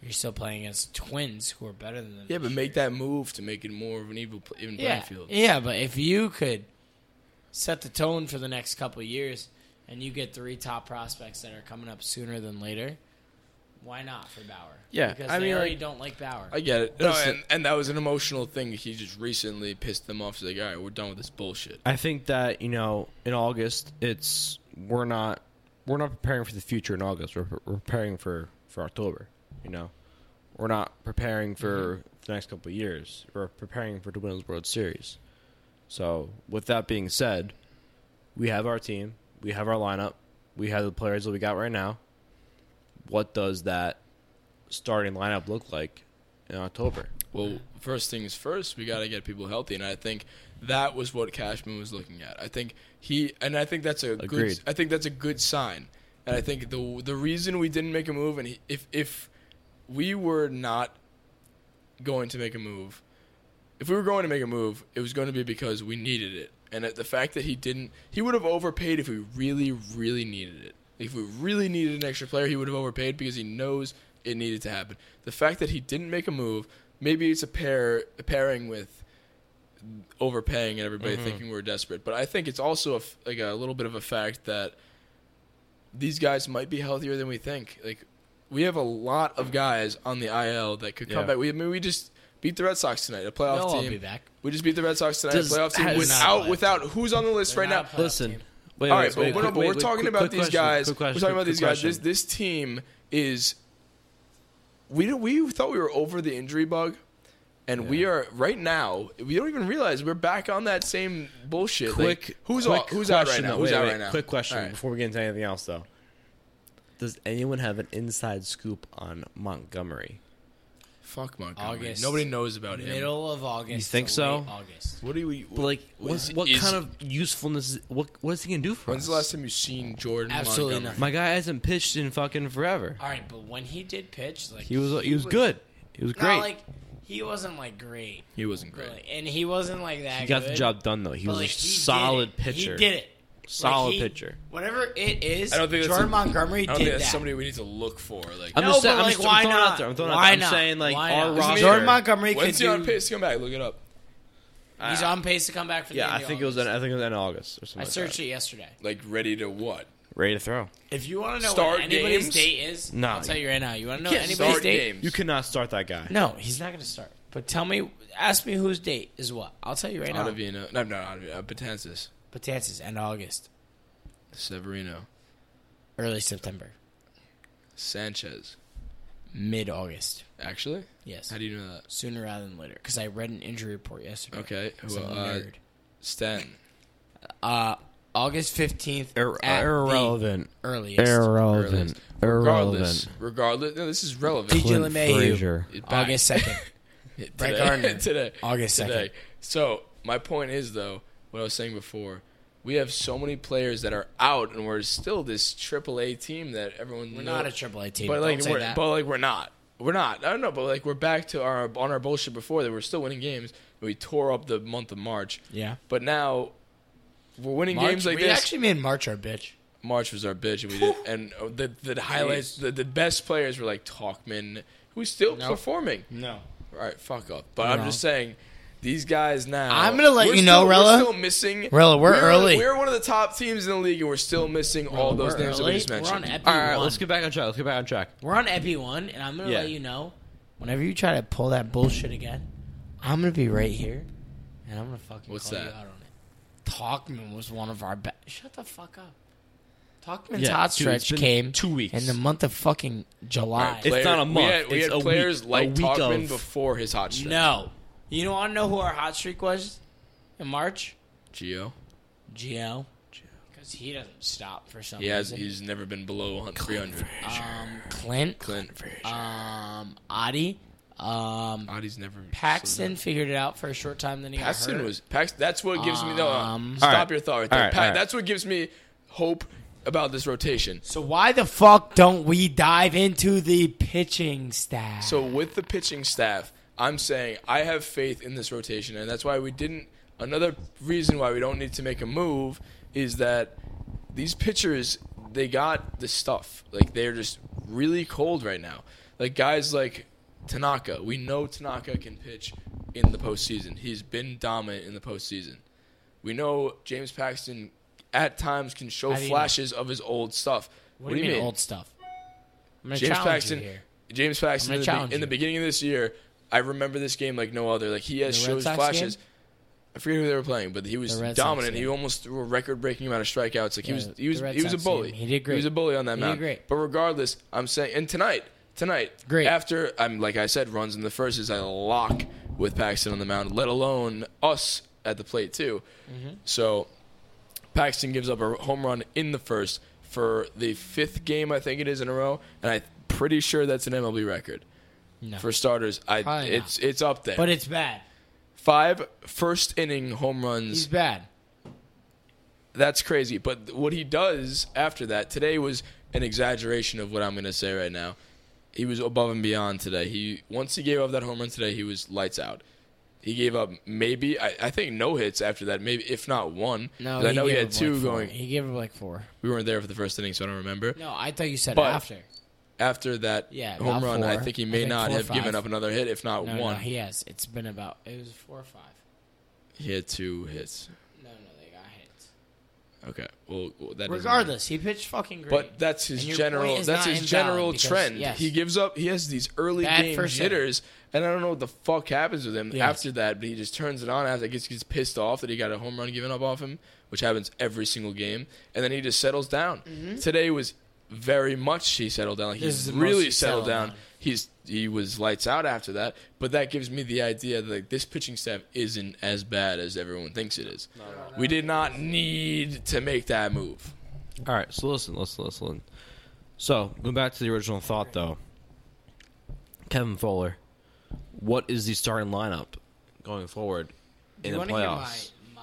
[SPEAKER 4] you're still playing against the Twins who are better than them.
[SPEAKER 6] Yeah, but make that move to make it more of an even pl- even playing
[SPEAKER 4] yeah,
[SPEAKER 6] field.
[SPEAKER 4] yeah, but if you could set the tone for the next couple of years and you get three top prospects that are coming up sooner than later, why not for Bauer?
[SPEAKER 5] Yeah,
[SPEAKER 4] because
[SPEAKER 5] I
[SPEAKER 4] they
[SPEAKER 5] mean,
[SPEAKER 4] already
[SPEAKER 5] like-
[SPEAKER 4] don't like Bauer.
[SPEAKER 6] I get it. No,
[SPEAKER 5] Listen.
[SPEAKER 6] and, and that was an emotional thing. He just recently pissed them off. He's like, all right, we're done with this bullshit.
[SPEAKER 5] I think that you know in August it's we're not we're not preparing for the future in August. We're, we're preparing for for October. You know, we're not preparing for the next couple of years. We're preparing for the Women's World Series. So with that being said, we have our team, we have our lineup, we have the players that we got right now. What does that starting lineup look like in October?
[SPEAKER 6] Well, first things first, we got to get people healthy, and I think that was what Cashman was looking at. I think he, and I think that's a
[SPEAKER 5] Agreed.
[SPEAKER 6] good. I think that's a good sign, and I think the the reason we didn't make a move, and he, if if we were not going to make a move, if we were going to make a move, it was going to be because we needed it, and that the fact that he didn't, he would have overpaid if we really, really needed it. If we really needed an extra player, he would have overpaid because he knows it needed to happen. The fact that he didn't make a move, maybe it's a pair a pairing with overpaying and everybody
[SPEAKER 4] Mm-hmm.
[SPEAKER 6] thinking we're desperate, but I think it's also a f like a little bit of a fact that these guys might be healthier than we think. Like we have a lot of guys on the IL that could come
[SPEAKER 5] Yeah.
[SPEAKER 6] back. We I mean we just beat the Red Sox tonight, a playoff
[SPEAKER 4] They'll all
[SPEAKER 6] team.
[SPEAKER 4] be back.
[SPEAKER 6] We just beat the Red Sox tonight, a
[SPEAKER 5] Does-
[SPEAKER 6] playoff team
[SPEAKER 5] has-
[SPEAKER 6] without
[SPEAKER 4] They're not a playoff
[SPEAKER 6] without who's on the list
[SPEAKER 4] They're
[SPEAKER 6] right
[SPEAKER 4] not
[SPEAKER 6] now.
[SPEAKER 4] a playoff
[SPEAKER 5] Listen,
[SPEAKER 4] team.
[SPEAKER 5] wait,
[SPEAKER 6] All
[SPEAKER 5] wait,
[SPEAKER 6] right, but,
[SPEAKER 5] wait,
[SPEAKER 6] but no,
[SPEAKER 5] quick-
[SPEAKER 6] but
[SPEAKER 5] wait,
[SPEAKER 6] we're
[SPEAKER 5] wait,
[SPEAKER 6] talking
[SPEAKER 5] quick-
[SPEAKER 6] about
[SPEAKER 5] quick
[SPEAKER 6] these
[SPEAKER 5] question,
[SPEAKER 6] guys.
[SPEAKER 5] quick question,
[SPEAKER 6] we're talking about
[SPEAKER 5] quick
[SPEAKER 6] these guys.
[SPEAKER 5] question.
[SPEAKER 6] This this team is we don't, we thought we were over the injury bug, and we are right now. We don't even realize we're back on that same bullshit. Like,
[SPEAKER 5] Quick,
[SPEAKER 6] who's
[SPEAKER 5] quick
[SPEAKER 6] out, who's out right
[SPEAKER 5] question,
[SPEAKER 6] now?
[SPEAKER 5] though.
[SPEAKER 6] Who's
[SPEAKER 5] Wait,
[SPEAKER 6] out
[SPEAKER 5] wait,
[SPEAKER 6] right now?
[SPEAKER 5] Quick question
[SPEAKER 6] All right.
[SPEAKER 5] before we get into anything else, though. Does anyone have an inside scoop on Montgomery?
[SPEAKER 6] Fuck Montgomery.
[SPEAKER 4] August.
[SPEAKER 6] Nobody knows about him.
[SPEAKER 4] Middle of August.
[SPEAKER 5] You think
[SPEAKER 4] to
[SPEAKER 5] so?
[SPEAKER 4] late August.
[SPEAKER 6] What do we?
[SPEAKER 5] Like, what,
[SPEAKER 6] When's-
[SPEAKER 5] what
[SPEAKER 6] is-
[SPEAKER 5] kind of usefulness? What what is he gonna do for
[SPEAKER 6] When's
[SPEAKER 5] us?
[SPEAKER 6] the last time you seen Jordan?
[SPEAKER 4] Absolutely
[SPEAKER 6] Montgomery?
[SPEAKER 5] My guy hasn't pitched in fucking forever.
[SPEAKER 4] All right, but when he did pitch, like
[SPEAKER 5] He was he was good. He was
[SPEAKER 4] not
[SPEAKER 5] great.
[SPEAKER 4] like he wasn't like great,
[SPEAKER 6] He wasn't great.
[SPEAKER 4] really, and he wasn't like that.
[SPEAKER 5] he got the
[SPEAKER 4] good,
[SPEAKER 5] job done though. He
[SPEAKER 4] but,
[SPEAKER 5] was
[SPEAKER 4] like,
[SPEAKER 5] a
[SPEAKER 4] he did
[SPEAKER 5] solid
[SPEAKER 4] it.
[SPEAKER 5] pitcher.
[SPEAKER 4] He did it.
[SPEAKER 5] Solid
[SPEAKER 4] he-
[SPEAKER 5] pitcher.
[SPEAKER 4] Whatever it is,
[SPEAKER 6] I don't think that's
[SPEAKER 4] Jordan
[SPEAKER 6] a-
[SPEAKER 4] Montgomery
[SPEAKER 6] I don't
[SPEAKER 4] did
[SPEAKER 6] think that's
[SPEAKER 4] that.
[SPEAKER 6] somebody we need to look for. Like,
[SPEAKER 5] I'm
[SPEAKER 4] No,
[SPEAKER 5] just,
[SPEAKER 4] but,
[SPEAKER 5] saying, I'm
[SPEAKER 4] like,
[SPEAKER 5] just
[SPEAKER 4] why
[SPEAKER 5] I'm throwing it out
[SPEAKER 4] not?
[SPEAKER 5] there. I'm throwing it out
[SPEAKER 4] why
[SPEAKER 5] there. I'm
[SPEAKER 4] not?
[SPEAKER 5] saying like
[SPEAKER 4] Why
[SPEAKER 5] our
[SPEAKER 4] not?
[SPEAKER 5] roster.
[SPEAKER 4] Jordan Montgomery could
[SPEAKER 6] when's he
[SPEAKER 4] do-
[SPEAKER 6] on pace to come back? Look it up.
[SPEAKER 4] He's on pace to come back for the
[SPEAKER 5] yeah, I
[SPEAKER 4] end of
[SPEAKER 5] think it was. In,
[SPEAKER 4] August.
[SPEAKER 5] I think it was in August or something.
[SPEAKER 4] I
[SPEAKER 5] like
[SPEAKER 4] searched
[SPEAKER 5] that.
[SPEAKER 4] it yesterday.
[SPEAKER 6] Like, ready to what?
[SPEAKER 5] Ready to throw.
[SPEAKER 4] If you want to know
[SPEAKER 6] Start
[SPEAKER 4] what anybody's
[SPEAKER 6] games?
[SPEAKER 4] date is,
[SPEAKER 5] No.
[SPEAKER 4] I'll tell you right now. You want to know
[SPEAKER 5] can't
[SPEAKER 4] anybody's
[SPEAKER 6] Start
[SPEAKER 4] date?
[SPEAKER 6] games.
[SPEAKER 5] You cannot start that guy.
[SPEAKER 4] No, he's not going to start. But tell me, ask me whose date is what. I'll tell you right now.
[SPEAKER 6] Ottavino. No, uh, no, Ottavino. Patensis.
[SPEAKER 4] Patances, end of August,
[SPEAKER 6] Severino.
[SPEAKER 4] early September,
[SPEAKER 6] Sanchez.
[SPEAKER 4] mid August.
[SPEAKER 6] Actually?
[SPEAKER 4] Yes.
[SPEAKER 6] How do you know that?
[SPEAKER 4] Sooner rather than later. Because I read an injury report yesterday.
[SPEAKER 6] Okay.
[SPEAKER 4] 'Cause I'm
[SPEAKER 6] well,
[SPEAKER 4] a
[SPEAKER 6] uh,
[SPEAKER 4] nerd.
[SPEAKER 6] Stanton.
[SPEAKER 4] August 15th.
[SPEAKER 5] Ir-
[SPEAKER 4] at the
[SPEAKER 5] uh, irrelevant.
[SPEAKER 4] Earliest.
[SPEAKER 5] Irrelevant.
[SPEAKER 6] Regardless.
[SPEAKER 5] Irrelevant.
[SPEAKER 6] Regardless. No, this is relevant.
[SPEAKER 4] DJ
[SPEAKER 5] Clint
[SPEAKER 4] LeMahieu.
[SPEAKER 5] Frazier.
[SPEAKER 6] Back.
[SPEAKER 4] August 2nd. Brett Gardner.
[SPEAKER 6] today.
[SPEAKER 4] August
[SPEAKER 6] today.
[SPEAKER 4] 2nd.
[SPEAKER 6] So my point is though, what I was saying before, we have so many players that are out, and we're still this AAA team that everyone.
[SPEAKER 4] We're not a AAA team.
[SPEAKER 6] But like,
[SPEAKER 4] Don't say
[SPEAKER 6] we're,
[SPEAKER 4] that.
[SPEAKER 6] but like, we're not. We're not. I don't know. But like, we're back to our on our bullshit before that. We're still winning games. We tore up the month of March.
[SPEAKER 4] Yeah.
[SPEAKER 6] But now we're winning
[SPEAKER 4] March,
[SPEAKER 6] games like
[SPEAKER 4] we
[SPEAKER 6] this.
[SPEAKER 4] actually made March our bitch.
[SPEAKER 6] March was our bitch, and we did. And uh, the the highlights, the, the best players were like Talkman, who's still
[SPEAKER 4] No.
[SPEAKER 6] performing.
[SPEAKER 4] No.
[SPEAKER 6] All right, fuck up. But I'm
[SPEAKER 4] No.
[SPEAKER 6] just saying, these guys now.
[SPEAKER 4] I'm gonna let
[SPEAKER 6] we're
[SPEAKER 4] you know,
[SPEAKER 6] still,
[SPEAKER 4] Rella.
[SPEAKER 6] We're still missing.
[SPEAKER 4] Rella, we're early.
[SPEAKER 6] We're one of the top teams in the league, and we're still missing all those
[SPEAKER 4] we're
[SPEAKER 6] names that
[SPEAKER 4] early.
[SPEAKER 6] we just
[SPEAKER 4] We're
[SPEAKER 6] mentioned.
[SPEAKER 4] on Epi
[SPEAKER 5] All right, all right,
[SPEAKER 4] one.
[SPEAKER 5] let's get back on track. Let's get back on track.
[SPEAKER 4] We're on Epi one, and I'm gonna
[SPEAKER 5] Yeah.
[SPEAKER 4] let you know. Whenever you try to pull that bullshit again, I'm gonna be right here, and I'm gonna fucking
[SPEAKER 6] What's
[SPEAKER 4] call you
[SPEAKER 6] that?
[SPEAKER 4] out on it. Talkman was one of our best. Shut the fuck up. Talkman's
[SPEAKER 5] Yeah,
[SPEAKER 4] hot
[SPEAKER 5] dude, it's
[SPEAKER 4] stretch
[SPEAKER 5] been
[SPEAKER 4] came
[SPEAKER 5] two weeks.
[SPEAKER 4] in the month of fucking
[SPEAKER 6] All
[SPEAKER 4] July.
[SPEAKER 6] right,
[SPEAKER 5] It's not a
[SPEAKER 6] we
[SPEAKER 5] month,
[SPEAKER 6] had- We
[SPEAKER 5] it's
[SPEAKER 6] had,
[SPEAKER 5] a
[SPEAKER 6] players
[SPEAKER 5] week-
[SPEAKER 6] like
[SPEAKER 5] a week
[SPEAKER 6] Talkman
[SPEAKER 5] of-
[SPEAKER 6] before his hot streak.
[SPEAKER 4] no, you don't want to know who our hot streak was in March?
[SPEAKER 6] Gio.
[SPEAKER 4] Gio, because he doesn't stop for some
[SPEAKER 6] He has.
[SPEAKER 4] reason.
[SPEAKER 6] He's never been below 300.
[SPEAKER 4] Um, Clint,
[SPEAKER 6] Clint Frazier.
[SPEAKER 4] um, Adi, um,
[SPEAKER 6] Adi's never. slid
[SPEAKER 4] Paxton
[SPEAKER 6] up.
[SPEAKER 4] figured it out for a short time. Then he got
[SPEAKER 6] Paxton
[SPEAKER 4] hurt.
[SPEAKER 6] was. Pax, that's what gives me. No,
[SPEAKER 4] Um,
[SPEAKER 6] stop
[SPEAKER 5] All right.
[SPEAKER 6] your thought. Right
[SPEAKER 5] All
[SPEAKER 6] there.
[SPEAKER 5] right,
[SPEAKER 6] Pa-
[SPEAKER 5] all right.
[SPEAKER 6] That's what gives me hope about this rotation.
[SPEAKER 4] So why the fuck don't we dive into the pitching staff?
[SPEAKER 6] So with the pitching staff, I'm saying I have faith in this rotation, and that's why we didn't. Another reason why we don't need to make a move is that these pitchers they got the stuff. Like they're just really cold right now. Like guys like Tanaka, we know Tanaka can pitch in the postseason. He's been dominant in the postseason. We know James Paxton at times can show
[SPEAKER 4] How do you know?
[SPEAKER 6] flashes of his old stuff.
[SPEAKER 4] what, do you mean, old stuff? I'm gonna
[SPEAKER 6] James
[SPEAKER 4] challenge
[SPEAKER 6] Paxton.
[SPEAKER 4] you here.
[SPEAKER 6] James Paxton
[SPEAKER 4] I'm gonna
[SPEAKER 6] in the, be-
[SPEAKER 4] challenge
[SPEAKER 6] in the
[SPEAKER 4] you.
[SPEAKER 6] beginning of this year, I remember this game like no other. Like he has
[SPEAKER 4] The Red
[SPEAKER 6] shows
[SPEAKER 4] Sox
[SPEAKER 6] flashes.
[SPEAKER 4] game?
[SPEAKER 6] I forget who they were playing, but he was
[SPEAKER 4] The Red Sox
[SPEAKER 6] dominant. He
[SPEAKER 4] game.
[SPEAKER 6] almost threw a record-breaking amount of strikeouts. Like he
[SPEAKER 4] Yeah,
[SPEAKER 6] was, he
[SPEAKER 4] the
[SPEAKER 6] was,
[SPEAKER 4] Red
[SPEAKER 6] he was a
[SPEAKER 4] Sox
[SPEAKER 6] bully.
[SPEAKER 4] game. He did
[SPEAKER 6] He
[SPEAKER 4] great.
[SPEAKER 6] was a bully on that
[SPEAKER 4] He did
[SPEAKER 6] mound.
[SPEAKER 4] great.
[SPEAKER 6] But regardless, I'm saying, and tonight, tonight,
[SPEAKER 4] Great.
[SPEAKER 6] After I'm like I said, runs in the first is a lock with Paxton on the mound. Let alone us at the plate too.
[SPEAKER 4] Mm-hmm.
[SPEAKER 6] So Paxton gives up a home run in the first for the fifth game, I think it is in a row, and I'm pretty sure that's an MLB record.
[SPEAKER 4] No.
[SPEAKER 6] For starters, I
[SPEAKER 4] Probably
[SPEAKER 6] it's it's up there.
[SPEAKER 4] But it's bad.
[SPEAKER 6] Five first inning home
[SPEAKER 4] He's
[SPEAKER 6] runs.
[SPEAKER 4] bad.
[SPEAKER 6] That's crazy. But what he does after that today was an exaggeration of what I'm going to say right now. He was above and beyond today. He once he gave up that home run today, he was lights out. He gave up maybe I, I think no hits after that, maybe if not one.
[SPEAKER 4] No,
[SPEAKER 6] 'Cause I know he
[SPEAKER 4] gave
[SPEAKER 6] had
[SPEAKER 4] up
[SPEAKER 6] two
[SPEAKER 4] like four.
[SPEAKER 6] going.
[SPEAKER 4] He gave her like four.
[SPEAKER 6] We weren't there for the first inning, so I don't remember.
[SPEAKER 4] No, I thought you said
[SPEAKER 6] But-
[SPEAKER 4] after.
[SPEAKER 6] after that
[SPEAKER 4] Yeah,
[SPEAKER 6] home
[SPEAKER 4] about
[SPEAKER 6] run, I
[SPEAKER 4] four.
[SPEAKER 6] think he
[SPEAKER 4] I
[SPEAKER 6] may
[SPEAKER 4] think
[SPEAKER 6] not
[SPEAKER 4] four or
[SPEAKER 6] have given
[SPEAKER 4] five.
[SPEAKER 6] up another hit, if not
[SPEAKER 4] No,
[SPEAKER 6] one.
[SPEAKER 4] no,
[SPEAKER 6] he-,
[SPEAKER 4] he has. It's been about. It was four or five.
[SPEAKER 6] had two hits.
[SPEAKER 4] No, no, they got hits.
[SPEAKER 6] Okay, well, well that doesn't matter.
[SPEAKER 4] Regardless, he pitched fucking great.
[SPEAKER 6] But that's his
[SPEAKER 4] And your
[SPEAKER 6] general.
[SPEAKER 4] point is
[SPEAKER 6] That's
[SPEAKER 4] not
[SPEAKER 6] his
[SPEAKER 4] invalid
[SPEAKER 6] general
[SPEAKER 4] because,
[SPEAKER 6] trend.
[SPEAKER 4] yes.
[SPEAKER 6] He gives up. He has these early
[SPEAKER 4] Bad
[SPEAKER 6] game
[SPEAKER 4] first inning.
[SPEAKER 6] jitters, and I don't know what the fuck happens with him
[SPEAKER 4] Yes.
[SPEAKER 6] after that. But he just turns it on. As I guess he gets pissed off that he got a home run given up off him, which happens every single game, and then he just settles down. Today was very much he settled down. Like
[SPEAKER 4] Mm-hmm. This is
[SPEAKER 6] he's
[SPEAKER 4] the most
[SPEAKER 6] really
[SPEAKER 4] he's
[SPEAKER 6] settled
[SPEAKER 4] settled
[SPEAKER 6] down.
[SPEAKER 4] down.
[SPEAKER 6] He's he was lights out after that. But that gives me the idea that like, this pitching staff isn't as bad as everyone thinks it is. We did not need to make that move.
[SPEAKER 5] All right, so listen, listen, listen. So, going back to the original thought, though, Kevin Fuller, what is the starting lineup going forward in
[SPEAKER 4] you
[SPEAKER 5] the
[SPEAKER 4] want to hear my
[SPEAKER 5] playoffs?
[SPEAKER 4] my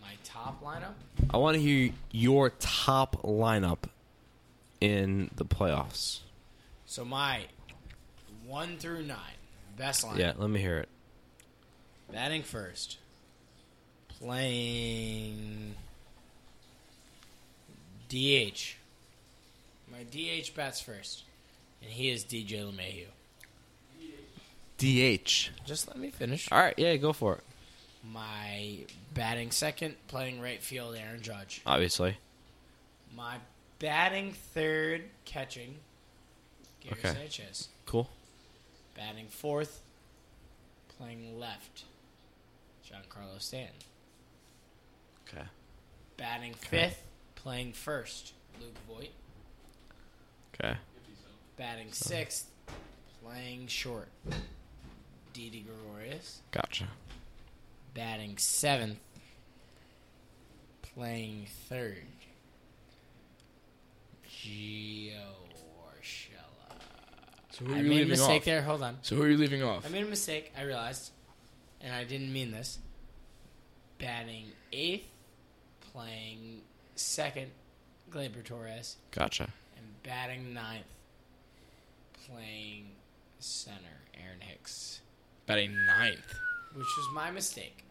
[SPEAKER 4] my top lineup?
[SPEAKER 5] I want to hear your top lineup in the playoffs.
[SPEAKER 4] So my one through nine best lineup.
[SPEAKER 5] Yeah, let me hear it.
[SPEAKER 4] Batting first. Playing DH. My DH bats first, and he is DJ LeMahieu.
[SPEAKER 5] DH.
[SPEAKER 4] Just let me finish.
[SPEAKER 5] All right, yeah, go for it.
[SPEAKER 4] My batting second, playing right field, Aaron Judge.
[SPEAKER 5] Obviously.
[SPEAKER 4] My batting third, catching, Gary
[SPEAKER 5] Okay.
[SPEAKER 4] Sanchez.
[SPEAKER 5] Cool.
[SPEAKER 4] Batting fourth, playing left, Giancarlo Stanton.
[SPEAKER 5] Okay.
[SPEAKER 4] Batting fifth, playing first, Luke Voigt.
[SPEAKER 5] Okay.
[SPEAKER 4] Batting sixth, playing short, Didi Gregorius.
[SPEAKER 5] Gotcha.
[SPEAKER 4] Batting seventh, playing third, Gio Urshela.
[SPEAKER 6] So who are
[SPEAKER 4] I
[SPEAKER 6] you
[SPEAKER 4] made a
[SPEAKER 6] leaving
[SPEAKER 4] mistake
[SPEAKER 6] off?
[SPEAKER 4] there. Hold on.
[SPEAKER 6] So who are you leaving off?
[SPEAKER 4] I made a mistake. I realized, and I didn't mean this. Batting eighth, playing second, Glaber Torres,
[SPEAKER 5] Gotcha.
[SPEAKER 4] and batting ninth, playing center, Aaron Hicks,
[SPEAKER 6] Batting ninth.
[SPEAKER 4] which was my mistake.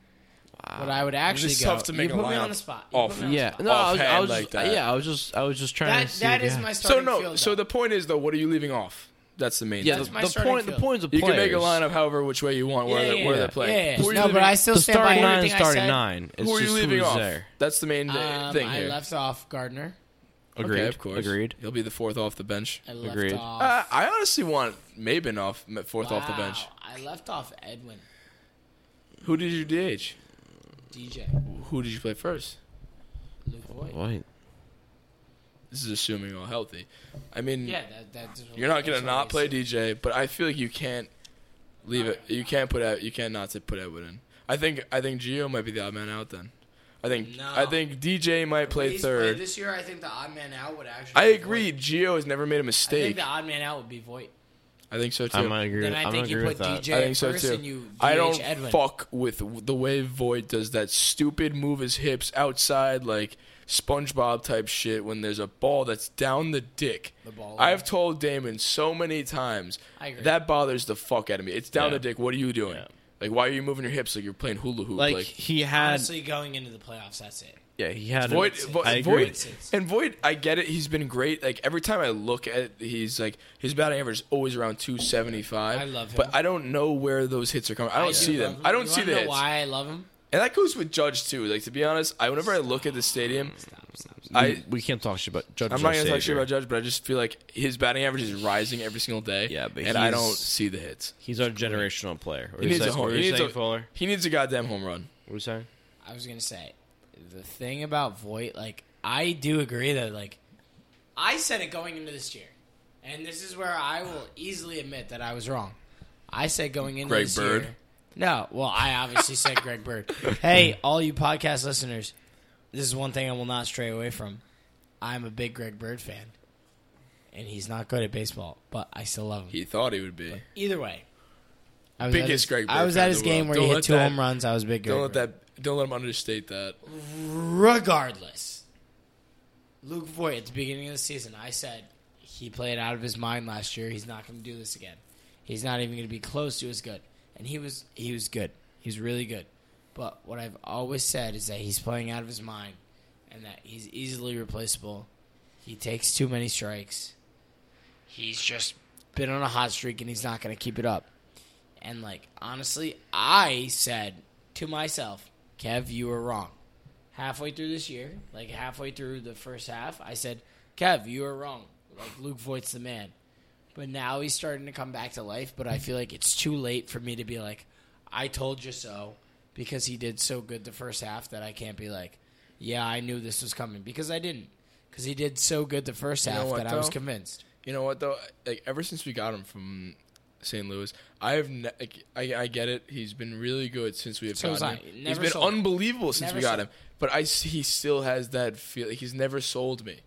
[SPEAKER 4] What I would actually
[SPEAKER 6] It's
[SPEAKER 4] go.
[SPEAKER 6] tough to make
[SPEAKER 4] you
[SPEAKER 6] a
[SPEAKER 4] put me
[SPEAKER 6] lineup
[SPEAKER 4] on the spot. You put
[SPEAKER 6] off.
[SPEAKER 4] me on the
[SPEAKER 5] Yeah.
[SPEAKER 4] spot.
[SPEAKER 5] No, I was, I
[SPEAKER 6] Offhand
[SPEAKER 5] was
[SPEAKER 6] like
[SPEAKER 5] just,
[SPEAKER 6] that.
[SPEAKER 5] yeah, I was just, I was just trying
[SPEAKER 4] That
[SPEAKER 5] to see.
[SPEAKER 4] that is
[SPEAKER 5] yeah.
[SPEAKER 4] my
[SPEAKER 6] So
[SPEAKER 4] starting
[SPEAKER 6] no.
[SPEAKER 4] field.
[SPEAKER 6] So
[SPEAKER 4] though.
[SPEAKER 6] the point is though, what are you leaving off? That's the main.
[SPEAKER 5] Yeah,
[SPEAKER 6] thing.
[SPEAKER 4] That's
[SPEAKER 5] the,
[SPEAKER 4] my
[SPEAKER 5] the
[SPEAKER 4] starting
[SPEAKER 5] point. The
[SPEAKER 4] field.
[SPEAKER 5] point's a
[SPEAKER 6] you
[SPEAKER 5] players.
[SPEAKER 6] can make a lineup however which way you want. Where
[SPEAKER 4] Yeah,
[SPEAKER 6] they're,
[SPEAKER 4] yeah,
[SPEAKER 6] where
[SPEAKER 4] yeah.
[SPEAKER 6] they're playing.
[SPEAKER 4] Yeah, yeah.
[SPEAKER 6] Who are you
[SPEAKER 4] No, but
[SPEAKER 6] leaving-
[SPEAKER 4] I still
[SPEAKER 5] The
[SPEAKER 4] stand by
[SPEAKER 5] starting
[SPEAKER 4] everything
[SPEAKER 5] nine is
[SPEAKER 4] I
[SPEAKER 5] starting
[SPEAKER 4] said.
[SPEAKER 5] nine. It's
[SPEAKER 6] Who are
[SPEAKER 5] just
[SPEAKER 6] you leaving
[SPEAKER 5] who's
[SPEAKER 6] off?
[SPEAKER 5] there.
[SPEAKER 6] That's the main
[SPEAKER 4] Um,
[SPEAKER 6] thing
[SPEAKER 4] I
[SPEAKER 6] here.
[SPEAKER 4] left off Gardner.
[SPEAKER 5] Agreed.
[SPEAKER 6] Okay, of course.
[SPEAKER 5] Agreed.
[SPEAKER 6] He'll be the fourth off the bench.
[SPEAKER 4] I left
[SPEAKER 5] Agreed.
[SPEAKER 4] off.
[SPEAKER 6] Uh, I honestly want Maben off fourth off the
[SPEAKER 4] Wow,
[SPEAKER 6] bench.
[SPEAKER 4] I left off Edwin,
[SPEAKER 6] Who did you DH?
[SPEAKER 4] DJ,
[SPEAKER 6] Who did you play first?
[SPEAKER 4] Luke Voigt.
[SPEAKER 5] Wait.
[SPEAKER 6] This is assuming all healthy. I mean,
[SPEAKER 4] Yeah, that, that's
[SPEAKER 6] you're not gonna
[SPEAKER 4] that's
[SPEAKER 6] not
[SPEAKER 4] what I
[SPEAKER 6] play DJ, but I feel like you can't leave it. You can't put out. You can't not to put Edwin in. I think. I think Gio might be the odd man out then. I think.
[SPEAKER 4] No.
[SPEAKER 6] I think DJ might play
[SPEAKER 4] He's
[SPEAKER 6] third.
[SPEAKER 4] played This year, I think the odd man out would actually.
[SPEAKER 6] I
[SPEAKER 4] be
[SPEAKER 6] agree.
[SPEAKER 4] Voigt.
[SPEAKER 6] Gio has never made a
[SPEAKER 4] I think
[SPEAKER 6] mistake.
[SPEAKER 4] the odd man out would be Voight.
[SPEAKER 6] I think so too.
[SPEAKER 5] I'm gonna agree.
[SPEAKER 4] Then
[SPEAKER 5] with-
[SPEAKER 4] I
[SPEAKER 5] I'm
[SPEAKER 4] think
[SPEAKER 5] gonna
[SPEAKER 4] you
[SPEAKER 5] agree
[SPEAKER 4] put
[SPEAKER 5] with that.
[SPEAKER 4] DJ
[SPEAKER 6] I think so
[SPEAKER 4] first
[SPEAKER 6] too.
[SPEAKER 4] and you
[SPEAKER 6] I
[SPEAKER 4] DH
[SPEAKER 6] don't
[SPEAKER 4] Edwin.
[SPEAKER 6] fuck with the way Void does that stupid move his hips outside like SpongeBob type shit when there's a ball that's down the dick.
[SPEAKER 4] The ball.
[SPEAKER 6] I've told Damon so many times
[SPEAKER 4] I agree.
[SPEAKER 6] that bothers the fuck out of me. It's down
[SPEAKER 5] Yeah.
[SPEAKER 6] the dick. What are you doing?
[SPEAKER 5] Yeah.
[SPEAKER 6] Like why are you moving your hips like you're playing hula hoop?
[SPEAKER 5] Like
[SPEAKER 6] Like,
[SPEAKER 5] he had,
[SPEAKER 4] Honestly, going into the playoffs, that's it.
[SPEAKER 5] yeah, he had.
[SPEAKER 6] Void,
[SPEAKER 5] a,
[SPEAKER 6] Vo-
[SPEAKER 5] I agree.
[SPEAKER 6] Void,
[SPEAKER 5] with-
[SPEAKER 6] and Void, I get it. He's been great. Like every time I look at, it, he's like his batting average is always around two seventy five.
[SPEAKER 4] I love him.
[SPEAKER 6] but I don't know where those hits are coming. I don't see them. I don't see the
[SPEAKER 4] know
[SPEAKER 6] hits.
[SPEAKER 4] Why I love him?
[SPEAKER 6] And that goes with Judge too. Like to be honest, I whenever I look at the stadium,
[SPEAKER 4] Stop, stop, stop.
[SPEAKER 6] I
[SPEAKER 5] we can't talk shit about Judge.
[SPEAKER 6] I'm not
[SPEAKER 5] Joe
[SPEAKER 6] gonna talk shit
[SPEAKER 5] Savior.
[SPEAKER 6] about Judge, but I just feel like his batting average is rising every single day.
[SPEAKER 5] Yeah, but
[SPEAKER 6] and I
[SPEAKER 5] he's-
[SPEAKER 6] don't see the hits.
[SPEAKER 5] He's our generational player. What
[SPEAKER 6] He
[SPEAKER 5] are you
[SPEAKER 6] needs a
[SPEAKER 5] saying-
[SPEAKER 6] home.
[SPEAKER 5] what are
[SPEAKER 6] He
[SPEAKER 5] you
[SPEAKER 6] needs
[SPEAKER 5] saying,
[SPEAKER 6] a-
[SPEAKER 5] Fuller?
[SPEAKER 6] He needs a goddamn home run.
[SPEAKER 5] What are you saying?
[SPEAKER 4] I was gonna say the thing about Voight. Like I do agree that like I said it going into this year, and this is where I will easily admit that I was wrong. I said going into
[SPEAKER 6] Greg
[SPEAKER 4] this
[SPEAKER 6] Bird?
[SPEAKER 4] year- No, well, I obviously said Greg Bird. Hey, all you podcast listeners, this is one thing I will not stray away from. I'm a big Greg Bird fan, and he's not good at baseball, but I still love him.
[SPEAKER 6] He thought he would be.
[SPEAKER 4] Either way, I was
[SPEAKER 6] Biggest
[SPEAKER 4] at his,
[SPEAKER 6] Greg Bird
[SPEAKER 4] I was
[SPEAKER 6] fan
[SPEAKER 4] at
[SPEAKER 6] in
[SPEAKER 4] his
[SPEAKER 6] the world.
[SPEAKER 4] game where
[SPEAKER 6] Don't
[SPEAKER 4] he hit
[SPEAKER 6] let
[SPEAKER 4] two
[SPEAKER 6] that-
[SPEAKER 4] home runs. I was a big. Greg
[SPEAKER 6] Don't let
[SPEAKER 4] Bird
[SPEAKER 6] that. Don't let him understate that.
[SPEAKER 4] regardless, Luke Voigt at the beginning of the season, I said he played out of his mind last year. He's not going to do this again. He's not even going to be close to as good. And he was he was good. He was really good. But what I've always said is that he's playing out of his mind and that he's easily replaceable. He takes too many strikes. He's just been on a hot streak and he's not going to keep it up. And like honestly, I said to myself, Kev, you were wrong halfway through this year, like halfway through the first half, I said, Kev, you were wrong. Like Luke Voigt's the man. But now he's starting to come back to life, but I feel like it's too late for me to be like, I told you so because he did so good the first half that I can't be like, yeah, I knew this was coming because I didn't. Because he did so good the first
[SPEAKER 6] You know
[SPEAKER 4] half
[SPEAKER 6] what,
[SPEAKER 4] that I was
[SPEAKER 6] though?
[SPEAKER 4] convinced.
[SPEAKER 6] You know what though? Like ever since we got him from St. Louis, I have ne- like, I, I get it. He's been really good since we have
[SPEAKER 4] So was
[SPEAKER 6] gotten
[SPEAKER 4] I.
[SPEAKER 6] him.
[SPEAKER 4] Never
[SPEAKER 6] he's been
[SPEAKER 4] sold.
[SPEAKER 6] unbelievable since
[SPEAKER 4] Never
[SPEAKER 6] we got
[SPEAKER 4] sold.
[SPEAKER 6] him. But I s- he still has that feel. Like, he's never sold me.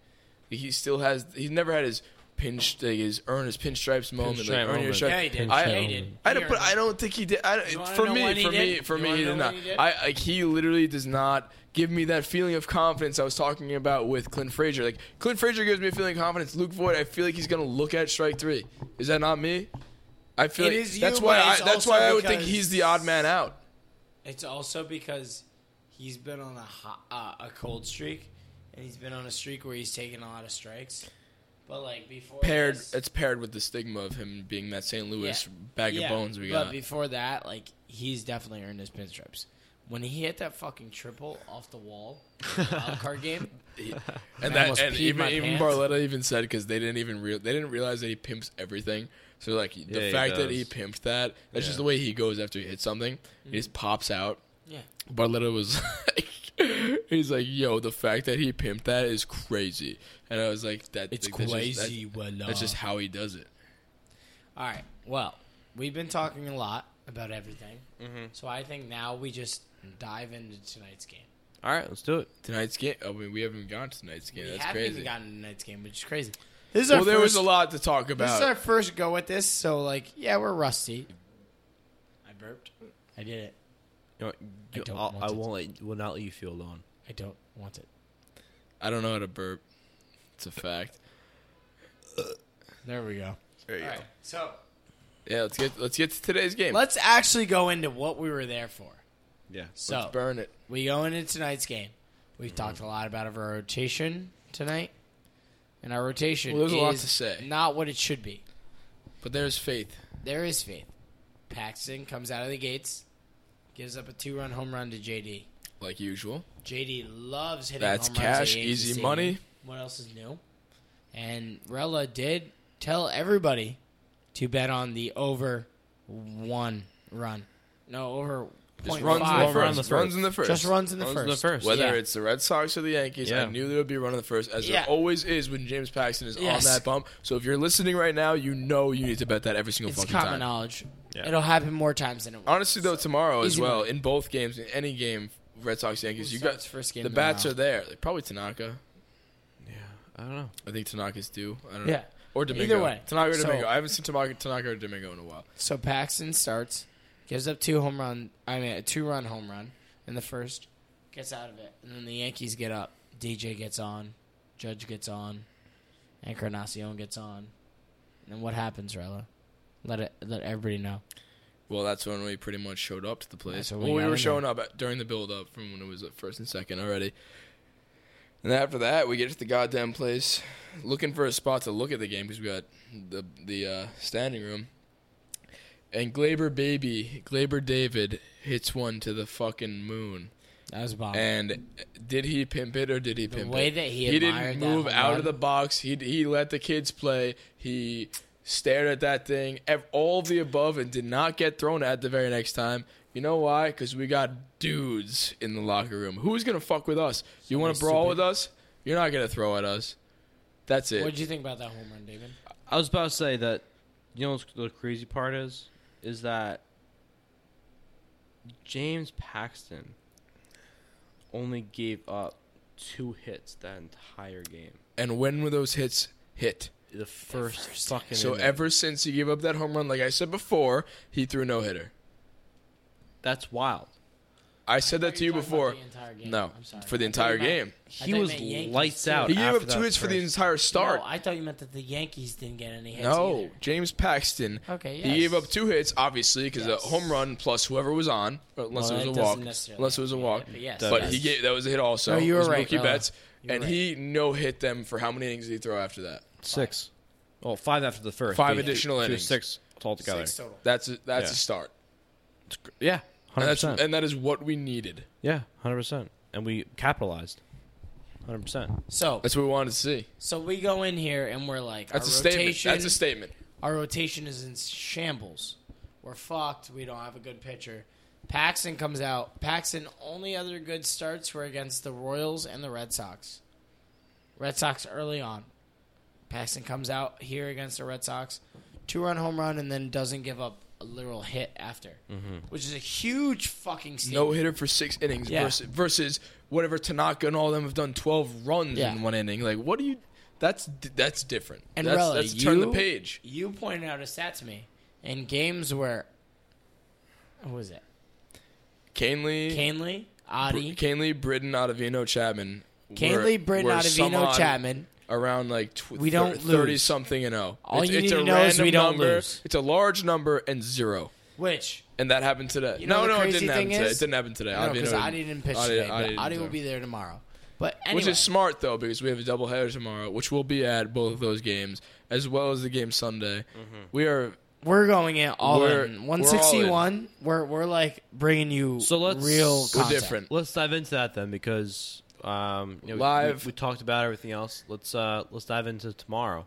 [SPEAKER 6] He still has. He's never had his pinch. Like, his earn his pinstripes moment. like,
[SPEAKER 5] Pinstripe
[SPEAKER 6] earn your
[SPEAKER 5] moment.
[SPEAKER 6] stripe.
[SPEAKER 4] Yeah, he did.
[SPEAKER 6] I,
[SPEAKER 4] Yeah, he did.
[SPEAKER 6] I don't.
[SPEAKER 4] He
[SPEAKER 6] But
[SPEAKER 4] earned
[SPEAKER 6] I don't think he did. I,
[SPEAKER 4] You
[SPEAKER 6] don't
[SPEAKER 4] wanna
[SPEAKER 6] for
[SPEAKER 4] know when
[SPEAKER 6] me,
[SPEAKER 4] he
[SPEAKER 6] for me,
[SPEAKER 4] did?
[SPEAKER 6] for
[SPEAKER 4] You
[SPEAKER 6] me,
[SPEAKER 4] wanna
[SPEAKER 6] he
[SPEAKER 4] know
[SPEAKER 6] did
[SPEAKER 4] when
[SPEAKER 6] not.
[SPEAKER 4] he did?
[SPEAKER 6] I like he literally does not give me that feeling of confidence I was talking about with Clint Frazier. Like Clint Frazier gives me a feeling of confidence. Luke Voigt, I feel like he's gonna look at strike three. Is that not me? I feel
[SPEAKER 4] It
[SPEAKER 6] like
[SPEAKER 4] is you,
[SPEAKER 6] that's
[SPEAKER 4] but
[SPEAKER 6] why I,
[SPEAKER 4] it's
[SPEAKER 6] that's
[SPEAKER 4] also
[SPEAKER 6] why I would think
[SPEAKER 4] because-
[SPEAKER 6] he's the odd man out.
[SPEAKER 4] It's also because he's been on a hot, uh, a cold streak, and he's been on a streak where he's taken a lot of strikes. But like before
[SPEAKER 6] Paired,
[SPEAKER 4] this-
[SPEAKER 6] it's paired with the stigma of him being that St. Louis
[SPEAKER 4] Yeah.
[SPEAKER 6] bag
[SPEAKER 4] yeah,
[SPEAKER 6] of bones we
[SPEAKER 4] But
[SPEAKER 6] got.
[SPEAKER 4] before that, like he's definitely earned his pinstripes. When he hit that fucking triple off the wall, in the wild card game,
[SPEAKER 6] and
[SPEAKER 4] I
[SPEAKER 6] that,
[SPEAKER 4] almost
[SPEAKER 6] and
[SPEAKER 4] peed
[SPEAKER 6] even,
[SPEAKER 4] my
[SPEAKER 6] even
[SPEAKER 4] pants.
[SPEAKER 6] Barletta even said because they didn't even real they didn't realize that he pimps everything. So like the
[SPEAKER 5] Yeah, he
[SPEAKER 6] fact that he
[SPEAKER 5] does.
[SPEAKER 6] pimped that, that's
[SPEAKER 5] Yeah.
[SPEAKER 6] just the way he goes after he hits something. He
[SPEAKER 4] Mm-hmm.
[SPEAKER 6] just pops out.
[SPEAKER 4] yeah,
[SPEAKER 6] Barletta was like, he's like, yo, the fact that he pimped that is crazy. And I was like, that
[SPEAKER 4] it's
[SPEAKER 6] like, that's just- that-
[SPEAKER 4] crazy. Willa.
[SPEAKER 6] that's just how he does it.
[SPEAKER 4] All right. Well, we've been talking a lot about everything,
[SPEAKER 6] Mm-hmm.
[SPEAKER 4] so I think now we just dive into tonight's game.
[SPEAKER 5] All right, let's do it.
[SPEAKER 6] Tonight's game. I mean, we haven't gone to tonight's game.
[SPEAKER 4] we
[SPEAKER 6] That's
[SPEAKER 4] haven't
[SPEAKER 6] crazy.
[SPEAKER 4] even gotten to tonight's game, which is crazy. This is
[SPEAKER 6] well,
[SPEAKER 4] our
[SPEAKER 6] there was
[SPEAKER 4] first-
[SPEAKER 6] a lot to talk
[SPEAKER 4] This is
[SPEAKER 6] about.
[SPEAKER 4] our first go at this, so like, yeah, we're rusty. I burped. I did it.
[SPEAKER 5] You know, you-
[SPEAKER 4] don't
[SPEAKER 5] I'll-
[SPEAKER 4] want
[SPEAKER 5] I
[SPEAKER 4] it.
[SPEAKER 5] won't let, will not let you feel alone.
[SPEAKER 4] I don't want it.
[SPEAKER 6] I don't know how to burp. It's a fact.
[SPEAKER 4] There we go.
[SPEAKER 6] There you
[SPEAKER 4] All
[SPEAKER 6] go.
[SPEAKER 4] right. So
[SPEAKER 6] Yeah, let's get let's get to today's game.
[SPEAKER 4] let's actually go into what we were there for.
[SPEAKER 5] Yeah.
[SPEAKER 4] So
[SPEAKER 6] Let's burn it.
[SPEAKER 4] we go into tonight's game. We've
[SPEAKER 6] Mm-hmm.
[SPEAKER 4] talked a lot about our rotation tonight, and our rotation
[SPEAKER 6] Well, there's a lot
[SPEAKER 4] is
[SPEAKER 6] to say.
[SPEAKER 4] not what it should be.
[SPEAKER 6] But there's faith.
[SPEAKER 4] There is faith. Paxton comes out of the gates, gives up a two-run home run to JD.
[SPEAKER 6] Like usual.
[SPEAKER 4] JD loves hitting.
[SPEAKER 6] That's
[SPEAKER 4] home runs at
[SPEAKER 6] cash,
[SPEAKER 4] Yankee
[SPEAKER 6] easy
[SPEAKER 4] Stadium.
[SPEAKER 6] money.
[SPEAKER 4] What else is new? And Rella did tell everybody to bet on the over one run. No, over
[SPEAKER 6] Just
[SPEAKER 4] point
[SPEAKER 6] runs in the
[SPEAKER 4] five.
[SPEAKER 5] over on
[SPEAKER 6] first.
[SPEAKER 5] the
[SPEAKER 6] Runs
[SPEAKER 5] first.
[SPEAKER 6] in the first.
[SPEAKER 4] Just runs in the
[SPEAKER 5] Runs in
[SPEAKER 4] first.
[SPEAKER 5] the first.
[SPEAKER 6] Whether
[SPEAKER 4] Yeah.
[SPEAKER 6] it's the Red Sox or the Yankees, I
[SPEAKER 5] Yeah.
[SPEAKER 6] knew there would be a run on the first, as
[SPEAKER 4] Yeah.
[SPEAKER 6] there always is when James Paxton is
[SPEAKER 4] Yes.
[SPEAKER 6] on that bump. So if you're listening right now, you know you need to bet that every single
[SPEAKER 4] It's
[SPEAKER 6] fucking
[SPEAKER 4] common
[SPEAKER 6] time.
[SPEAKER 4] knowledge.
[SPEAKER 5] Yeah.
[SPEAKER 4] It'll happen more times than it will.
[SPEAKER 6] Honestly, though, tomorrow as
[SPEAKER 4] Easy
[SPEAKER 6] well,
[SPEAKER 4] money.
[SPEAKER 6] in both games, in any game, Red Sox Yankees,
[SPEAKER 4] Who
[SPEAKER 6] you got
[SPEAKER 4] starts first game
[SPEAKER 6] the bats
[SPEAKER 4] tomorrow?
[SPEAKER 6] are there. Like, probably Tanaka.
[SPEAKER 5] Yeah. I don't know.
[SPEAKER 6] I think Tanaka's due. I don't know.
[SPEAKER 4] Yeah.
[SPEAKER 6] Or Domingo.
[SPEAKER 4] way.
[SPEAKER 6] Tanaka or
[SPEAKER 4] So-
[SPEAKER 6] Domingo. I haven't seen Tanaka, Tanaka or Domingo in a while.
[SPEAKER 4] So Paxton starts, gives up two home run. I mean, a two run home run in the first, gets out of it, and then the Yankees get up. DJ gets on, Judge gets on, Encarnacion gets on, and then what happens, Rella? Let it let everybody know.
[SPEAKER 6] Well, that's when we pretty much showed up to the place.
[SPEAKER 4] That's when we
[SPEAKER 6] well, we
[SPEAKER 4] got
[SPEAKER 6] were
[SPEAKER 4] in
[SPEAKER 6] showing up at, during the build up from when it was at first and second already. And after that, we get to the goddamn place, looking for a spot to look at the game because we got the the uh, standing room. And Glaber baby, Glaber David hits one to the fucking moon.
[SPEAKER 4] That was bomb.
[SPEAKER 6] And did he pimp it or did he
[SPEAKER 4] Uh-huh. The
[SPEAKER 6] pimp
[SPEAKER 4] way
[SPEAKER 6] it?
[SPEAKER 4] that he
[SPEAKER 6] he
[SPEAKER 4] admired
[SPEAKER 6] didn't
[SPEAKER 4] that
[SPEAKER 6] move
[SPEAKER 4] home
[SPEAKER 6] out
[SPEAKER 4] run.
[SPEAKER 6] of the box. He he let the kids play. He stared at that thing, ev- all of the above, and did not get thrown at the very next time. You know why? Because we got dudes in the locker room. Who's gonna fuck with us? You want to
[SPEAKER 4] Somebody
[SPEAKER 6] brawl
[SPEAKER 4] stupid.
[SPEAKER 6] with us? You're not gonna throw at us. That's it.
[SPEAKER 4] what did you think about that home run, David?
[SPEAKER 5] I was about to say that. You know what's the crazy part is, is that James Paxton only gave up two hits that entire game.
[SPEAKER 6] and when were those hits hit?
[SPEAKER 5] The first, fucking.
[SPEAKER 6] So
[SPEAKER 5] inning.
[SPEAKER 6] ever since he gave up that home run, like I said before, he threw no hitter.
[SPEAKER 5] That's wild.
[SPEAKER 6] I said that to you before.
[SPEAKER 4] The entire game.
[SPEAKER 6] No,
[SPEAKER 4] I'm sorry.
[SPEAKER 6] for the
[SPEAKER 4] I thought you
[SPEAKER 6] entire
[SPEAKER 4] meant-
[SPEAKER 6] game.
[SPEAKER 4] I
[SPEAKER 5] He
[SPEAKER 4] thought you
[SPEAKER 5] was
[SPEAKER 4] meant Yankees,
[SPEAKER 5] lights
[SPEAKER 4] too.
[SPEAKER 5] out.
[SPEAKER 6] He gave
[SPEAKER 5] after
[SPEAKER 6] up two
[SPEAKER 5] that
[SPEAKER 6] hits for the
[SPEAKER 5] first.
[SPEAKER 6] entire start.
[SPEAKER 4] No, I thought you meant that the Yankees didn't get any hits.
[SPEAKER 6] No,
[SPEAKER 4] either.
[SPEAKER 6] James Paxton.
[SPEAKER 4] Okay,
[SPEAKER 6] He gave
[SPEAKER 4] yes.
[SPEAKER 6] up two hits, obviously, because
[SPEAKER 4] Yes.
[SPEAKER 6] a home run plus whoever was on, or unless
[SPEAKER 4] Well,
[SPEAKER 6] it
[SPEAKER 4] that
[SPEAKER 6] was a
[SPEAKER 4] doesn't
[SPEAKER 6] walk.
[SPEAKER 4] necessarily
[SPEAKER 6] Unless it was a
[SPEAKER 4] mean
[SPEAKER 6] walk.
[SPEAKER 4] it, but yes,
[SPEAKER 5] That
[SPEAKER 6] but
[SPEAKER 5] does.
[SPEAKER 6] he gave that was a hit also.
[SPEAKER 4] No, you
[SPEAKER 6] It
[SPEAKER 4] were
[SPEAKER 6] was
[SPEAKER 4] right,
[SPEAKER 6] Mookie
[SPEAKER 4] Bella.
[SPEAKER 6] Betts,
[SPEAKER 4] You were
[SPEAKER 6] and
[SPEAKER 4] right.
[SPEAKER 6] he no hit them for how many innings did he throw after that?
[SPEAKER 5] Six. Well, five after the first.
[SPEAKER 6] Five
[SPEAKER 5] They-
[SPEAKER 6] additional
[SPEAKER 5] they- they-
[SPEAKER 6] innings.
[SPEAKER 5] Six altogether.
[SPEAKER 4] Six total.
[SPEAKER 6] That's a, that's
[SPEAKER 5] Yeah.
[SPEAKER 6] a start.
[SPEAKER 5] Yeah,
[SPEAKER 6] And
[SPEAKER 5] hundred
[SPEAKER 6] that's
[SPEAKER 5] percent.
[SPEAKER 6] and that is what we needed.
[SPEAKER 5] Yeah, hundred percent. And we capitalized. Hundred percent.
[SPEAKER 4] So
[SPEAKER 6] That's what we wanted to see.
[SPEAKER 4] So we go in here and we're like,
[SPEAKER 6] That's
[SPEAKER 4] our
[SPEAKER 6] a
[SPEAKER 4] rotation,
[SPEAKER 6] statement. That's a statement.
[SPEAKER 4] Our rotation is in shambles. We're fucked. We don't have a good pitcher. Paxton comes out. Paxton only other good starts were against the Royals and the Red Sox. Red Sox early on. Paxton comes out here against the Red Sox, two run home run, and then doesn't give up a literal hit after, which is a huge fucking statement.
[SPEAKER 6] Mm-hmm. No hitter for six innings
[SPEAKER 4] Yeah.
[SPEAKER 6] versus, versus whatever Tanaka and all them have done twelve runs
[SPEAKER 4] Yeah.
[SPEAKER 6] in one inning. Like what do you? That's that's different.
[SPEAKER 4] And
[SPEAKER 6] that's,
[SPEAKER 4] Rella,
[SPEAKER 6] that's turn the
[SPEAKER 4] you-
[SPEAKER 6] page.
[SPEAKER 4] You pointed out a stat to me in games where, what was it?
[SPEAKER 6] Canley,
[SPEAKER 4] Canley,
[SPEAKER 6] Br-
[SPEAKER 4] Adi,
[SPEAKER 6] Canley, Britton, Ottavino, Chapman.
[SPEAKER 4] Canley,
[SPEAKER 6] were-
[SPEAKER 4] Britton,
[SPEAKER 6] were some
[SPEAKER 4] Ottavino,
[SPEAKER 6] odd
[SPEAKER 4] Chapman.
[SPEAKER 6] Around like tw-
[SPEAKER 4] We don't
[SPEAKER 6] thirty
[SPEAKER 4] lose.
[SPEAKER 6] something and zero.
[SPEAKER 4] All
[SPEAKER 6] it's,
[SPEAKER 4] you
[SPEAKER 6] it's
[SPEAKER 4] need
[SPEAKER 6] a
[SPEAKER 4] to know is
[SPEAKER 6] random
[SPEAKER 4] we don't
[SPEAKER 6] number.
[SPEAKER 4] lose.
[SPEAKER 6] It's a large number and zero,
[SPEAKER 4] Which
[SPEAKER 6] and that happened today.
[SPEAKER 4] You know
[SPEAKER 6] no,
[SPEAKER 4] the
[SPEAKER 6] no, it
[SPEAKER 4] crazy
[SPEAKER 6] didn't happen
[SPEAKER 4] thing
[SPEAKER 6] today.
[SPEAKER 4] is-
[SPEAKER 6] It didn't happen today.
[SPEAKER 4] no, because
[SPEAKER 6] Ottavino
[SPEAKER 4] Adi didn't pitch
[SPEAKER 6] Otti-
[SPEAKER 4] today.
[SPEAKER 6] Otti
[SPEAKER 4] but
[SPEAKER 6] didn't
[SPEAKER 4] Adi will
[SPEAKER 6] throw.
[SPEAKER 4] be there tomorrow. But anyway,
[SPEAKER 6] Which is smart though, because we have a doubleheader tomorrow, which will be at both of those games, as well as the game Sunday.
[SPEAKER 4] Mm-hmm.
[SPEAKER 6] We are
[SPEAKER 4] we're going in all
[SPEAKER 6] We're-
[SPEAKER 4] in.
[SPEAKER 6] we're all in.
[SPEAKER 4] 161. We're, we're like bringing you
[SPEAKER 5] So let's-
[SPEAKER 4] real
[SPEAKER 5] We're
[SPEAKER 6] we're
[SPEAKER 4] content.
[SPEAKER 6] different.
[SPEAKER 5] Let's dive into that then, because um, you know, we-
[SPEAKER 6] Live.
[SPEAKER 5] We, we talked about everything else. Let's uh, let's dive into tomorrow,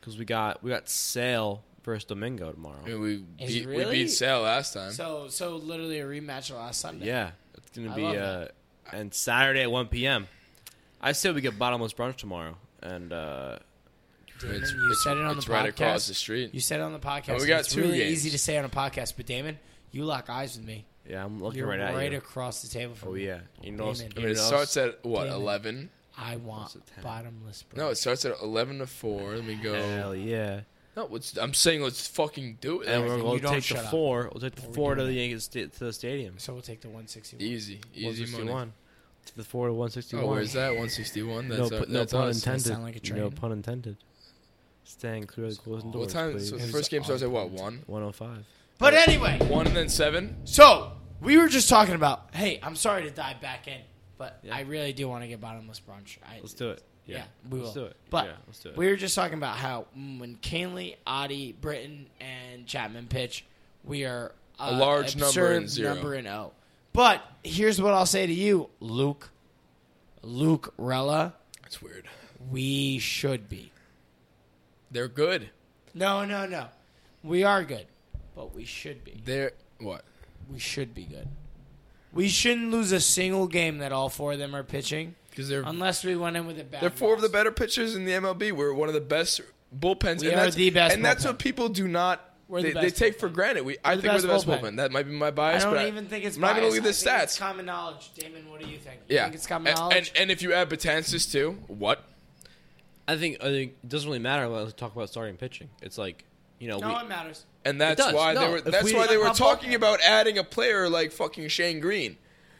[SPEAKER 5] because we got we got Sale versus Domingo tomorrow.
[SPEAKER 6] I mean, we
[SPEAKER 4] Is
[SPEAKER 6] beat, we
[SPEAKER 4] really-
[SPEAKER 6] beat Sale last time.
[SPEAKER 4] So so literally a rematch of last Sunday.
[SPEAKER 5] Yeah, it's gonna
[SPEAKER 4] I
[SPEAKER 5] be
[SPEAKER 4] love
[SPEAKER 5] uh, and Saturday at one p.m. I say we get bottomless brunch tomorrow, and uh,
[SPEAKER 6] it's,
[SPEAKER 4] You
[SPEAKER 6] it's-
[SPEAKER 4] said it on
[SPEAKER 6] it's
[SPEAKER 4] the
[SPEAKER 6] right
[SPEAKER 4] podcast.
[SPEAKER 6] across the street.
[SPEAKER 4] You said it on the podcast.
[SPEAKER 6] And we
[SPEAKER 4] and
[SPEAKER 6] got
[SPEAKER 4] it's
[SPEAKER 6] two
[SPEAKER 4] really
[SPEAKER 6] games.
[SPEAKER 4] easy to say on a podcast, but Damon, you lock eyes with me.
[SPEAKER 5] yeah, I'm looking
[SPEAKER 4] You're
[SPEAKER 5] right
[SPEAKER 4] right,
[SPEAKER 5] at you.
[SPEAKER 4] across the table from
[SPEAKER 5] oh
[SPEAKER 4] me.
[SPEAKER 5] yeah, you know,
[SPEAKER 4] Amen.
[SPEAKER 6] I mean, it
[SPEAKER 5] you know-
[SPEAKER 6] starts at what
[SPEAKER 4] Damn it.
[SPEAKER 6] eleven?
[SPEAKER 4] I want
[SPEAKER 5] What's the time?
[SPEAKER 4] bottomless. Brunch.
[SPEAKER 6] No, it starts at eleven to four. Let me go.
[SPEAKER 5] Hell yeah!
[SPEAKER 6] No, let's, I'm saying let's fucking do it.
[SPEAKER 5] And
[SPEAKER 4] Alright,
[SPEAKER 5] we're
[SPEAKER 4] then
[SPEAKER 5] going
[SPEAKER 4] you
[SPEAKER 5] to
[SPEAKER 4] don't
[SPEAKER 5] take the
[SPEAKER 4] shut up.
[SPEAKER 5] four. We'll take the
[SPEAKER 4] Or we
[SPEAKER 5] four
[SPEAKER 4] do
[SPEAKER 5] to the
[SPEAKER 4] that.
[SPEAKER 5] Yankees sta- to the stadium.
[SPEAKER 4] so we'll take the 161.
[SPEAKER 6] easy, easy money.
[SPEAKER 5] 161. To the four to one sixty one.
[SPEAKER 6] Oh, where's that? One sixty one.
[SPEAKER 5] No,
[SPEAKER 6] That's
[SPEAKER 5] pu-
[SPEAKER 6] our,
[SPEAKER 5] no
[SPEAKER 6] that's
[SPEAKER 5] pun
[SPEAKER 6] us.
[SPEAKER 5] intended.
[SPEAKER 4] sound like a
[SPEAKER 5] No
[SPEAKER 4] train?
[SPEAKER 5] pun intended. Staying clear of the closing doors.
[SPEAKER 6] What time?
[SPEAKER 5] please.
[SPEAKER 6] So the
[SPEAKER 4] It was
[SPEAKER 6] first game starts at what?
[SPEAKER 4] all-
[SPEAKER 6] One.
[SPEAKER 5] One oh five.
[SPEAKER 4] But anyway,
[SPEAKER 6] One and then seven.
[SPEAKER 4] so we were just talking about. Hey, I'm sorry to dive back in, but I really do want to get bottomless brunch. I,
[SPEAKER 5] Let's do it.
[SPEAKER 4] Yeah, we will.
[SPEAKER 5] Let's do it.
[SPEAKER 4] But
[SPEAKER 5] yeah, let's do it.
[SPEAKER 4] we were just talking about how mm, when Canley, Adi, Britton, and Chapman pitch, we are uh,
[SPEAKER 6] large number
[SPEAKER 4] absurd
[SPEAKER 6] in zero.
[SPEAKER 4] number in O. But here's what I'll say to you, Luke, Luke Rella,
[SPEAKER 6] That's weird.
[SPEAKER 4] we should be.
[SPEAKER 6] They're good.
[SPEAKER 4] No, no, no, we are good, but we should be.
[SPEAKER 6] They're what?
[SPEAKER 4] We should be good. We shouldn't lose a single game that all four of them are pitching,
[SPEAKER 6] Because they're
[SPEAKER 4] unless we went in with a bad.
[SPEAKER 6] They're four of the
[SPEAKER 4] loss.
[SPEAKER 6] better pitchers in the MLB. We're one of the best bullpens.
[SPEAKER 4] We
[SPEAKER 6] and
[SPEAKER 4] are
[SPEAKER 6] that's,
[SPEAKER 4] the best
[SPEAKER 6] And that's
[SPEAKER 4] bullpen.
[SPEAKER 6] what people do not.
[SPEAKER 4] We're the
[SPEAKER 6] they, they
[SPEAKER 4] best
[SPEAKER 6] take
[SPEAKER 4] bullpen.
[SPEAKER 6] for granted. We, I
[SPEAKER 4] the
[SPEAKER 6] think we're the
[SPEAKER 4] best
[SPEAKER 6] best
[SPEAKER 4] bullpen.
[SPEAKER 6] bullpen. That might be my
[SPEAKER 4] I
[SPEAKER 6] bias.
[SPEAKER 4] don't
[SPEAKER 6] but
[SPEAKER 4] even think it's.
[SPEAKER 6] I'm not gonna
[SPEAKER 4] biased.
[SPEAKER 6] look at the
[SPEAKER 4] I think it's
[SPEAKER 6] stats.
[SPEAKER 4] common knowledge, Damon. What do you think? You
[SPEAKER 6] yeah,
[SPEAKER 4] think it's common
[SPEAKER 6] and,
[SPEAKER 4] knowledge.
[SPEAKER 6] and and if you add Batanzas too, what?
[SPEAKER 5] I think I think it doesn't really matter when we talk about starting pitching. It's like you know
[SPEAKER 4] no,
[SPEAKER 5] we,
[SPEAKER 4] it matters.
[SPEAKER 6] And that's
[SPEAKER 5] does.
[SPEAKER 6] why they
[SPEAKER 5] No,
[SPEAKER 6] were.
[SPEAKER 5] if
[SPEAKER 6] That's
[SPEAKER 5] we-
[SPEAKER 6] why they were
[SPEAKER 4] Like my
[SPEAKER 6] talking
[SPEAKER 4] bullpen.
[SPEAKER 6] about adding a player like fucking Shane Green.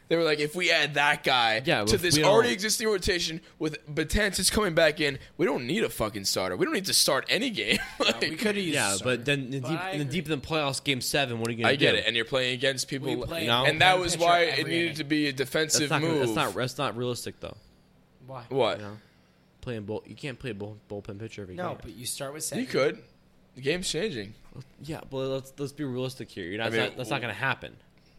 [SPEAKER 6] They were like, if we add that guy
[SPEAKER 5] Yeah,
[SPEAKER 6] to
[SPEAKER 5] if
[SPEAKER 6] this
[SPEAKER 5] we don't-
[SPEAKER 6] already existing rotation with Batanzas coming back in, we don't need a fucking starter. We don't need to start any game. Like,
[SPEAKER 4] We could have used.
[SPEAKER 5] yeah,
[SPEAKER 4] Sarr.
[SPEAKER 5] but then in,
[SPEAKER 4] But
[SPEAKER 5] deep,
[SPEAKER 4] I
[SPEAKER 5] in the
[SPEAKER 4] agree.
[SPEAKER 5] deep in the playoffs, game seven. What are you gonna
[SPEAKER 6] I
[SPEAKER 5] do?
[SPEAKER 6] get it, and you're playing against people,
[SPEAKER 4] We play
[SPEAKER 5] You know?
[SPEAKER 6] and that
[SPEAKER 4] bullpen
[SPEAKER 6] was
[SPEAKER 4] pitcher
[SPEAKER 6] why
[SPEAKER 4] every
[SPEAKER 6] it needed
[SPEAKER 4] inning.
[SPEAKER 6] to be a defensive
[SPEAKER 5] that's not gonna-
[SPEAKER 6] move.
[SPEAKER 5] that's not that's not realistic though.
[SPEAKER 4] Why?
[SPEAKER 6] what
[SPEAKER 5] You know, playing bull you can't play bull, bullpen pitcher every
[SPEAKER 4] No,
[SPEAKER 5] game.
[SPEAKER 4] but you start with second.
[SPEAKER 6] you could. The game's changing.
[SPEAKER 5] yeah, but let's let's be realistic here. You're not,
[SPEAKER 6] I mean,
[SPEAKER 5] that's not that's not gonna happen.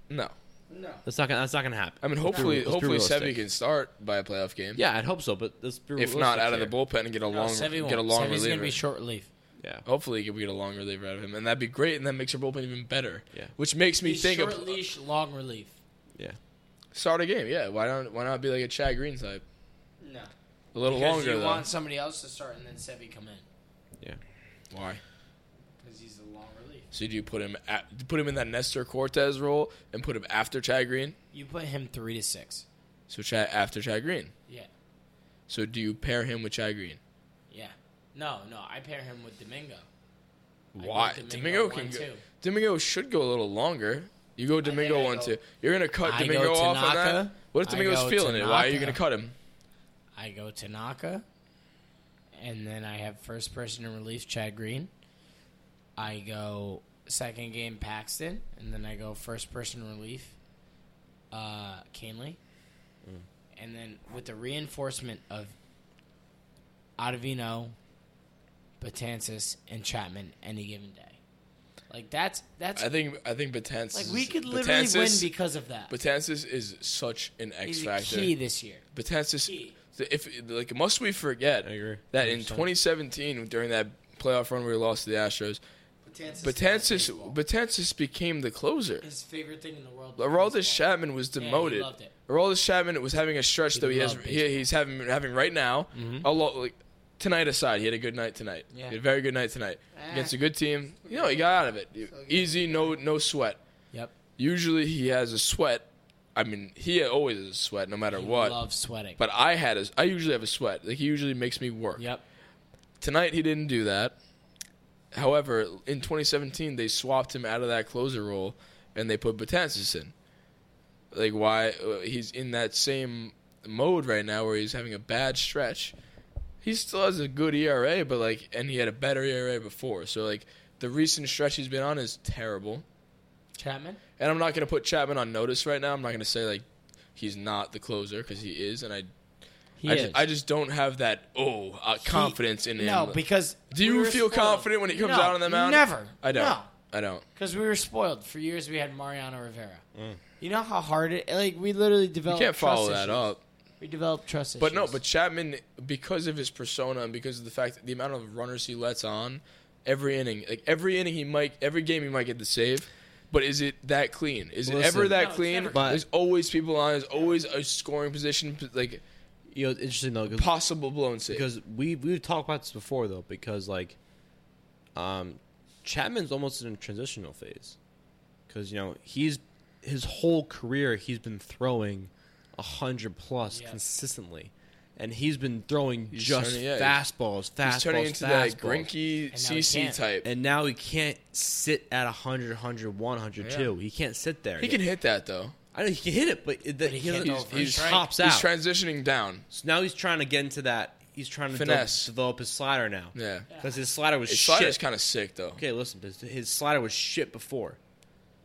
[SPEAKER 6] No,
[SPEAKER 4] No.
[SPEAKER 5] That's not gonna that's not gonna happen.
[SPEAKER 6] I mean
[SPEAKER 5] Let's be-
[SPEAKER 6] hopefully,
[SPEAKER 5] let's be
[SPEAKER 6] hopefully
[SPEAKER 5] realistic.
[SPEAKER 6] Sevy can start by a playoff game.
[SPEAKER 5] Yeah, I'd hope so, but let's be
[SPEAKER 6] if
[SPEAKER 5] realistic
[SPEAKER 6] not out of the
[SPEAKER 5] here.
[SPEAKER 6] bullpen and get
[SPEAKER 4] No,
[SPEAKER 6] a long
[SPEAKER 4] Sevy won't.
[SPEAKER 6] get a long
[SPEAKER 4] Sevy's
[SPEAKER 6] reliever.
[SPEAKER 4] gonna be short relief.
[SPEAKER 5] Yeah.
[SPEAKER 6] Hopefully, we get a long reliever out of him, and that'd be great. And that makes your bullpen even better.
[SPEAKER 5] Yeah.
[SPEAKER 6] Which makes me
[SPEAKER 4] He's
[SPEAKER 6] think
[SPEAKER 4] short
[SPEAKER 6] of
[SPEAKER 4] leash, long relief.
[SPEAKER 5] Yeah.
[SPEAKER 6] start a game. Yeah, why don't why not be like a Chad Green type?
[SPEAKER 4] No.
[SPEAKER 6] A little
[SPEAKER 4] Because
[SPEAKER 6] longer
[SPEAKER 4] you
[SPEAKER 6] though.
[SPEAKER 4] want somebody else to start and then Sevy come in
[SPEAKER 5] Yeah.
[SPEAKER 6] why?
[SPEAKER 4] because he's the long relief.
[SPEAKER 6] So do you put him at, put him in that Nestor Cortez role and put him after Chad Green?
[SPEAKER 4] You put him three to six.
[SPEAKER 6] So Chad after Chad Green.
[SPEAKER 4] Yeah.
[SPEAKER 6] So do you pair him with Chad Green?
[SPEAKER 4] Yeah. No, no. I pair him with Domingo. I go
[SPEAKER 6] Why?
[SPEAKER 4] Domingo
[SPEAKER 6] Domingo
[SPEAKER 4] one,
[SPEAKER 6] can go.
[SPEAKER 4] two.
[SPEAKER 6] Domingo should go a little longer. You go Domingo
[SPEAKER 4] I
[SPEAKER 6] one
[SPEAKER 4] go-
[SPEAKER 6] two. You're gonna cut
[SPEAKER 4] I go
[SPEAKER 6] Domingo off on that.
[SPEAKER 4] Tanaka.
[SPEAKER 6] What if
[SPEAKER 4] I
[SPEAKER 6] Domingo's
[SPEAKER 4] go
[SPEAKER 6] feeling it? Why are you gonna
[SPEAKER 4] Tanaka.
[SPEAKER 6] cut him?
[SPEAKER 4] I go Tanaka, and then I have first person in relief Chad Green. I go second game Paxton, and then I go first person in relief uh, Canley,
[SPEAKER 6] Mm.
[SPEAKER 4] and then with the reinforcement of Ottavino, Batansis, and Chapman any given day. Like that's that's
[SPEAKER 6] I think I think Batansis.
[SPEAKER 4] like we could literally win
[SPEAKER 6] Batanzas-
[SPEAKER 4] because of that.
[SPEAKER 6] Batanzas is such an X
[SPEAKER 4] He's a
[SPEAKER 6] factor.
[SPEAKER 4] key this year.
[SPEAKER 6] Batanzas,
[SPEAKER 4] Key.
[SPEAKER 6] the- if like, must we forget
[SPEAKER 5] I agree.
[SPEAKER 6] that in
[SPEAKER 5] 100%.
[SPEAKER 6] 2017 during that playoff run where we lost to the Astros,
[SPEAKER 4] Batansis,
[SPEAKER 6] Batansis Batansis became the closer.
[SPEAKER 4] his favorite thing in the world.
[SPEAKER 6] Aroldis Chapman was
[SPEAKER 4] he
[SPEAKER 6] demoted.
[SPEAKER 4] loved it.
[SPEAKER 6] Aroldis Chapman was having a stretch
[SPEAKER 4] He
[SPEAKER 6] though he has
[SPEAKER 4] loved
[SPEAKER 6] he,
[SPEAKER 4] baseball.
[SPEAKER 6] he's having having right now. A lot like tonight aside, he had a good night tonight.
[SPEAKER 4] Yeah. Ah.
[SPEAKER 6] He had a very good night tonight against a good team. You know, he got out of it easy, no no sweat.
[SPEAKER 4] Yep.
[SPEAKER 6] Usually he has a sweat. I mean, he always has a sweat no matter
[SPEAKER 4] He
[SPEAKER 6] what.
[SPEAKER 4] loves sweating.
[SPEAKER 6] but I had a I usually have a sweat. Like he usually makes me work.
[SPEAKER 4] yep.
[SPEAKER 6] Tonight he didn't do that. However, in 2017 they swapped him out of that closer role and they put Batanzas in. Like why uh, he's in that same mode right now where he's having a bad stretch. He still has a good ERA, but like, and he had a better ERA before. So like, the recent stretch he's been on is terrible.
[SPEAKER 4] Chapman.
[SPEAKER 6] And I'm not going to put Chapman on notice right now. I'm not going to say like he's not the closer because he is, and I
[SPEAKER 4] He
[SPEAKER 6] I,
[SPEAKER 4] is.
[SPEAKER 6] ju- I just don't have that oh uh, confidence in him.
[SPEAKER 4] No, because
[SPEAKER 6] do
[SPEAKER 4] we
[SPEAKER 6] you
[SPEAKER 4] were
[SPEAKER 6] feel
[SPEAKER 4] spoiled.
[SPEAKER 6] confident when he comes
[SPEAKER 4] No,
[SPEAKER 6] out on the mound?
[SPEAKER 4] Never.
[SPEAKER 6] I don't.
[SPEAKER 4] No.
[SPEAKER 6] I don't.
[SPEAKER 4] Because we were spoiled for years. We had Mariano Rivera.
[SPEAKER 5] Mm.
[SPEAKER 4] You know how hard it like we literally
[SPEAKER 6] You
[SPEAKER 4] developed.
[SPEAKER 6] can't follow
[SPEAKER 4] trust
[SPEAKER 6] that
[SPEAKER 4] issues.
[SPEAKER 6] up.
[SPEAKER 4] We developed trust
[SPEAKER 6] But
[SPEAKER 4] issues.
[SPEAKER 6] no, but Chapman, because of his persona and because of the fact that the amount of runners he lets on, every inning, like every inning he might, every game he might get the save. But is it that clean? Is it ever
[SPEAKER 5] Listen.
[SPEAKER 6] that
[SPEAKER 4] No, it's
[SPEAKER 6] clean?
[SPEAKER 4] never
[SPEAKER 5] clean.
[SPEAKER 6] There's always people on. There's always a scoring position, like
[SPEAKER 5] You know, it's interesting though, 'cause-
[SPEAKER 6] possible blown save.
[SPEAKER 5] because we we've talked about this before though, because like, um, Chapman's almost in a transitional phase, because you know he's his whole career he's been throwing a hundred plus
[SPEAKER 4] Yeah.
[SPEAKER 5] consistently, and he's been throwing just
[SPEAKER 6] turning- yeah, he's-
[SPEAKER 5] fastballs, fastballs,
[SPEAKER 6] he's turning into
[SPEAKER 5] fastballs.
[SPEAKER 6] that grinky
[SPEAKER 4] And now he
[SPEAKER 6] CC
[SPEAKER 4] can't.
[SPEAKER 6] type.
[SPEAKER 5] and now he can't sit at 100, 101, 102. He can't sit there.
[SPEAKER 6] he can hit that though.
[SPEAKER 5] I know he can hit it, but, it, that
[SPEAKER 4] he
[SPEAKER 5] he,
[SPEAKER 4] can't
[SPEAKER 5] doesn't-
[SPEAKER 4] go for a
[SPEAKER 5] he
[SPEAKER 4] strike.
[SPEAKER 5] pops out.
[SPEAKER 6] He's transitioning down.
[SPEAKER 5] so now he's trying to get into that. He's trying to de-
[SPEAKER 6] Finesse.
[SPEAKER 5] develop his slider now.
[SPEAKER 6] Yeah.
[SPEAKER 5] Because his slider was
[SPEAKER 6] His
[SPEAKER 5] shit.
[SPEAKER 6] slider's kind of sick though.
[SPEAKER 5] okay, listen, his, his slider was shit before.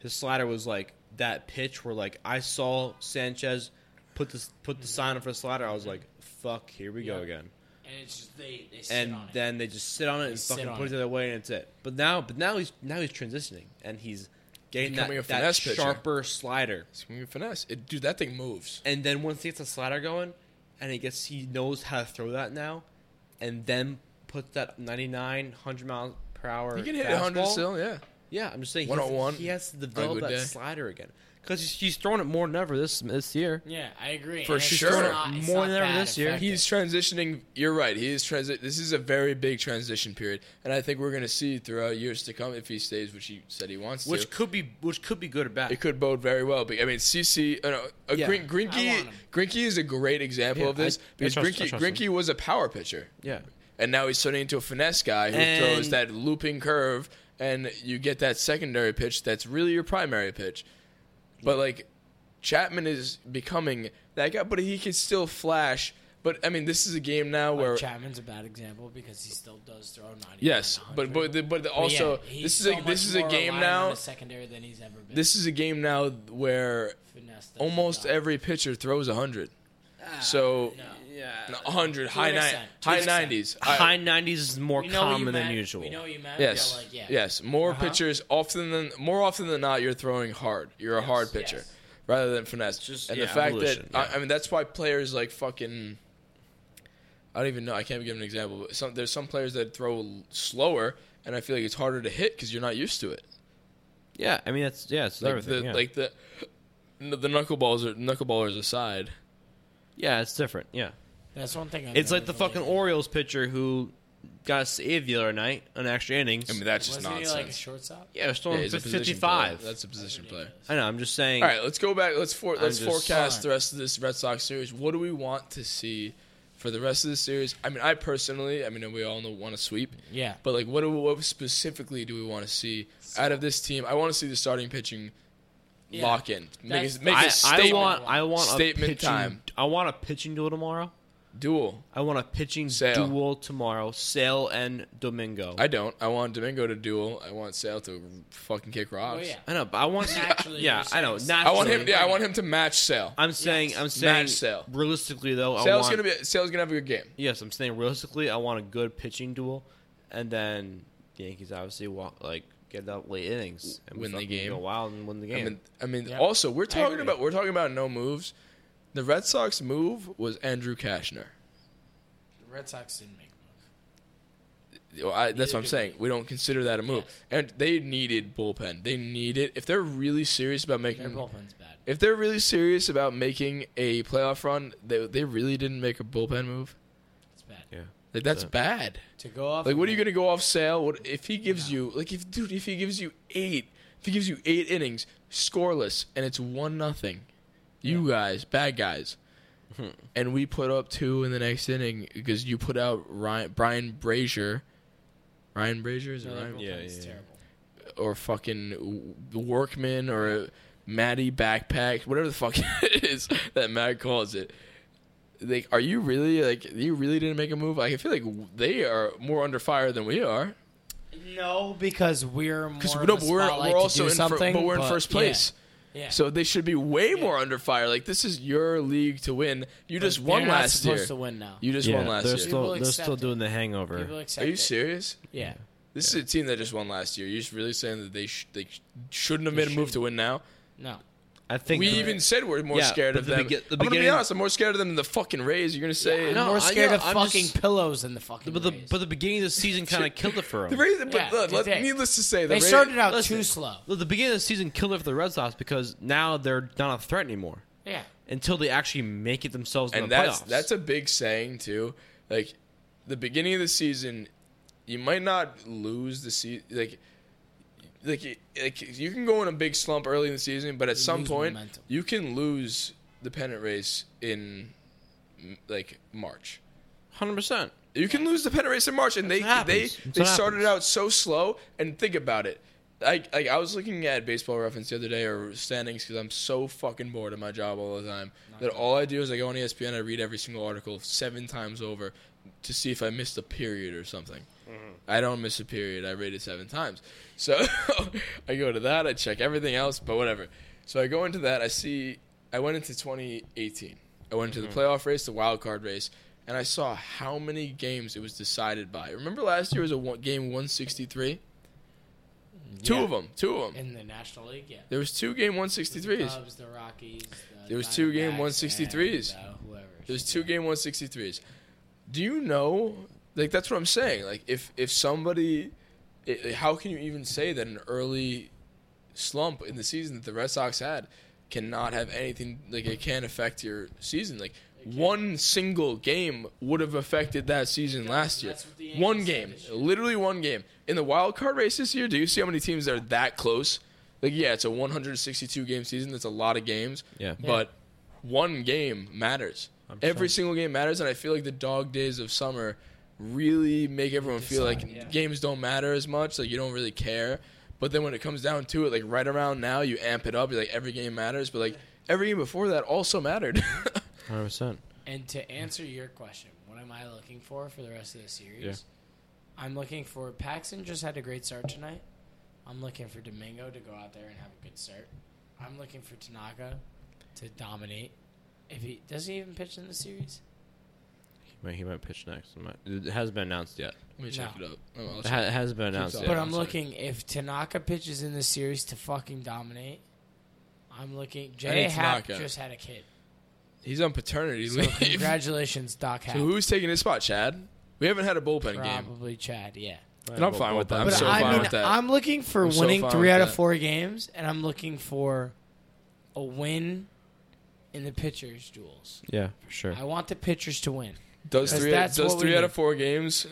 [SPEAKER 5] His slider was like that pitch where like I saw Sanchez put this put the sign up for the slider. I was like, fuck, here we go
[SPEAKER 4] Yeah.
[SPEAKER 5] again.
[SPEAKER 4] and it's just they they sit
[SPEAKER 5] And
[SPEAKER 4] on it.
[SPEAKER 5] then they just sit on it and
[SPEAKER 4] sit
[SPEAKER 5] fucking
[SPEAKER 4] on
[SPEAKER 5] put it
[SPEAKER 4] it.
[SPEAKER 5] the other way, and it's it. But now, but now he's now he's transitioning and he's getting that,
[SPEAKER 6] Becoming a
[SPEAKER 5] that
[SPEAKER 6] finesse pitcher.
[SPEAKER 5] sharper slider.
[SPEAKER 6] It's gonna be finesse. It, dude, that thing moves.
[SPEAKER 5] And then once he gets the slider going, and he gets he knows how to throw that now, and then put that 99, 100 miles per hour.
[SPEAKER 6] He can hit
[SPEAKER 5] fastball,
[SPEAKER 6] 100 still, yeah.
[SPEAKER 5] Yeah, I'm just saying. he's-
[SPEAKER 6] 101
[SPEAKER 5] He has to
[SPEAKER 6] on a
[SPEAKER 5] develop
[SPEAKER 6] good
[SPEAKER 5] that
[SPEAKER 6] day.
[SPEAKER 5] slider again because he's, he's throwing it more than ever this this year.
[SPEAKER 4] yeah, I agree.
[SPEAKER 6] For
[SPEAKER 4] And it's
[SPEAKER 6] sure.
[SPEAKER 4] just not- it's
[SPEAKER 5] More
[SPEAKER 4] not
[SPEAKER 5] than ever
[SPEAKER 4] that
[SPEAKER 5] this year.
[SPEAKER 4] effective.
[SPEAKER 6] He's transitioning. You're right. He is transi- This is a very big transition period, and I think we're gonna see throughout years to come if he stays, which he said he wants
[SPEAKER 5] Which
[SPEAKER 6] to.
[SPEAKER 5] could be which could be good or bad.
[SPEAKER 6] It could bode very well. But I mean, CC, uh, no, uh,
[SPEAKER 5] Yeah.
[SPEAKER 6] Grin-
[SPEAKER 4] I
[SPEAKER 6] Grinky,
[SPEAKER 4] want him.
[SPEAKER 6] Grinky is a great example
[SPEAKER 5] Yeah,
[SPEAKER 6] of this
[SPEAKER 5] I- I
[SPEAKER 6] because
[SPEAKER 5] trust- I
[SPEAKER 6] Grinky,
[SPEAKER 5] trust him.
[SPEAKER 6] Grinky was a power pitcher.
[SPEAKER 5] yeah,
[SPEAKER 6] and now he's turning into a finesse guy who
[SPEAKER 5] And-
[SPEAKER 6] throws that looping curve, and you get that secondary pitch that's really your primary pitch. But like Chapman is becoming that guy, but he can still flash. But I mean, this is a game now
[SPEAKER 4] Like,
[SPEAKER 6] where
[SPEAKER 4] Chapman's a bad example because he still does throw 90.
[SPEAKER 6] yes, but but the, but the, also this is a this is a game now.
[SPEAKER 4] secondary than he's ever been.
[SPEAKER 6] This is a game now where
[SPEAKER 4] Finesse does
[SPEAKER 6] almost
[SPEAKER 4] not.
[SPEAKER 6] every pitcher throws hundred. So
[SPEAKER 4] Ah, no.
[SPEAKER 5] yeah.
[SPEAKER 6] hundred high
[SPEAKER 4] To an
[SPEAKER 6] ni-
[SPEAKER 4] extent. To an
[SPEAKER 6] high
[SPEAKER 4] extent.
[SPEAKER 6] nineties
[SPEAKER 5] High nineties is more
[SPEAKER 4] We know what you
[SPEAKER 5] common than
[SPEAKER 4] meant.
[SPEAKER 5] usual.
[SPEAKER 4] We know what you meant.
[SPEAKER 6] Yes.
[SPEAKER 4] but, like, yeah. Uh-huh.
[SPEAKER 6] Yes. More pitchers often than more often than not, you're throwing hard. You're a hard pitcher
[SPEAKER 4] yes.
[SPEAKER 6] rather than finesse.
[SPEAKER 5] just-
[SPEAKER 6] and the
[SPEAKER 5] yeah,
[SPEAKER 6] fact
[SPEAKER 5] evolution,
[SPEAKER 6] that I,
[SPEAKER 5] yeah.
[SPEAKER 6] I mean that's why players like fucking. I don't even know. I can't give an example, but some, there's some players that throw l- slower, and I feel like it's harder to hit because you're not used to it.
[SPEAKER 5] yeah, I mean that's yeah, it's
[SPEAKER 6] Like
[SPEAKER 5] everything.
[SPEAKER 6] the
[SPEAKER 5] yeah.
[SPEAKER 6] like the the knuckleballs are knuckleballers aside.
[SPEAKER 5] yeah, it's different. Yeah,
[SPEAKER 4] That's one thing. I've
[SPEAKER 5] it's like the
[SPEAKER 4] noticed
[SPEAKER 5] fucking
[SPEAKER 4] lately.
[SPEAKER 5] Orioles pitcher who got a save the other night on extra innings.
[SPEAKER 6] I mean that's just
[SPEAKER 4] Wasn't
[SPEAKER 6] nonsense.
[SPEAKER 4] he like a shortstop?
[SPEAKER 5] yeah, it's
[SPEAKER 6] Yeah,
[SPEAKER 5] throwing
[SPEAKER 6] he's a position
[SPEAKER 5] fifty-five.
[SPEAKER 6] player. That's a position player.
[SPEAKER 5] I know. I'm just saying.
[SPEAKER 6] All right, let's go back. Let's for, let's
[SPEAKER 5] just-
[SPEAKER 6] forecast
[SPEAKER 4] Fine.
[SPEAKER 6] the rest of this Red Sox series. What do we want to see for the rest of the series? I mean, I personally, I mean, we all know want to sweep.
[SPEAKER 4] Yeah.
[SPEAKER 6] But like, what do what specifically do we want to see out of this team? I want to see the starting pitching
[SPEAKER 4] Yeah.
[SPEAKER 6] lock in. Make
[SPEAKER 4] That's-
[SPEAKER 6] a, make a
[SPEAKER 5] I, I
[SPEAKER 6] statement.
[SPEAKER 5] want I want
[SPEAKER 6] Statement
[SPEAKER 5] a pitching,
[SPEAKER 6] time.
[SPEAKER 5] I want a pitching duel tomorrow.
[SPEAKER 6] duel.
[SPEAKER 5] I want a pitching
[SPEAKER 6] Sale.
[SPEAKER 5] duel tomorrow. Sale and Domingo.
[SPEAKER 6] I don't. I want Domingo to duel. I want Sale to fucking kick
[SPEAKER 4] Oh
[SPEAKER 6] rocks.
[SPEAKER 4] yeah.
[SPEAKER 5] I know, but I want
[SPEAKER 4] Naturally,
[SPEAKER 5] yeah,
[SPEAKER 4] you're
[SPEAKER 5] I know.
[SPEAKER 4] saying
[SPEAKER 5] Naturally,
[SPEAKER 6] I want him. Yeah, I want him to match Sale.
[SPEAKER 5] I'm saying I'm saying
[SPEAKER 6] Match Sale.
[SPEAKER 5] realistically though, I
[SPEAKER 6] Sale's
[SPEAKER 5] want,
[SPEAKER 6] gonna be. Sale's gonna have a good game.
[SPEAKER 5] yes. I'm saying realistically, I want a good pitching duel, and then the Yankees obviously want like get up late innings and
[SPEAKER 6] Win the
[SPEAKER 5] fucking
[SPEAKER 6] game.
[SPEAKER 5] go wild and win the game.
[SPEAKER 6] I mean, I mean.
[SPEAKER 4] Yep.
[SPEAKER 6] Also, we're talking
[SPEAKER 4] agree.
[SPEAKER 6] about we're talking about no moves. The Red Sox move was Andrew Kashner.
[SPEAKER 4] The Red Sox didn't make. a
[SPEAKER 6] Well, I, that's what I'm
[SPEAKER 4] did
[SPEAKER 6] saying. We don't consider that a move. And they needed bullpen. They need it. If they're really serious about making,
[SPEAKER 4] move. Their bullpen's bad.
[SPEAKER 6] if they're really serious about making a playoff run, they they really didn't make a bullpen move.
[SPEAKER 4] It's bad.
[SPEAKER 5] yeah.
[SPEAKER 6] Like that's
[SPEAKER 5] Yeah.
[SPEAKER 6] bad.
[SPEAKER 4] To go off.
[SPEAKER 6] Like,
[SPEAKER 4] of
[SPEAKER 6] what are you
[SPEAKER 4] that-
[SPEAKER 6] gonna go off sale? What if he gives you like if dude if he gives you eight if he gives you eight innings scoreless and it's one nothing, you guys bad guys, and we put up two in the next inning because you put out Ryan Brian Brazier, Ryan Brazier is it
[SPEAKER 4] No, their
[SPEAKER 6] Ryan
[SPEAKER 5] Yeah,
[SPEAKER 4] bullpen's
[SPEAKER 5] yeah, yeah.
[SPEAKER 4] terrible.
[SPEAKER 6] or fucking Workman or Matty Backpack whatever the fuck it is that Matt calls it. Like, are you really like you really didn't make a move? Like, I feel like they are more under fire than we are.
[SPEAKER 4] No, because we're more.
[SPEAKER 6] Because
[SPEAKER 4] of
[SPEAKER 6] no,
[SPEAKER 4] a
[SPEAKER 6] but we're,
[SPEAKER 4] spotlight
[SPEAKER 6] we're
[SPEAKER 4] to
[SPEAKER 6] also
[SPEAKER 4] do
[SPEAKER 6] in fir-
[SPEAKER 4] something,
[SPEAKER 6] but we're in
[SPEAKER 4] but
[SPEAKER 6] first
[SPEAKER 4] yeah.
[SPEAKER 6] place.
[SPEAKER 4] Yeah.
[SPEAKER 6] So they should be way more under fire. Like this is your league to win. You just
[SPEAKER 4] They're
[SPEAKER 6] won
[SPEAKER 4] not
[SPEAKER 6] last
[SPEAKER 4] supposed
[SPEAKER 6] year.
[SPEAKER 4] to win now.
[SPEAKER 6] You just
[SPEAKER 5] yeah,
[SPEAKER 6] won last
[SPEAKER 5] they're
[SPEAKER 6] year.
[SPEAKER 4] People
[SPEAKER 5] still they're still
[SPEAKER 4] accept it.
[SPEAKER 5] doing the hangover.
[SPEAKER 4] People accept
[SPEAKER 6] Are you
[SPEAKER 4] it.
[SPEAKER 6] serious?
[SPEAKER 4] Yeah.
[SPEAKER 6] This is a team that just won last year. You're just really saying that they sh- they sh- shouldn't have made a move to win now.
[SPEAKER 4] No.
[SPEAKER 5] I think
[SPEAKER 6] We
[SPEAKER 5] the-
[SPEAKER 6] even said we're more
[SPEAKER 5] Yeah,
[SPEAKER 6] scared
[SPEAKER 5] but
[SPEAKER 6] of
[SPEAKER 5] the
[SPEAKER 6] them.
[SPEAKER 5] begin- the
[SPEAKER 6] I'm gonna be
[SPEAKER 5] beginning-
[SPEAKER 6] honest. I'm more scared of them than the fucking Rays. You're gonna say
[SPEAKER 4] I'm
[SPEAKER 5] No,
[SPEAKER 4] more
[SPEAKER 5] I
[SPEAKER 4] scared
[SPEAKER 5] know,
[SPEAKER 4] of
[SPEAKER 5] I'm
[SPEAKER 4] fucking
[SPEAKER 5] just-
[SPEAKER 4] pillows than the fucking.
[SPEAKER 5] But the
[SPEAKER 4] Rays.
[SPEAKER 5] but the beginning of the season kind of killed it for
[SPEAKER 6] the
[SPEAKER 5] them.
[SPEAKER 6] Rays. But
[SPEAKER 4] Yeah,
[SPEAKER 6] look,
[SPEAKER 4] they
[SPEAKER 6] let-
[SPEAKER 4] did.
[SPEAKER 6] needless to say, the
[SPEAKER 4] they
[SPEAKER 6] Rays,
[SPEAKER 4] started out
[SPEAKER 5] Listen.
[SPEAKER 4] too slow.
[SPEAKER 5] The the beginning of the season killed it for the Red Sox because now they're not a threat anymore
[SPEAKER 4] Yeah.
[SPEAKER 5] until they actually make it themselves. in
[SPEAKER 6] and
[SPEAKER 5] the
[SPEAKER 6] that's
[SPEAKER 5] playoffs.
[SPEAKER 6] that's a big saying too. Like the beginning of the season, you might not lose the season. Like, like, like you can go in a big slump early in the season, but at some
[SPEAKER 4] lose
[SPEAKER 6] point
[SPEAKER 4] momentum.
[SPEAKER 6] you can lose the pennant race in m- like March.
[SPEAKER 5] hundred percent.
[SPEAKER 6] You can lose the pennant race in March, and they
[SPEAKER 5] That's what
[SPEAKER 6] they
[SPEAKER 5] happens. That's
[SPEAKER 6] they
[SPEAKER 5] what
[SPEAKER 6] started
[SPEAKER 5] happens.
[SPEAKER 6] out so slow. And think about it. I, like I was looking at baseball reference the other day or standings because I'm so fucking bored of my job all the time that all I do is I go on E ESPN I read every single article seven times over to see if I missed a period or something. I don't miss a period. I read it seven times. So I go to that. I check everything else, but whatever. So I go into that. I see. I went into 2018. I went into the playoff race, the wild card race, and I saw how many games it was decided by. Remember last year was a one, game 163. Two of them. Two of them.
[SPEAKER 4] In the National League, yeah.
[SPEAKER 6] There was two game
[SPEAKER 4] The
[SPEAKER 6] 163s.
[SPEAKER 4] Cubs, the Rockies. The
[SPEAKER 6] There was two game
[SPEAKER 4] Diamondbacks,
[SPEAKER 6] 163s.
[SPEAKER 4] and, uh, whoever.
[SPEAKER 6] There's two game 163s. Do you know? Like that's what I'm saying. Like if if somebody, i i- how can you even say that an early slump in the season that the Red Sox had cannot have anything like it can affect your season? Like one single game would have affected that season last year.
[SPEAKER 4] that's what the Yankees
[SPEAKER 6] One
[SPEAKER 4] said
[SPEAKER 6] game,
[SPEAKER 4] this year.
[SPEAKER 6] literally one game in the wild card race this year. Do you see how many teams that are that close? Like yeah, it's a 162 game season. That's a lot of games.
[SPEAKER 5] Yeah. Yeah.
[SPEAKER 6] but one game matters. Every
[SPEAKER 5] 100%.
[SPEAKER 6] single game matters, and I feel like the dog days of summer really make everyone feel like games don't matter as much. Like you don't really care. But then when it comes down to it, like right around now, you amp it up. You're like every game matters, but like every game before that also mattered.
[SPEAKER 5] Hundred percent.
[SPEAKER 4] And to answer your question, what am I looking for for the rest of the series?
[SPEAKER 5] Yeah.
[SPEAKER 4] I'm looking for Paxton just had a great start tonight. I'm looking for Domingo to go out there and have a good start. I'm looking for Tanaka to dominate. If he does he even pitch in the series?
[SPEAKER 5] He might pitch next. He might- It hasn't been announced yet.
[SPEAKER 6] Let me check
[SPEAKER 4] No.
[SPEAKER 6] it up. Oh, I'll
[SPEAKER 5] It
[SPEAKER 6] check.
[SPEAKER 5] ha- hasn't been announced
[SPEAKER 6] talking.
[SPEAKER 5] yet.
[SPEAKER 4] but I'm
[SPEAKER 6] I'm sorry.
[SPEAKER 4] looking if Tanaka pitches in the series to fucking dominate. I'm looking. Jay
[SPEAKER 6] need
[SPEAKER 4] Happ
[SPEAKER 6] Tanaka.
[SPEAKER 4] just had a kid.
[SPEAKER 6] He's on paternity
[SPEAKER 4] So
[SPEAKER 6] leave. So
[SPEAKER 4] congratulations, Doc Happ.
[SPEAKER 6] who's taking his spot, Chad? We haven't had a bullpen game,
[SPEAKER 4] Probably Chad. Yeah.
[SPEAKER 6] and I'm fine with that. I'm
[SPEAKER 4] But
[SPEAKER 6] so
[SPEAKER 4] I
[SPEAKER 6] fine
[SPEAKER 4] mean,
[SPEAKER 6] with that.
[SPEAKER 4] I'm looking for
[SPEAKER 6] I'm so
[SPEAKER 4] winning
[SPEAKER 6] fine
[SPEAKER 4] three
[SPEAKER 6] with
[SPEAKER 4] out of
[SPEAKER 6] that.
[SPEAKER 4] four games, and I'm looking for a win in the pitchers' duels.
[SPEAKER 5] Yeah, for sure.
[SPEAKER 4] I want the pitchers to win.
[SPEAKER 6] does
[SPEAKER 4] 'cause
[SPEAKER 6] three
[SPEAKER 4] that's
[SPEAKER 6] does
[SPEAKER 4] what we
[SPEAKER 6] three out
[SPEAKER 4] need.
[SPEAKER 6] of four games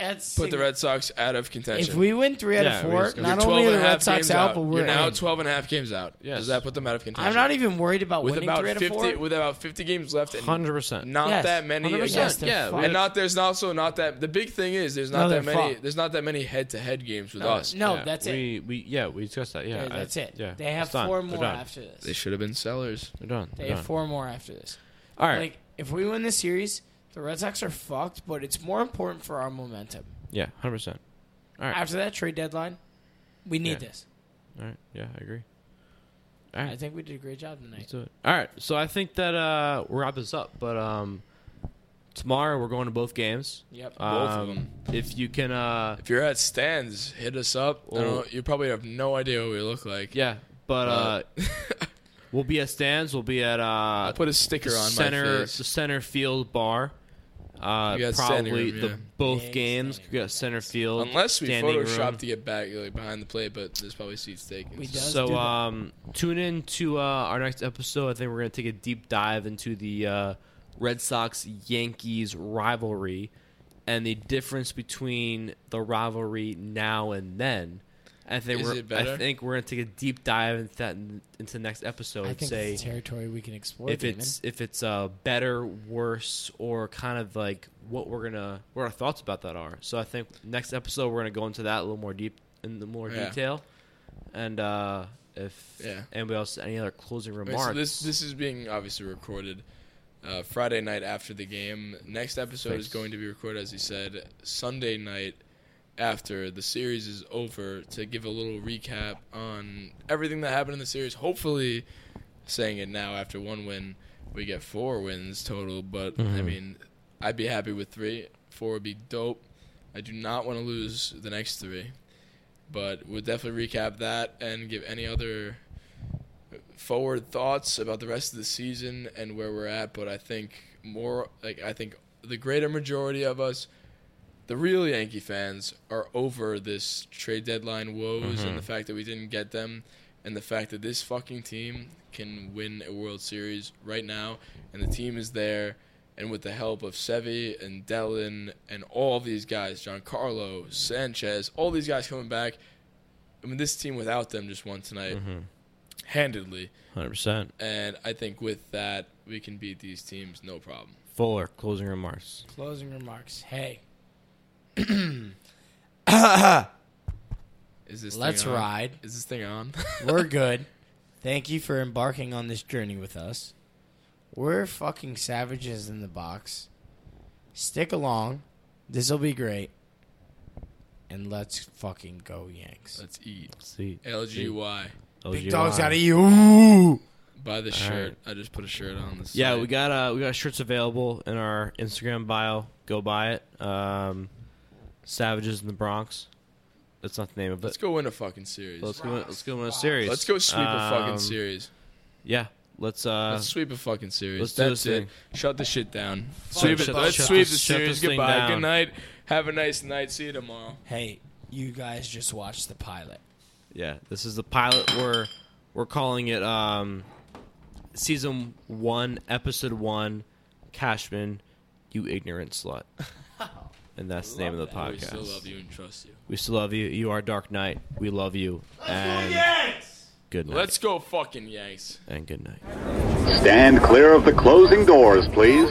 [SPEAKER 4] That's
[SPEAKER 6] put the Red Sox out of contention?
[SPEAKER 4] If we win three out
[SPEAKER 5] Yeah,
[SPEAKER 4] of
[SPEAKER 5] we
[SPEAKER 4] four,
[SPEAKER 5] just go-
[SPEAKER 4] not
[SPEAKER 6] You're 12
[SPEAKER 4] only are
[SPEAKER 6] and
[SPEAKER 4] the
[SPEAKER 6] a
[SPEAKER 4] Red
[SPEAKER 6] half
[SPEAKER 4] Sox
[SPEAKER 6] games
[SPEAKER 4] out, but we're
[SPEAKER 6] You're now
[SPEAKER 4] in.
[SPEAKER 6] 12 and a half games out.
[SPEAKER 5] Yes.
[SPEAKER 6] Does that put them out of contention?
[SPEAKER 4] I'm not even worried about
[SPEAKER 6] with
[SPEAKER 4] winning
[SPEAKER 6] about
[SPEAKER 4] three out
[SPEAKER 6] 50
[SPEAKER 4] of four.
[SPEAKER 6] with about 50 games left and
[SPEAKER 5] Hundred percent.
[SPEAKER 6] not
[SPEAKER 4] Yes.
[SPEAKER 6] that many
[SPEAKER 5] 100%.
[SPEAKER 6] again.
[SPEAKER 4] Yes, they're
[SPEAKER 5] Yeah,
[SPEAKER 4] fucked.
[SPEAKER 6] And not there's also not that the big thing is there's
[SPEAKER 4] No,
[SPEAKER 6] not that
[SPEAKER 4] they're
[SPEAKER 6] many
[SPEAKER 4] fucked.
[SPEAKER 6] there's not that many head to head games with us.
[SPEAKER 4] no, that's it.
[SPEAKER 5] we, We yeah we discussed that. Yeah,
[SPEAKER 4] Yeah,
[SPEAKER 5] I-
[SPEAKER 4] that's it.
[SPEAKER 5] Yeah,
[SPEAKER 4] They have
[SPEAKER 5] it's done.
[SPEAKER 4] four
[SPEAKER 5] They're
[SPEAKER 4] more
[SPEAKER 5] done.
[SPEAKER 4] after this.
[SPEAKER 6] They should have been sellers.
[SPEAKER 5] They're done. They're
[SPEAKER 4] They have
[SPEAKER 5] done.
[SPEAKER 4] four more after this.
[SPEAKER 5] All right.
[SPEAKER 4] Like, if we win this series, the Red Sox are fucked, but it's more important for our momentum.
[SPEAKER 5] yeah, hundred percent. All right.
[SPEAKER 4] After that trade deadline, we need
[SPEAKER 5] Yeah.
[SPEAKER 4] this.
[SPEAKER 5] All right. Yeah, I agree. All
[SPEAKER 4] I
[SPEAKER 5] right.
[SPEAKER 4] think we did a great job tonight.
[SPEAKER 5] Let's do it. All right. So I think that uh, we'll wrap this up. But um, tomorrow we're going to both games.
[SPEAKER 4] Yep.
[SPEAKER 6] Both of
[SPEAKER 5] Um,
[SPEAKER 6] them.
[SPEAKER 5] If you can, uh,
[SPEAKER 6] If you're at stands, hit us up. I don't
[SPEAKER 5] Well-
[SPEAKER 6] know, you probably have no idea what we look like.
[SPEAKER 5] yeah. But uh, we'll be at stands. We'll be at uh,
[SPEAKER 6] I'll put a sticker
[SPEAKER 5] the
[SPEAKER 6] on
[SPEAKER 5] center
[SPEAKER 6] my
[SPEAKER 5] the
[SPEAKER 6] face.
[SPEAKER 5] center field bar. Uh,
[SPEAKER 6] You got standing
[SPEAKER 5] probably
[SPEAKER 6] room,
[SPEAKER 5] the
[SPEAKER 6] yeah.
[SPEAKER 5] both
[SPEAKER 4] Big
[SPEAKER 5] games.
[SPEAKER 4] standing
[SPEAKER 5] We got center field.
[SPEAKER 6] Unless we
[SPEAKER 5] standing room.
[SPEAKER 6] Photoshop to get back like behind the plate, but there's probably seats taken.
[SPEAKER 4] We done? Let's do
[SPEAKER 5] So
[SPEAKER 4] that.
[SPEAKER 5] um, tune in to uh, our next episode. I think we're going to take a deep dive into the uh, Red Sox Yankees rivalry and the difference between the rivalry now and then. I think
[SPEAKER 6] Is
[SPEAKER 5] we're
[SPEAKER 6] it better?
[SPEAKER 5] I think we're going to take a deep dive into that in, into the next episode.
[SPEAKER 4] I
[SPEAKER 5] and
[SPEAKER 4] think
[SPEAKER 5] say
[SPEAKER 4] it's territory we can explore.
[SPEAKER 5] if
[SPEAKER 4] Damon.
[SPEAKER 5] it's if it's uh, better, worse, or kind of like what we're gonna what our thoughts about that are. So I think next episode we're gonna go into that a little more deep in the more
[SPEAKER 6] Yeah.
[SPEAKER 5] detail. And uh, if
[SPEAKER 6] Yeah.
[SPEAKER 5] anybody else any other closing
[SPEAKER 6] Wait,
[SPEAKER 5] remarks,
[SPEAKER 6] so this this is being obviously recorded uh, Friday night after the game. Next episode is
[SPEAKER 5] Thanks.
[SPEAKER 6] going to be recorded, as he said, Sunday night after the series is over to give a little recap on everything that happened in the series. Hopefully, saying it now after one win, we get four wins total. But
[SPEAKER 5] Mm-hmm.
[SPEAKER 6] I mean, I'd be happy with three. Four would be dope. I do not want to lose the next three, but we'll definitely recap that and give any other forward thoughts about the rest of the season and where we're at. But I think more like I think the greater majority of us, the real Yankee fans, are over this trade deadline woes and the fact that we didn't get them. And the fact that this fucking team can win a World Series right now, and the team is there, and with the help of Sevi and Dellin and all these guys, Giancarlo, Sanchez, all these guys coming back. I mean, this team without them just won tonight, handedly.
[SPEAKER 5] Hundred percent.
[SPEAKER 6] And I think with that, we can beat these teams no problem.
[SPEAKER 5] Fuller closing remarks.
[SPEAKER 4] Closing remarks. Hey,
[SPEAKER 6] Is this
[SPEAKER 4] Let's
[SPEAKER 6] thing on?
[SPEAKER 4] ride.
[SPEAKER 6] Is this thing on?
[SPEAKER 4] we're good. Thank you for embarking on this journey with us. We're fucking savages in the box. Stick along. This'll be great. And let's fucking go, Yanks.
[SPEAKER 6] Let's eat.
[SPEAKER 5] See,
[SPEAKER 6] LGY.
[SPEAKER 4] Big dogs out of you.
[SPEAKER 6] Buy the
[SPEAKER 5] right.
[SPEAKER 6] shirt. I just put a shirt on. This
[SPEAKER 5] Yeah, we got uh, we got shirts available in our Instagram bio. Go buy it. Um, Savages in the Bronx. That's not the name of it.
[SPEAKER 6] Let's go win a fucking series.
[SPEAKER 5] Let's go.
[SPEAKER 6] Let's,
[SPEAKER 5] Let's go on a series.
[SPEAKER 6] go sweep a fucking
[SPEAKER 5] Um,
[SPEAKER 6] series.
[SPEAKER 5] Yeah. Let's uh.
[SPEAKER 6] Let's sweep a fucking series.
[SPEAKER 5] let's do
[SPEAKER 6] That's
[SPEAKER 5] this
[SPEAKER 6] it. Shut the shit down.
[SPEAKER 5] Sweep
[SPEAKER 6] Sweep it.
[SPEAKER 5] shut-
[SPEAKER 6] Let's
[SPEAKER 5] shut
[SPEAKER 6] sweep
[SPEAKER 5] this-
[SPEAKER 6] the
[SPEAKER 5] shut
[SPEAKER 6] series.
[SPEAKER 5] this thing
[SPEAKER 6] Goodbye.
[SPEAKER 5] down.
[SPEAKER 6] Good night. Have a nice night. See you tomorrow.
[SPEAKER 4] Hey, you guys just watched the pilot.
[SPEAKER 5] Yeah, this is the pilot. We're we're calling it um, season one, episode one. Cashman, you ignorant slut, and that's the name of the
[SPEAKER 6] We
[SPEAKER 5] podcast.
[SPEAKER 6] still love you and trust you.
[SPEAKER 5] We still love you. You are Dark Knight. We love you. and Good night.
[SPEAKER 6] Let's go fucking Yanks.
[SPEAKER 5] and good night.
[SPEAKER 1] Stand clear of the closing doors, please.